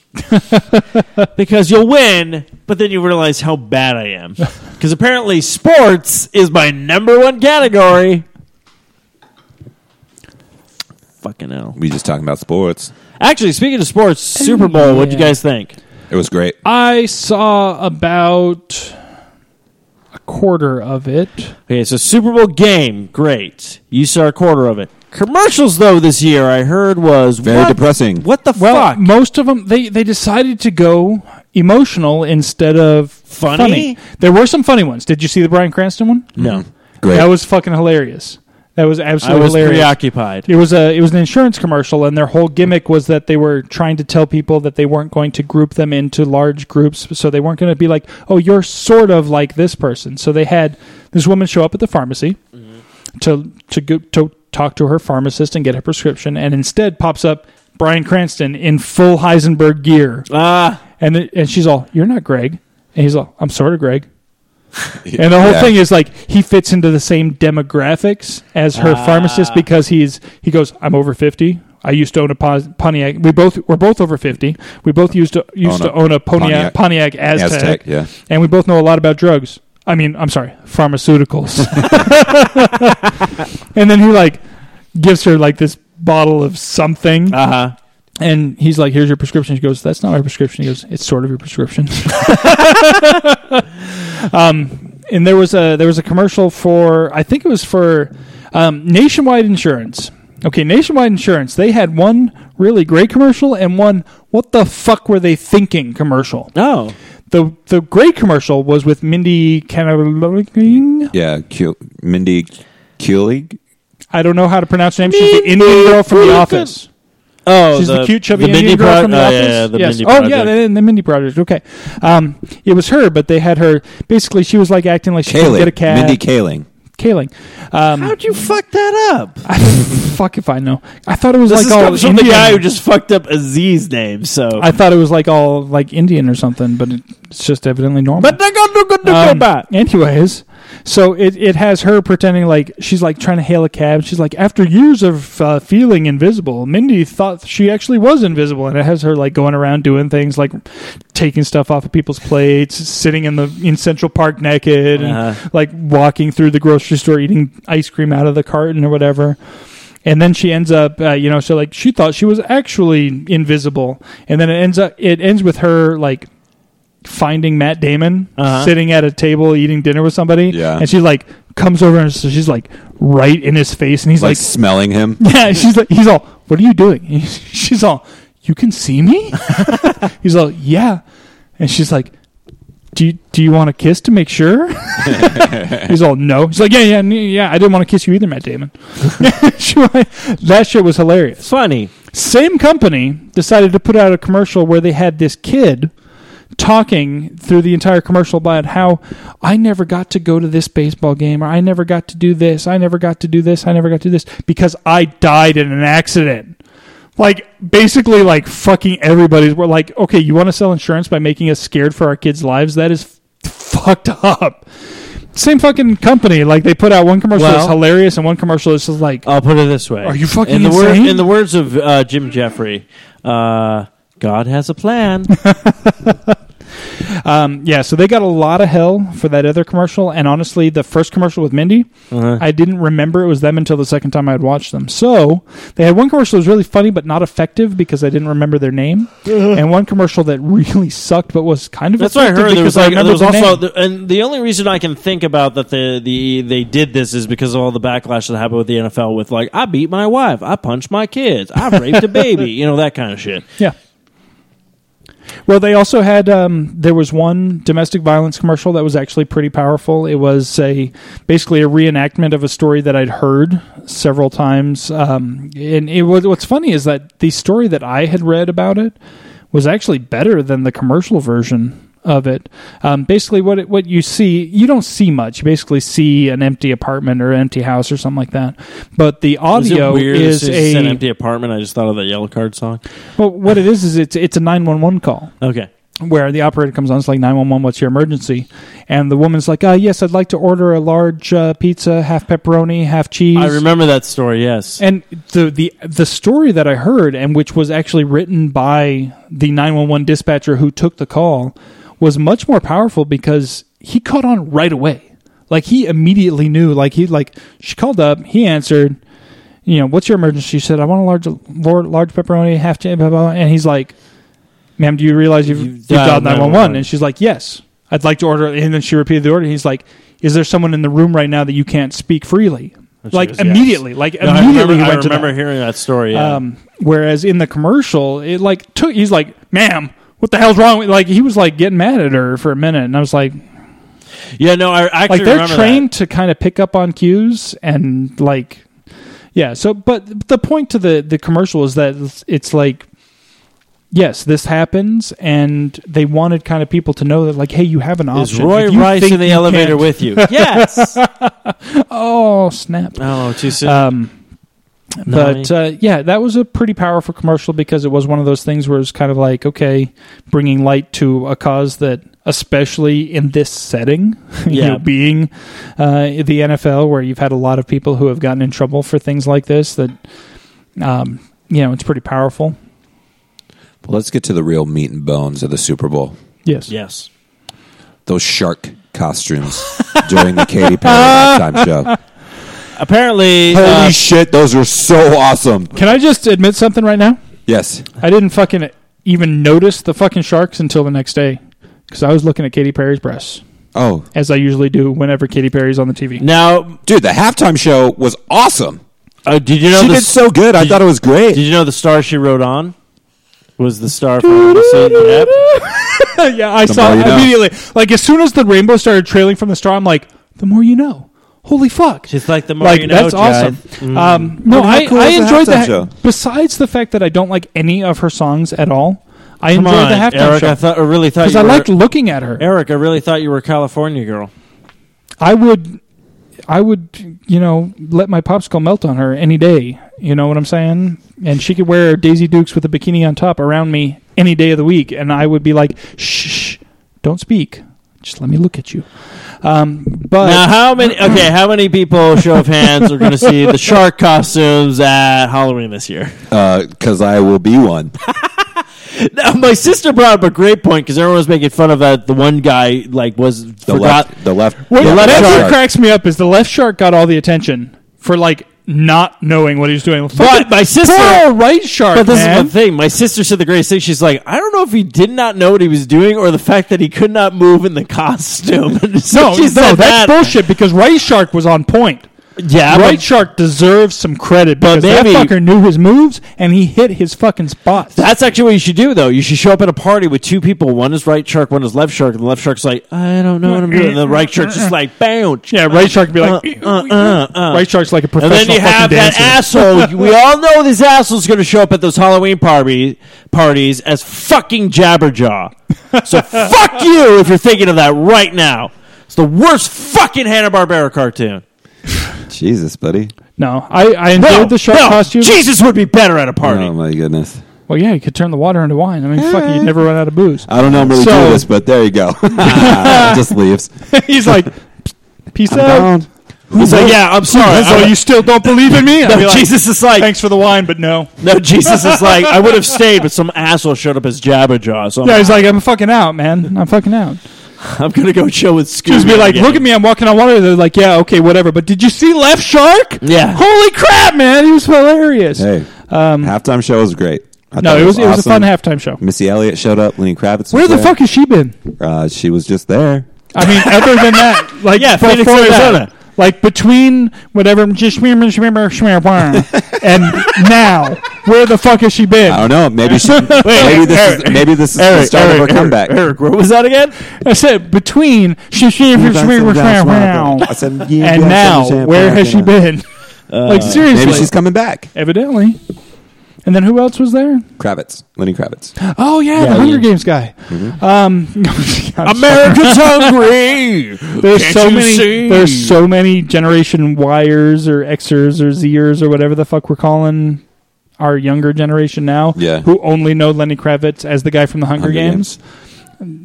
[SPEAKER 2] because you'll win, but then you realize how bad I am. Because apparently, sports is my number one category. Fucking hell!
[SPEAKER 3] We just talking about sports.
[SPEAKER 2] Actually, speaking of sports, Super Bowl. What'd you guys think?
[SPEAKER 3] It was great.
[SPEAKER 1] I saw about a quarter of it.
[SPEAKER 2] Okay, so Super Bowl game, great. You saw a quarter of it. Commercials though this year I heard was
[SPEAKER 3] Very
[SPEAKER 2] what-
[SPEAKER 3] depressing.
[SPEAKER 2] What the
[SPEAKER 1] Well,
[SPEAKER 2] fuck?
[SPEAKER 1] most of them they they decided to go emotional instead of funny?
[SPEAKER 2] Funny?
[SPEAKER 1] There were some funny ones. Did you see the Brian Cranston one?
[SPEAKER 2] No,
[SPEAKER 3] Great.
[SPEAKER 1] That was fucking hilarious. That was
[SPEAKER 2] I
[SPEAKER 1] absolutely
[SPEAKER 2] was
[SPEAKER 1] hilarious.
[SPEAKER 2] preoccupied.
[SPEAKER 1] It was a it was an insurance commercial, and their whole gimmick was that they were trying to tell people that they weren't going to group them into large groups, so they weren't going to be like, oh, you're sort of like this person. So they had this woman show up at the pharmacy
[SPEAKER 2] Mm-hmm.
[SPEAKER 1] to to go, to talk to her pharmacist and get a prescription, and instead pops up Brian Cranston in full Heisenberg gear,
[SPEAKER 2] Ah,
[SPEAKER 1] and it, and she's all, you're not Greg, and he's all, I'm sort of Greg. And the whole
[SPEAKER 3] Yeah.
[SPEAKER 1] thing is like he fits into the same demographics as her pharmacist because he's he goes I'm over fifty. I used to own a Pos- Pontiac. We both we're both over fifty. We both used to used
[SPEAKER 3] Own
[SPEAKER 1] to
[SPEAKER 3] a
[SPEAKER 1] own a Pontiac Pontiac, Aztec,
[SPEAKER 3] Aztec, yeah.
[SPEAKER 1] and we both know a lot about drugs. I mean, I'm sorry, pharmaceuticals. and then he like gives her like this bottle of something,
[SPEAKER 2] uh huh.
[SPEAKER 1] and he's like, "Here's your prescription." She goes, "That's not my prescription." He goes, "It's sort of your prescription." um, and there was a there was a commercial for I think it was for um, Nationwide Insurance. Okay, Nationwide Insurance. They had one really great commercial and one "What the fuck were they thinking?" commercial.
[SPEAKER 2] No,
[SPEAKER 1] The the great commercial was with Mindy Kaling.
[SPEAKER 3] yeah, Cu- Mindy Kulig.
[SPEAKER 1] I don't know how to pronounce her name. She's the Indian girl from The Office.
[SPEAKER 2] oh,
[SPEAKER 1] She's the, cute, chubby Indian
[SPEAKER 2] Mindy
[SPEAKER 1] girl
[SPEAKER 2] Pro-
[SPEAKER 1] from the
[SPEAKER 2] oh,
[SPEAKER 1] office.
[SPEAKER 2] Yeah, yeah, the
[SPEAKER 1] yes.
[SPEAKER 2] Mindy
[SPEAKER 1] oh yeah,
[SPEAKER 2] Project.
[SPEAKER 1] the, the Mindy Project. Okay, um, it was her, but they had her. Basically, she was like acting like she could get a
[SPEAKER 3] Kaling.
[SPEAKER 1] cat.
[SPEAKER 3] Mindy Kaling.
[SPEAKER 1] Kaling. Um,
[SPEAKER 2] How'd you fuck that up?
[SPEAKER 1] I, fuck if I know. I thought it was
[SPEAKER 2] This
[SPEAKER 1] like
[SPEAKER 2] is
[SPEAKER 1] all
[SPEAKER 2] comes from the
[SPEAKER 1] Indian.
[SPEAKER 2] guy who just fucked up Aziz's name. So
[SPEAKER 1] I thought it was like all like Indian or something, but it's just evidently normal.
[SPEAKER 2] but they're gonna do good to go
[SPEAKER 1] Um,
[SPEAKER 2] back.
[SPEAKER 1] Anyways, so it, it has her pretending like she's like trying to hail a cab. She's like, after years of uh, feeling invisible, Mindy thought she actually was invisible, and it has her like going around doing things like taking stuff off of people's plates, sitting in the in Central Park naked,
[SPEAKER 2] Uh-huh.
[SPEAKER 1] and like walking through the grocery store eating ice cream out of the carton or whatever. And then she ends up, uh, you know, so like she thought she was actually invisible, and then it ends up it ends with her like finding Matt Damon
[SPEAKER 2] Uh-huh.
[SPEAKER 1] sitting at a table eating dinner with somebody.
[SPEAKER 3] Yeah.
[SPEAKER 1] And she like comes over and so she's like right in his face and he's
[SPEAKER 3] Like,
[SPEAKER 1] like,
[SPEAKER 3] smelling him.
[SPEAKER 1] Yeah, she's like he's all, What are you doing? And she's all, You can see me? he's all, Yeah. And she's like, Do you do you want a kiss to make sure? he's all no. She's like, Yeah, yeah, yeah, I didn't want to kiss you either, Matt Damon. She went- that shit was hilarious
[SPEAKER 2] Funny.
[SPEAKER 1] same company decided to put out a commercial where they had this kid talking through the entire commercial about how I never got to go to this baseball game or I never got to do this, I never got to do this, I never got to do this because I died in an accident. Like basically like fucking everybody's we're like, okay, you want to sell insurance by making us scared for our kids' lives? That is f- fucked up. Same fucking company. Like they put out one commercial
[SPEAKER 2] Well-
[SPEAKER 1] that's hilarious and one commercial that's just like
[SPEAKER 2] I'll put it this way.
[SPEAKER 1] Are you fucking
[SPEAKER 2] in the wor-
[SPEAKER 1] insane?
[SPEAKER 2] in the words of uh, Jim Jeffrey, uh, God has a plan.
[SPEAKER 1] Um, yeah, so they got a lot of hell for that other commercial, and honestly, the first commercial with Mindy,
[SPEAKER 2] Uh-huh.
[SPEAKER 1] I didn't remember it was them until the second time I'd watched them. So they had one commercial that was really funny but not effective because I didn't remember their name, and one commercial that really sucked but was kind of
[SPEAKER 2] Uh-huh. That's what I
[SPEAKER 1] effective
[SPEAKER 2] heard. There
[SPEAKER 1] because
[SPEAKER 2] was like
[SPEAKER 1] I
[SPEAKER 2] there
[SPEAKER 1] remembered
[SPEAKER 2] was
[SPEAKER 1] the
[SPEAKER 2] also,
[SPEAKER 1] name.
[SPEAKER 2] and the only reason I can think about that the the they did this is because of all the backlash that happened with the NFL. With like, I beat my wife, I punched my kids, I raped a baby, you know that kind of shit.
[SPEAKER 1] yeah. Well, they also had um, there was one domestic violence commercial that was actually pretty powerful. It was a basically a reenactment of a story that I'd heard several times. Um, and it was what's funny is that the story that I had read about it was actually better than the commercial version of it. Um, basically, what it, what you see, you don't see much. You basically see an empty apartment or empty house or something like that. But the
[SPEAKER 2] Is it
[SPEAKER 1] audio
[SPEAKER 2] weird?
[SPEAKER 1] is
[SPEAKER 2] this
[SPEAKER 1] a
[SPEAKER 2] an empty apartment. I just thought of that yellow card song.
[SPEAKER 1] well, what it is is it's it's a nine one one call
[SPEAKER 2] Okay,
[SPEAKER 1] where the operator comes on, it's like 911, what's your emergency? And the woman's like, uh, yes, I'd like to order a large uh, pizza, half pepperoni, half cheese.
[SPEAKER 2] I remember that story. Yes,
[SPEAKER 1] And the, the the story that I heard, and which was actually written by the 911 dispatcher who took the call, was much more powerful because he caught on right away. Like he immediately knew. Like he like she called up, he answered. You know, what's your emergency? She said, I want a large lar- large pepperoni, half chicken, blah, blah, blah." and he's like, "Ma'am, do you realize you've,
[SPEAKER 2] You've
[SPEAKER 1] you've dialed
[SPEAKER 2] dialed
[SPEAKER 1] 911?"
[SPEAKER 2] 911.
[SPEAKER 1] And she's like, "Yes, I'd like to order." And then she repeated the order. And he's like, is there someone in the room right now that you can't speak freely?
[SPEAKER 2] And she
[SPEAKER 1] Like
[SPEAKER 2] goes, yes.
[SPEAKER 1] immediately, like
[SPEAKER 2] No, I
[SPEAKER 1] immediately,
[SPEAKER 2] remember-
[SPEAKER 1] he
[SPEAKER 2] I
[SPEAKER 1] went to
[SPEAKER 2] remember
[SPEAKER 1] that.
[SPEAKER 2] hearing that story, yeah.
[SPEAKER 1] Um, whereas in the commercial, it like took. He's like, "Ma'am, what the hell's wrong?" with Like he was like getting mad at her for a minute, and I was like,
[SPEAKER 2] Yeah, no, I actually
[SPEAKER 1] like they're
[SPEAKER 2] remember that.
[SPEAKER 1] trained to kind of pick up on cues and like yeah so but the point to the the commercial is that it's, it's like yes this happens and they wanted kind of people to know that like hey you have an
[SPEAKER 2] Is
[SPEAKER 1] option
[SPEAKER 2] Roy
[SPEAKER 1] If you
[SPEAKER 2] Rice
[SPEAKER 1] think
[SPEAKER 2] in the
[SPEAKER 1] you
[SPEAKER 2] elevator
[SPEAKER 1] can't-
[SPEAKER 2] with you? Yes.
[SPEAKER 1] oh snap
[SPEAKER 2] oh too soon
[SPEAKER 1] um
[SPEAKER 2] No,
[SPEAKER 1] but uh, yeah, that was a pretty powerful commercial because it was one of those things where it's kind of like, okay, bringing light to a cause that, especially in this setting, you
[SPEAKER 2] Yeah.
[SPEAKER 1] know, being uh, the NFL, where you've had a lot of people who have gotten in trouble for things like this, that, um, you know, it's pretty powerful.
[SPEAKER 3] Well, let's get to the real meat and bones of the Super Bowl.
[SPEAKER 1] Yes.
[SPEAKER 2] Yes.
[SPEAKER 3] Those shark costumes during the Katy Perry halftime show.
[SPEAKER 2] Apparently,
[SPEAKER 3] Holy
[SPEAKER 2] uh,
[SPEAKER 3] shit, those are so awesome.
[SPEAKER 1] Can I just admit something right now?
[SPEAKER 3] Yes.
[SPEAKER 1] I didn't fucking even notice the fucking sharks until the next day because I was looking at Katy Perry's breasts,
[SPEAKER 3] Oh,
[SPEAKER 1] as I usually do whenever Katy Perry's on the TV.
[SPEAKER 2] now,
[SPEAKER 3] dude, the halftime show was awesome.
[SPEAKER 2] uh, did you know
[SPEAKER 3] she
[SPEAKER 2] the
[SPEAKER 3] did
[SPEAKER 2] s-
[SPEAKER 3] so good. I
[SPEAKER 2] did-
[SPEAKER 3] thought it was great.
[SPEAKER 2] Did you know the star she rode on was the star from the Saint Jeanette?
[SPEAKER 1] yeah, I
[SPEAKER 3] The
[SPEAKER 1] saw
[SPEAKER 3] more
[SPEAKER 1] it
[SPEAKER 3] you know.
[SPEAKER 1] immediately. Like as soon as the rainbow started trailing from the star, I'm like, the more you know. Holy fuck!
[SPEAKER 2] Just like the more
[SPEAKER 1] like
[SPEAKER 2] you know, Mm.
[SPEAKER 1] that's
[SPEAKER 2] Chad.
[SPEAKER 1] awesome. Um, no,
[SPEAKER 3] But how
[SPEAKER 1] I,
[SPEAKER 3] cool
[SPEAKER 1] I
[SPEAKER 3] is the
[SPEAKER 1] enjoyed that.
[SPEAKER 3] halftime show?
[SPEAKER 1] Besides the fact that I don't like any of her songs at all, I
[SPEAKER 2] Come
[SPEAKER 1] enjoyed
[SPEAKER 2] on,
[SPEAKER 1] the halftime
[SPEAKER 2] Eric.
[SPEAKER 1] show
[SPEAKER 2] I thought I really thought
[SPEAKER 1] because
[SPEAKER 2] you
[SPEAKER 1] I
[SPEAKER 2] were
[SPEAKER 1] liked looking at her.
[SPEAKER 2] Eric. I really thought you were a California girl.
[SPEAKER 1] I would, I would, you know, let my popsicle melt on her any day. You know what I'm saying? And she could wear Daisy Dukes with a bikini on top around me any day of the week, and I would be like, shh, shh, don't speak. Just let me look at you. Um, but
[SPEAKER 2] now, how many? Okay, how many people? Show of hands are going to see the shark costumes at Halloween this year?
[SPEAKER 3] Because Uh, I will be one.
[SPEAKER 2] Now, my sister brought up a great point because everyone was making fun of that. The one guy like was
[SPEAKER 3] The
[SPEAKER 2] forgot.
[SPEAKER 3] left. The left.
[SPEAKER 1] what,
[SPEAKER 3] the
[SPEAKER 1] what
[SPEAKER 3] left
[SPEAKER 1] really
[SPEAKER 3] shark.
[SPEAKER 1] cracks me up is the left shark got all the attention for like not knowing what he was doing.
[SPEAKER 2] But my sister-
[SPEAKER 1] poor old right shark,
[SPEAKER 2] But this
[SPEAKER 1] man.
[SPEAKER 2] is the thing. My sister said the greatest thing. She's like, I don't know if he did not know what he was doing or the fact that he could not move in the costume. so
[SPEAKER 1] No,
[SPEAKER 2] she
[SPEAKER 1] no,
[SPEAKER 2] said
[SPEAKER 1] that's bullshit because right shark was on point.
[SPEAKER 2] Yeah,
[SPEAKER 1] Right
[SPEAKER 2] but-
[SPEAKER 1] Shark deserves some credit
[SPEAKER 2] But
[SPEAKER 1] because that
[SPEAKER 2] maybe-
[SPEAKER 1] fucker knew his moves and he hit his fucking spots.
[SPEAKER 2] That's actually what you should do, though. You should show up at a party with two people. One is right shark, one is left shark, and the left shark's like, I don't know what I'm doing. And the right shark's just like, bounce.
[SPEAKER 1] yeah, Right Shark would be like,
[SPEAKER 2] uh, uh, uh.
[SPEAKER 1] Right Shark's like a
[SPEAKER 2] And
[SPEAKER 1] professional
[SPEAKER 2] then you
[SPEAKER 1] fucking
[SPEAKER 2] have
[SPEAKER 1] dancer.
[SPEAKER 2] that asshole. we all know this asshole's going to show up at those Halloween party parties as fucking Jabberjaw. So fuck you if you're thinking of that right now. It's the worst fucking Hanna Barbera cartoon.
[SPEAKER 3] Jesus, buddy.
[SPEAKER 1] No, I, I enjoyed
[SPEAKER 2] No,
[SPEAKER 1] the shark
[SPEAKER 2] no,
[SPEAKER 1] costume.
[SPEAKER 2] Jesus would be better at a party.
[SPEAKER 3] Oh my goodness.
[SPEAKER 1] Well, yeah, you could turn the water into wine. I mean, fuck,
[SPEAKER 2] Uh.
[SPEAKER 1] you'd never run out of booze.
[SPEAKER 3] I don't know. I'm really
[SPEAKER 1] So-
[SPEAKER 3] doing this, but there you go. Just leaves.
[SPEAKER 1] He's like, peace out.
[SPEAKER 3] Down.
[SPEAKER 2] He's like, yeah, I'm sorry.
[SPEAKER 1] So
[SPEAKER 2] I'm-
[SPEAKER 1] you still don't believe in me? I'd
[SPEAKER 2] No,
[SPEAKER 1] be like,
[SPEAKER 2] Jesus is like,
[SPEAKER 1] Thanks for the wine, but no.
[SPEAKER 2] No, Jesus is like, I would have stayed, but some asshole showed up as Jabberjaw. So I'm,
[SPEAKER 1] Yeah, he's like, I'm fucking out, man. I'm fucking out.
[SPEAKER 2] I'm gonna go chill with Scooby.
[SPEAKER 1] Just be like,
[SPEAKER 2] again.
[SPEAKER 1] look at me, I'm walking on water. They're like, yeah, okay, whatever. But did you see Left Shark?
[SPEAKER 2] Yeah.
[SPEAKER 1] Holy crap, man! He was hilarious.
[SPEAKER 3] Hey, halftime show was great. I
[SPEAKER 1] Um, no,
[SPEAKER 3] thought
[SPEAKER 1] it was it was a fun
[SPEAKER 3] awesome.
[SPEAKER 1] halftime show.
[SPEAKER 3] Missy Elliott showed up. Lenny Kravitz.
[SPEAKER 1] Where
[SPEAKER 3] was
[SPEAKER 1] the
[SPEAKER 3] there.
[SPEAKER 1] fuck has she been?
[SPEAKER 3] Uh, she was just there.
[SPEAKER 1] I mean, other than that, like
[SPEAKER 2] Yeah,
[SPEAKER 1] before
[SPEAKER 2] Phoenix,
[SPEAKER 1] that,
[SPEAKER 2] Arizona.
[SPEAKER 1] like between whatever just shmear, shmear, shmear, shmear, and now, where the fuck has she been?
[SPEAKER 3] I don't know. Maybe she. maybe this is maybe this is the start of her comeback.
[SPEAKER 2] Eric, what was that again?
[SPEAKER 1] I said between shmear, shmear, shmear, shmear,
[SPEAKER 3] I said,
[SPEAKER 1] shmear, and now, where has she been? Like seriously,
[SPEAKER 3] Maybe she's coming back.
[SPEAKER 1] evidently. And then who else was there?
[SPEAKER 3] Kravitz, Lenny Kravitz.
[SPEAKER 1] Oh yeah, the Hunger Games guy. Um,
[SPEAKER 2] America's hungry.
[SPEAKER 1] There's
[SPEAKER 2] Can't
[SPEAKER 1] so
[SPEAKER 2] you
[SPEAKER 1] many.
[SPEAKER 2] see?
[SPEAKER 1] There's so many generation Yers or Xers or Zers or whatever the fuck we're calling our younger generation now.
[SPEAKER 3] Yeah.
[SPEAKER 1] Who only know Lenny Kravitz as the guy from the Hunger,
[SPEAKER 3] Hunger
[SPEAKER 1] Games.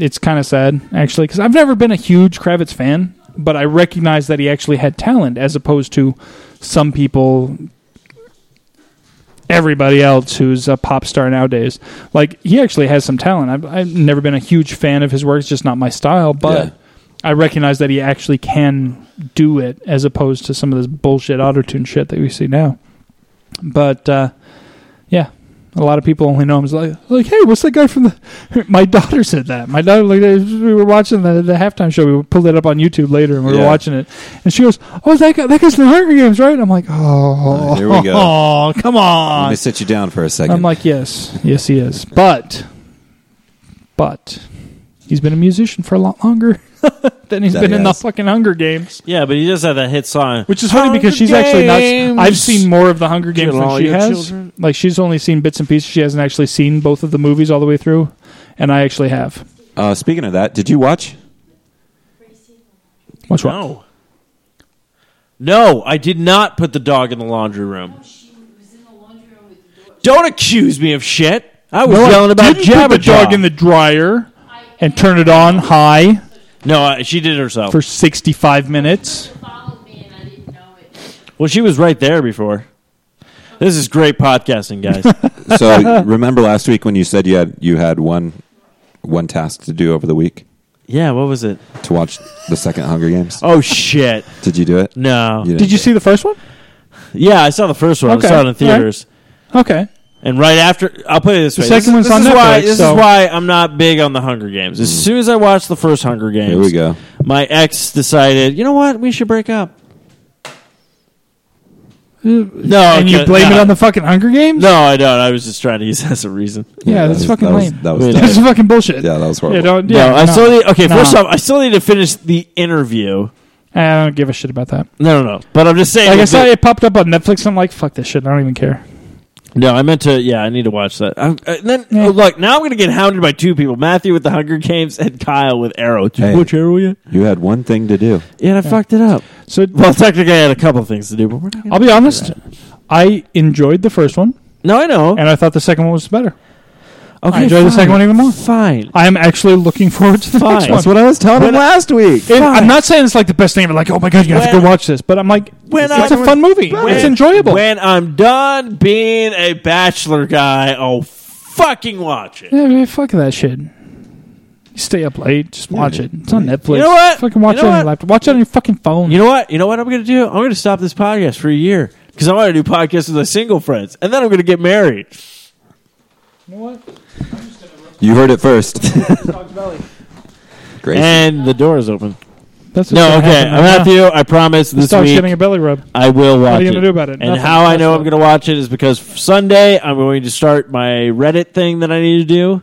[SPEAKER 1] It's kind of sad actually because I've never been a huge Kravitz fan, but I recognize that he actually had talent as opposed to some people. Everybody else who's a pop star nowadays, like he actually has some talent. I've, I've never been a huge fan of his work; it's just not my style. But
[SPEAKER 3] Yeah.
[SPEAKER 1] I recognize that he actually can do it as opposed to some of this bullshit autotune shit that we see now. But uh, yeah, A lot of people only know him as like, like, hey, what's that guy from the? My daughter said that. My daughter, like, we were watching the, the halftime show. We pulled it up on YouTube later, and we were
[SPEAKER 3] Yeah.
[SPEAKER 1] watching it. And she goes, "Oh, is that guy? That guy's from the Hunger Games, right?" I'm like, "Oh,
[SPEAKER 3] Uh, here we go.
[SPEAKER 1] Oh, come
[SPEAKER 3] Let
[SPEAKER 1] on."
[SPEAKER 3] me sit you down for a
[SPEAKER 1] I'm
[SPEAKER 3] second.
[SPEAKER 1] like, "Yes, yes, he is." But, but he's been a musician for a lot longer than he's
[SPEAKER 2] That
[SPEAKER 1] been
[SPEAKER 2] he
[SPEAKER 1] in the
[SPEAKER 2] has.
[SPEAKER 1] fucking Hunger Games.
[SPEAKER 2] Yeah, but he does have that hit song,
[SPEAKER 1] Which is funny because she's actually not. I've seen more of the Hunger Games
[SPEAKER 2] Kill
[SPEAKER 1] than
[SPEAKER 2] all
[SPEAKER 1] she
[SPEAKER 2] your
[SPEAKER 1] has.
[SPEAKER 2] children.
[SPEAKER 1] Like she's only seen bits and pieces. She hasn't actually seen both of the movies all the way through, and I actually have.
[SPEAKER 3] uh, speaking of that, did you watch?
[SPEAKER 1] Watch what?
[SPEAKER 2] No. No, I did not put the dog in the laundry room. Don't accuse me of shit. I was
[SPEAKER 1] No, I
[SPEAKER 2] yelling about
[SPEAKER 1] didn't put the dog in the dryer and turn it on high
[SPEAKER 2] No, I, she did it herself.
[SPEAKER 1] for 65 minutes.
[SPEAKER 2] well, she was right there before. This is great podcasting, guys.
[SPEAKER 3] So remember last week when you said you had you had one one task to do over the week
[SPEAKER 2] yeah, what was it?
[SPEAKER 3] to watch the second Hunger Games?
[SPEAKER 2] Oh shit!
[SPEAKER 3] Did you do it?
[SPEAKER 2] No.
[SPEAKER 3] didn't.
[SPEAKER 1] Did you see the first one?
[SPEAKER 2] Yeah, I saw the first one.
[SPEAKER 1] Okay,
[SPEAKER 2] I saw it in
[SPEAKER 1] alright.
[SPEAKER 2] theaters.
[SPEAKER 1] Okay.
[SPEAKER 2] And right after, I'll put it this
[SPEAKER 1] The
[SPEAKER 2] way.
[SPEAKER 1] second one's
[SPEAKER 2] this,
[SPEAKER 1] on
[SPEAKER 2] this is Why,
[SPEAKER 1] Netflix,
[SPEAKER 2] this
[SPEAKER 1] so- Mm.
[SPEAKER 2] is why I'm not big on the Hunger Games. As soon as I watched the first Hunger Games,
[SPEAKER 3] Here we go.
[SPEAKER 2] my ex decided, you know what, we should break up. No,
[SPEAKER 1] and you
[SPEAKER 2] okay,
[SPEAKER 1] blame
[SPEAKER 2] no.
[SPEAKER 1] it on the fucking Hunger Games?
[SPEAKER 2] No, I don't. I was just trying to use that as a reason.
[SPEAKER 1] Yeah,
[SPEAKER 3] that
[SPEAKER 1] that's
[SPEAKER 3] was-
[SPEAKER 1] fucking
[SPEAKER 3] that was-
[SPEAKER 1] lame.
[SPEAKER 3] that was
[SPEAKER 1] that's
[SPEAKER 3] dumb.
[SPEAKER 1] fucking bullshit.
[SPEAKER 3] Yeah, that was horrible.
[SPEAKER 1] Yeah, don't, yeah,
[SPEAKER 2] no, I
[SPEAKER 1] no.
[SPEAKER 2] still need. Okay,
[SPEAKER 1] Nah.
[SPEAKER 2] first off, I still need to finish the interview.
[SPEAKER 1] I don't give a shit about that.
[SPEAKER 2] No, no, no. But I'm just saying.
[SPEAKER 1] Like I
[SPEAKER 2] with
[SPEAKER 1] saw
[SPEAKER 2] the-
[SPEAKER 1] it popped up on Netflix. I'm like, fuck this shit. I don't even care.
[SPEAKER 2] No, I meant to. Yeah, I need to watch that. I'm, uh, then oh, look, now I'm going to get hounded by two people: Matthew with the Hunger Games and Kyle with Arrow. Did you
[SPEAKER 3] Hey.
[SPEAKER 2] watch Arrow yet?
[SPEAKER 3] You had one thing to do.
[SPEAKER 2] Yeah, and I fucked it up.
[SPEAKER 1] So
[SPEAKER 2] Well, technically, I had a couple things to do, but we're not gonna
[SPEAKER 1] I'll be honest. I enjoyed the first one,
[SPEAKER 2] No, I know.
[SPEAKER 1] and I thought the second one was better.
[SPEAKER 2] okay,
[SPEAKER 1] I enjoyed the second one even more.
[SPEAKER 2] Fine.
[SPEAKER 1] I am actually looking forward to the
[SPEAKER 2] Fine.
[SPEAKER 1] next one.
[SPEAKER 2] That's
[SPEAKER 3] I was telling
[SPEAKER 2] him
[SPEAKER 3] last week.
[SPEAKER 1] And I'm not saying it's like the best thing ever. Like, oh my god, you have to go
[SPEAKER 2] When-
[SPEAKER 1] watch this. But I'm like,
[SPEAKER 2] when
[SPEAKER 1] it's
[SPEAKER 2] I-
[SPEAKER 1] a fun movie.
[SPEAKER 2] When-
[SPEAKER 1] it's enjoyable.
[SPEAKER 2] When I'm done being a bachelor guy, I'll fucking watch it.
[SPEAKER 1] yeah, man, fuck that shit. You stay up late, just watch it. It's on Netflix.
[SPEAKER 2] You know what?
[SPEAKER 1] Fucking watch
[SPEAKER 2] You know
[SPEAKER 1] it on your
[SPEAKER 2] what?
[SPEAKER 1] laptop. Watch it on your fucking phone.
[SPEAKER 2] You know what? You know what I'm going to do? I'm going to stop this podcast for a year because I want to do podcasts with my single friends, and then I'm going to get married.
[SPEAKER 3] You heard it first. Great.
[SPEAKER 2] And the door is open.
[SPEAKER 1] That's what's
[SPEAKER 2] No,
[SPEAKER 1] gonna
[SPEAKER 2] okay,
[SPEAKER 1] happen right now.
[SPEAKER 2] Matthew. I promise this
[SPEAKER 1] Start getting
[SPEAKER 2] week
[SPEAKER 1] a belly rub.
[SPEAKER 2] I will watch
[SPEAKER 1] are you
[SPEAKER 2] it.
[SPEAKER 1] gonna do about it?
[SPEAKER 2] And
[SPEAKER 1] Nothing.
[SPEAKER 2] how I know
[SPEAKER 1] That's
[SPEAKER 2] I'm
[SPEAKER 1] it.
[SPEAKER 2] going to watch it is because Sunday I'm going to start my Reddit thing that I need to do,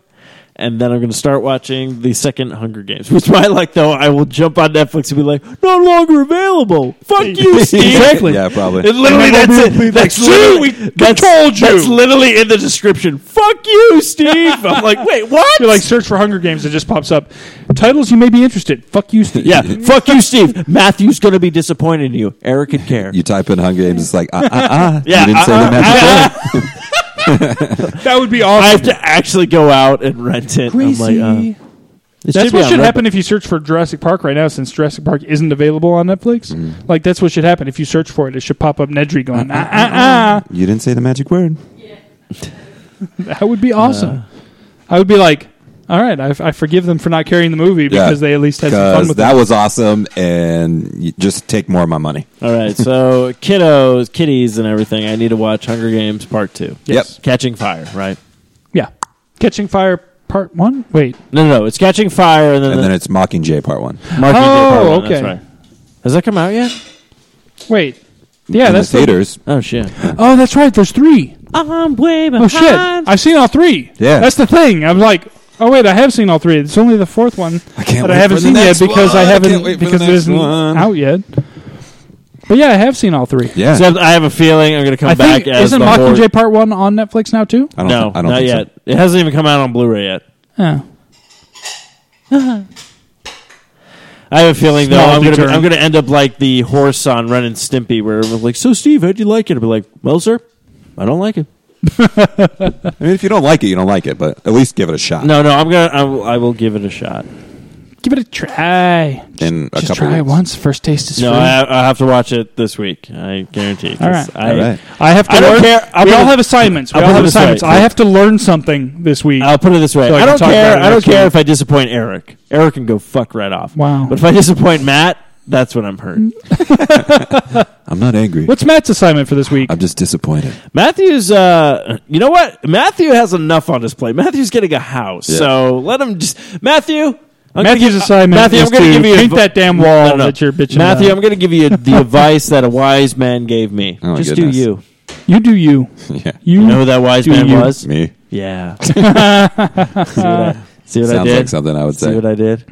[SPEAKER 2] and then I'm going to start watching the second Hunger Games. Which by luck, though, I will jump on Netflix and be like, no longer available. Fuck you, Steve.
[SPEAKER 1] Exactly.
[SPEAKER 3] Yeah, probably.
[SPEAKER 2] And literally, that's it. That's
[SPEAKER 1] true.
[SPEAKER 2] literally
[SPEAKER 1] We
[SPEAKER 2] that's,
[SPEAKER 1] controlled you.
[SPEAKER 2] That's literally in the description. Fuck you, Steve. I'm like, wait, what?
[SPEAKER 1] You like search for Hunger Games, it just pops up. Titles you may be interested. Fuck you, Steve.
[SPEAKER 2] yeah, fuck you, Steve. Matthew's going to be disappointed in you. Eric could care.
[SPEAKER 3] You type in Hunger Games, it's like, ah, ah, ah.
[SPEAKER 2] Yeah,
[SPEAKER 3] You didn't say
[SPEAKER 2] uh,
[SPEAKER 3] the
[SPEAKER 2] uh,
[SPEAKER 3] magic
[SPEAKER 2] uh,
[SPEAKER 3] word.
[SPEAKER 1] that would be
[SPEAKER 2] I
[SPEAKER 1] awesome.
[SPEAKER 2] have to actually go out and rent it. I'm like, uh, it
[SPEAKER 1] That's
[SPEAKER 2] should be
[SPEAKER 1] what
[SPEAKER 2] on
[SPEAKER 1] should
[SPEAKER 2] Redbox.
[SPEAKER 1] happen if you search for Jurassic Park right now, since Jurassic Park isn't available on Netflix. Like that's what should happen if you search for it. It should pop up Nedry going, ah, ah,
[SPEAKER 3] You didn't say the magic word.
[SPEAKER 1] ah. That would be awesome. I would be like, all right, I, I forgive them for not carrying the movie because they at least had some fun
[SPEAKER 3] Because
[SPEAKER 1] with
[SPEAKER 3] that
[SPEAKER 1] it.
[SPEAKER 3] was awesome, and you just take more of my money.
[SPEAKER 2] All right, so kiddos, kitties, and everything. I need to watch Hunger Games Part Two.
[SPEAKER 1] Yes.
[SPEAKER 2] Catching Fire, right?
[SPEAKER 1] Yeah, Catching Fire Part One. Wait,
[SPEAKER 2] No, no, no. It's Catching Fire, and then,
[SPEAKER 3] And then
[SPEAKER 1] Uh,
[SPEAKER 3] it's Mockingjay Part One.
[SPEAKER 2] the Marky
[SPEAKER 1] Oh,
[SPEAKER 2] Day Part One, that's
[SPEAKER 1] okay.
[SPEAKER 2] right. Has that come out yet?
[SPEAKER 1] wait, yeah,
[SPEAKER 3] In
[SPEAKER 1] that's
[SPEAKER 3] the theaters.
[SPEAKER 2] Oh shit!
[SPEAKER 1] The, oh, that's right. There's three.
[SPEAKER 2] I'm way behind.
[SPEAKER 1] Oh shit, I've seen all three.
[SPEAKER 3] Yeah.
[SPEAKER 1] that's the thing. I'm like. Oh wait, I have seen all three. It's only the fourth one
[SPEAKER 3] I can't
[SPEAKER 1] that
[SPEAKER 3] wait
[SPEAKER 1] I haven't
[SPEAKER 3] for the
[SPEAKER 1] seen yet
[SPEAKER 3] next
[SPEAKER 1] because I
[SPEAKER 3] one. I
[SPEAKER 1] haven't
[SPEAKER 3] can't wait for the
[SPEAKER 1] because it
[SPEAKER 3] next
[SPEAKER 1] isn't
[SPEAKER 3] one.
[SPEAKER 1] out yet. But yeah, I have seen all three.
[SPEAKER 3] Yeah.
[SPEAKER 2] Except I have a feeling I'm going to come
[SPEAKER 1] I
[SPEAKER 2] back.
[SPEAKER 1] think
[SPEAKER 2] as
[SPEAKER 1] isn't
[SPEAKER 2] the
[SPEAKER 1] Mockingjay
[SPEAKER 2] horror-
[SPEAKER 1] Part One on Netflix now too?
[SPEAKER 3] I don't,
[SPEAKER 2] No,
[SPEAKER 3] I don't
[SPEAKER 2] not
[SPEAKER 3] think so.
[SPEAKER 2] yet. It hasn't even come out on Blu-ray yet.
[SPEAKER 1] Oh.
[SPEAKER 2] I have a feeling though
[SPEAKER 1] Small
[SPEAKER 2] I'm gonna be-
[SPEAKER 1] deterrent.
[SPEAKER 2] I'm gonna end up like the horse on Ren and Stimpy, where it was like, "So Steve, how'd you like it?" I'll be like, "Well, sir, I don't like it."
[SPEAKER 3] I mean, if you don't like it, you don't like it, but at least give it a shot.
[SPEAKER 2] No, no, I'm gonna I will, I will give it a shot.
[SPEAKER 1] Give it a try.
[SPEAKER 3] In a
[SPEAKER 1] Just
[SPEAKER 3] couple
[SPEAKER 1] try it
[SPEAKER 3] weeks.
[SPEAKER 1] once. First taste is
[SPEAKER 2] No,
[SPEAKER 1] free.
[SPEAKER 2] I, I have to watch it this week. I guarantee. 'cause
[SPEAKER 1] All right.
[SPEAKER 2] I,
[SPEAKER 3] All right.
[SPEAKER 1] I have to
[SPEAKER 2] I don't
[SPEAKER 1] learn.
[SPEAKER 2] care. I'll
[SPEAKER 1] we
[SPEAKER 2] put
[SPEAKER 1] all
[SPEAKER 2] it-
[SPEAKER 1] have assignments. We
[SPEAKER 2] I'll
[SPEAKER 1] all
[SPEAKER 2] put it
[SPEAKER 1] have
[SPEAKER 2] this way.
[SPEAKER 1] assignments. I have to learn something this week.
[SPEAKER 2] will put it this way:
[SPEAKER 1] So I
[SPEAKER 2] I,
[SPEAKER 1] can
[SPEAKER 2] don't
[SPEAKER 1] talk
[SPEAKER 2] care.
[SPEAKER 1] about it
[SPEAKER 2] I don't
[SPEAKER 1] next
[SPEAKER 2] care
[SPEAKER 1] week.
[SPEAKER 2] if I disappoint Eric. Eric can go fuck right off.
[SPEAKER 1] Wow. Mm.
[SPEAKER 2] But if I disappoint Matt, That's what I'm hurt.
[SPEAKER 3] I'm not angry.
[SPEAKER 1] What's Matt's assignment for this week?
[SPEAKER 3] I'm just disappointed.
[SPEAKER 2] Matthew's, uh, you know what? Matthew has enough on his plate. Matthew's getting a house,
[SPEAKER 3] Yeah.
[SPEAKER 2] so let him just. Matthew. I'm
[SPEAKER 1] Matthew's
[SPEAKER 2] gonna give-
[SPEAKER 1] assignment
[SPEAKER 2] Matthew,
[SPEAKER 1] is
[SPEAKER 2] I'm gonna
[SPEAKER 1] to
[SPEAKER 2] give you
[SPEAKER 1] paint
[SPEAKER 2] advi-
[SPEAKER 1] that damn wall that you're bitching
[SPEAKER 2] Matthew,
[SPEAKER 1] about.
[SPEAKER 2] I'm going to give you the advice that a wise man gave me.
[SPEAKER 3] Oh, my
[SPEAKER 2] just
[SPEAKER 3] goodness.
[SPEAKER 2] do you.
[SPEAKER 1] You do you.
[SPEAKER 3] yeah.
[SPEAKER 1] You,
[SPEAKER 2] You know who that wise
[SPEAKER 1] Do
[SPEAKER 2] man
[SPEAKER 1] you.
[SPEAKER 2] was?
[SPEAKER 3] Me.
[SPEAKER 2] Yeah. see what I, see what I
[SPEAKER 3] Sounds
[SPEAKER 2] did?
[SPEAKER 3] like something I would
[SPEAKER 2] see
[SPEAKER 3] say.
[SPEAKER 2] what I did?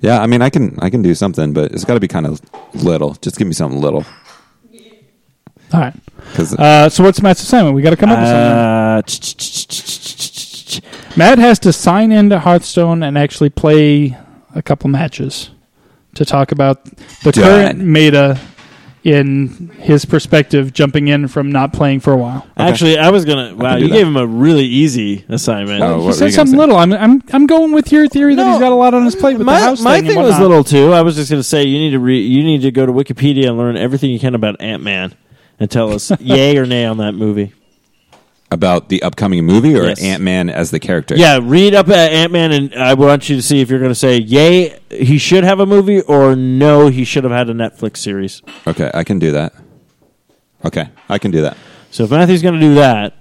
[SPEAKER 3] Yeah, I mean, I can I can do something, but it's got to be kind of little. Just give me something little,
[SPEAKER 1] All right.
[SPEAKER 3] because
[SPEAKER 1] Uh, so what's Matt's assignment? We got to come up with something.
[SPEAKER 2] Uh, ch- ch- ch- ch- ch- ch- ch-
[SPEAKER 1] Matt has to sign into Hearthstone and actually play a couple matches to talk about the
[SPEAKER 3] Done.
[SPEAKER 1] current meta in his perspective, jumping in from not playing for a while.
[SPEAKER 2] Actually, I was gonna. Wow,
[SPEAKER 3] do
[SPEAKER 2] you
[SPEAKER 3] that.
[SPEAKER 2] gave him a really easy assignment.
[SPEAKER 3] Oh,
[SPEAKER 1] he
[SPEAKER 3] what were
[SPEAKER 1] said
[SPEAKER 3] you gonna
[SPEAKER 1] something
[SPEAKER 3] say?
[SPEAKER 1] little. I'm, I'm, I'm going with your theory that
[SPEAKER 2] No,
[SPEAKER 1] he's got a lot on his plate with
[SPEAKER 2] my
[SPEAKER 1] the house thing
[SPEAKER 2] my
[SPEAKER 1] and
[SPEAKER 2] thing was
[SPEAKER 1] whatnot.
[SPEAKER 2] little too. I was just gonna say you need to re- you need to go to Wikipedia and learn everything you can about Ant Man and tell us yay or nay on that movie.
[SPEAKER 3] about the upcoming movie or
[SPEAKER 2] Yes.
[SPEAKER 3] Ant Man as the character.
[SPEAKER 2] Yeah, read up at Ant Man and I want you to see if you're gonna say yay he should have a movie or no he should have had a Netflix series.
[SPEAKER 3] Okay, I can do that. Okay, I can do that.
[SPEAKER 2] So if Matthew's gonna do that,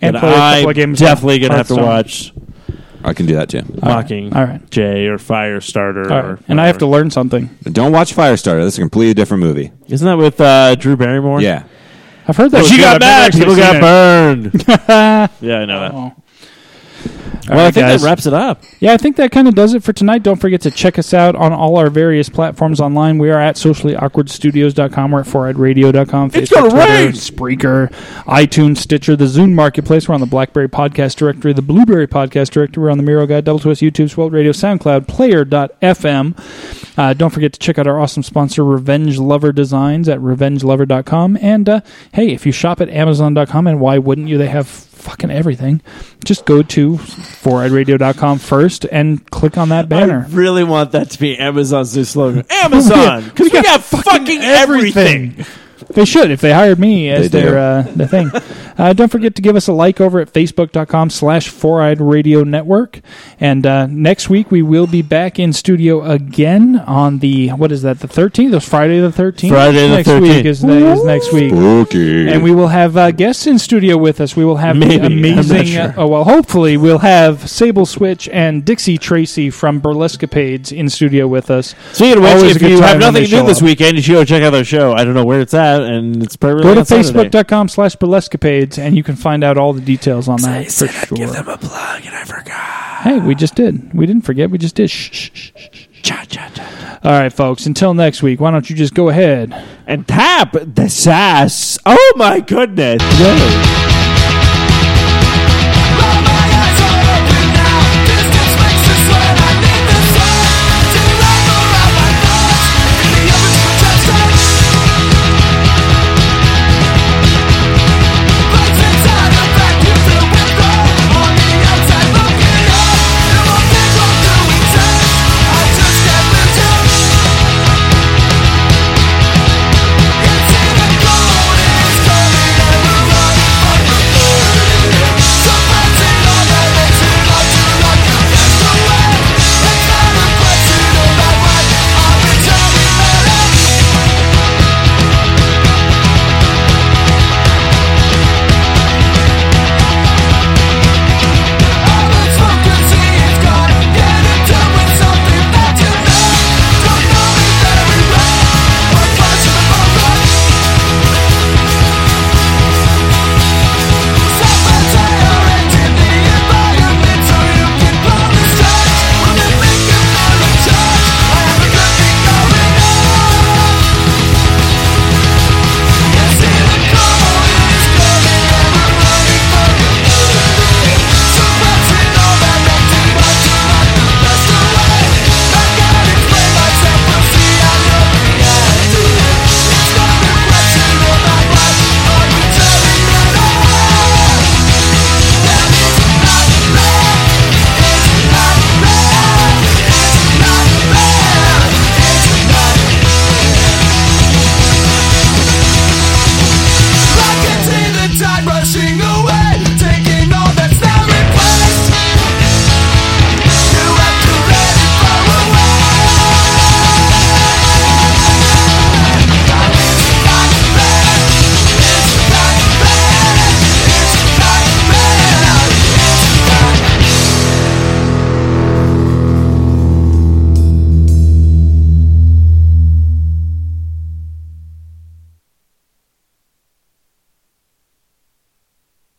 [SPEAKER 1] And
[SPEAKER 2] then
[SPEAKER 1] play a
[SPEAKER 2] I'm
[SPEAKER 1] couple of games
[SPEAKER 2] definitely
[SPEAKER 1] of
[SPEAKER 2] gonna have to
[SPEAKER 1] Hearthstone.
[SPEAKER 2] watch
[SPEAKER 3] I can do that too.
[SPEAKER 2] Mocking
[SPEAKER 1] All right.
[SPEAKER 2] Jay or Firestarter.
[SPEAKER 1] All right.
[SPEAKER 2] Or
[SPEAKER 1] And I have to
[SPEAKER 2] whatever.
[SPEAKER 1] learn something.
[SPEAKER 3] Don't watch Firestarter. That's a completely different movie.
[SPEAKER 2] Isn't that with uh, Drew Barrymore?
[SPEAKER 3] Yeah.
[SPEAKER 1] I've heard that.
[SPEAKER 2] But
[SPEAKER 1] was
[SPEAKER 2] she
[SPEAKER 1] good. I've
[SPEAKER 2] got
[SPEAKER 1] never
[SPEAKER 2] mad.
[SPEAKER 1] actually
[SPEAKER 2] People
[SPEAKER 1] seen
[SPEAKER 2] got
[SPEAKER 1] it.
[SPEAKER 2] burned. yeah, I know that.
[SPEAKER 1] Oh.
[SPEAKER 2] Well, I think
[SPEAKER 1] guys.
[SPEAKER 2] that wraps it up.
[SPEAKER 1] Yeah, I think that kind of does it for tonight. Don't forget to check us out on all our various platforms online. We are at sociallyawkwardstudios.com. We're at foureyedradio.com.
[SPEAKER 2] It's
[SPEAKER 1] Facebook,
[SPEAKER 2] gonna
[SPEAKER 1] Twitter,
[SPEAKER 2] rain!
[SPEAKER 1] Spreaker, iTunes, Stitcher, the Zune Marketplace. We're on the BlackBerry Podcast Directory, the Blueberry Podcast Directory. We're on the Miro Guide, Double Twist, YouTube, Swell Radio, SoundCloud, Player.fm. Uh, don't forget to check out our awesome sponsor, Revenge Lover Designs, at RevengeLover.com. And uh, hey, if you shop at Amazon.com, and why wouldn't you? They have fucking everything. Just go to foureyedradio.com first and click on that banner.
[SPEAKER 2] I really want that to be Amazon's new slogan. Amazon,
[SPEAKER 1] Yeah,
[SPEAKER 2] because we, got, fucking everything.
[SPEAKER 1] They should if they hired me as
[SPEAKER 3] They do.
[SPEAKER 1] their uh, the thing. uh, don't forget to give us a like over at facebook.com slash four eyed radio network. And uh, next week we will be back in studio again on the what is that the thirteenth? It's Friday the thirteenth.
[SPEAKER 2] Friday the
[SPEAKER 1] next
[SPEAKER 2] 13th.
[SPEAKER 1] week is, the, is next week.
[SPEAKER 3] Okay.
[SPEAKER 1] And we will have uh, guests in studio with us. We will have
[SPEAKER 2] Maybe.
[SPEAKER 1] the
[SPEAKER 2] I'm not
[SPEAKER 1] amazing.
[SPEAKER 2] sure.
[SPEAKER 1] oh well, hopefully we'll have Sable Switch and Dixie Tracy from Burlescapades in studio with us.
[SPEAKER 2] Speaking of
[SPEAKER 1] Always
[SPEAKER 2] which,
[SPEAKER 1] a
[SPEAKER 2] if
[SPEAKER 1] good
[SPEAKER 2] you
[SPEAKER 1] time
[SPEAKER 2] have
[SPEAKER 1] when
[SPEAKER 2] nothing
[SPEAKER 1] they
[SPEAKER 2] to do
[SPEAKER 1] show
[SPEAKER 2] this
[SPEAKER 1] up.
[SPEAKER 2] weekend, you should go check out their show. I don't know where it's at, and it's probably
[SPEAKER 1] Go to
[SPEAKER 2] on Saturday.
[SPEAKER 1] facebook.com slash burlescapades and you can find out all the details on that for sure.
[SPEAKER 2] Give them a plug, and I forgot.
[SPEAKER 1] Hey, we just did. We didn't forget. We just did. Shh, shh, shh, shh, shh. All right, folks. Until next week, why don't you just go ahead?
[SPEAKER 2] And tap the sass. Oh my goodness.
[SPEAKER 1] Go.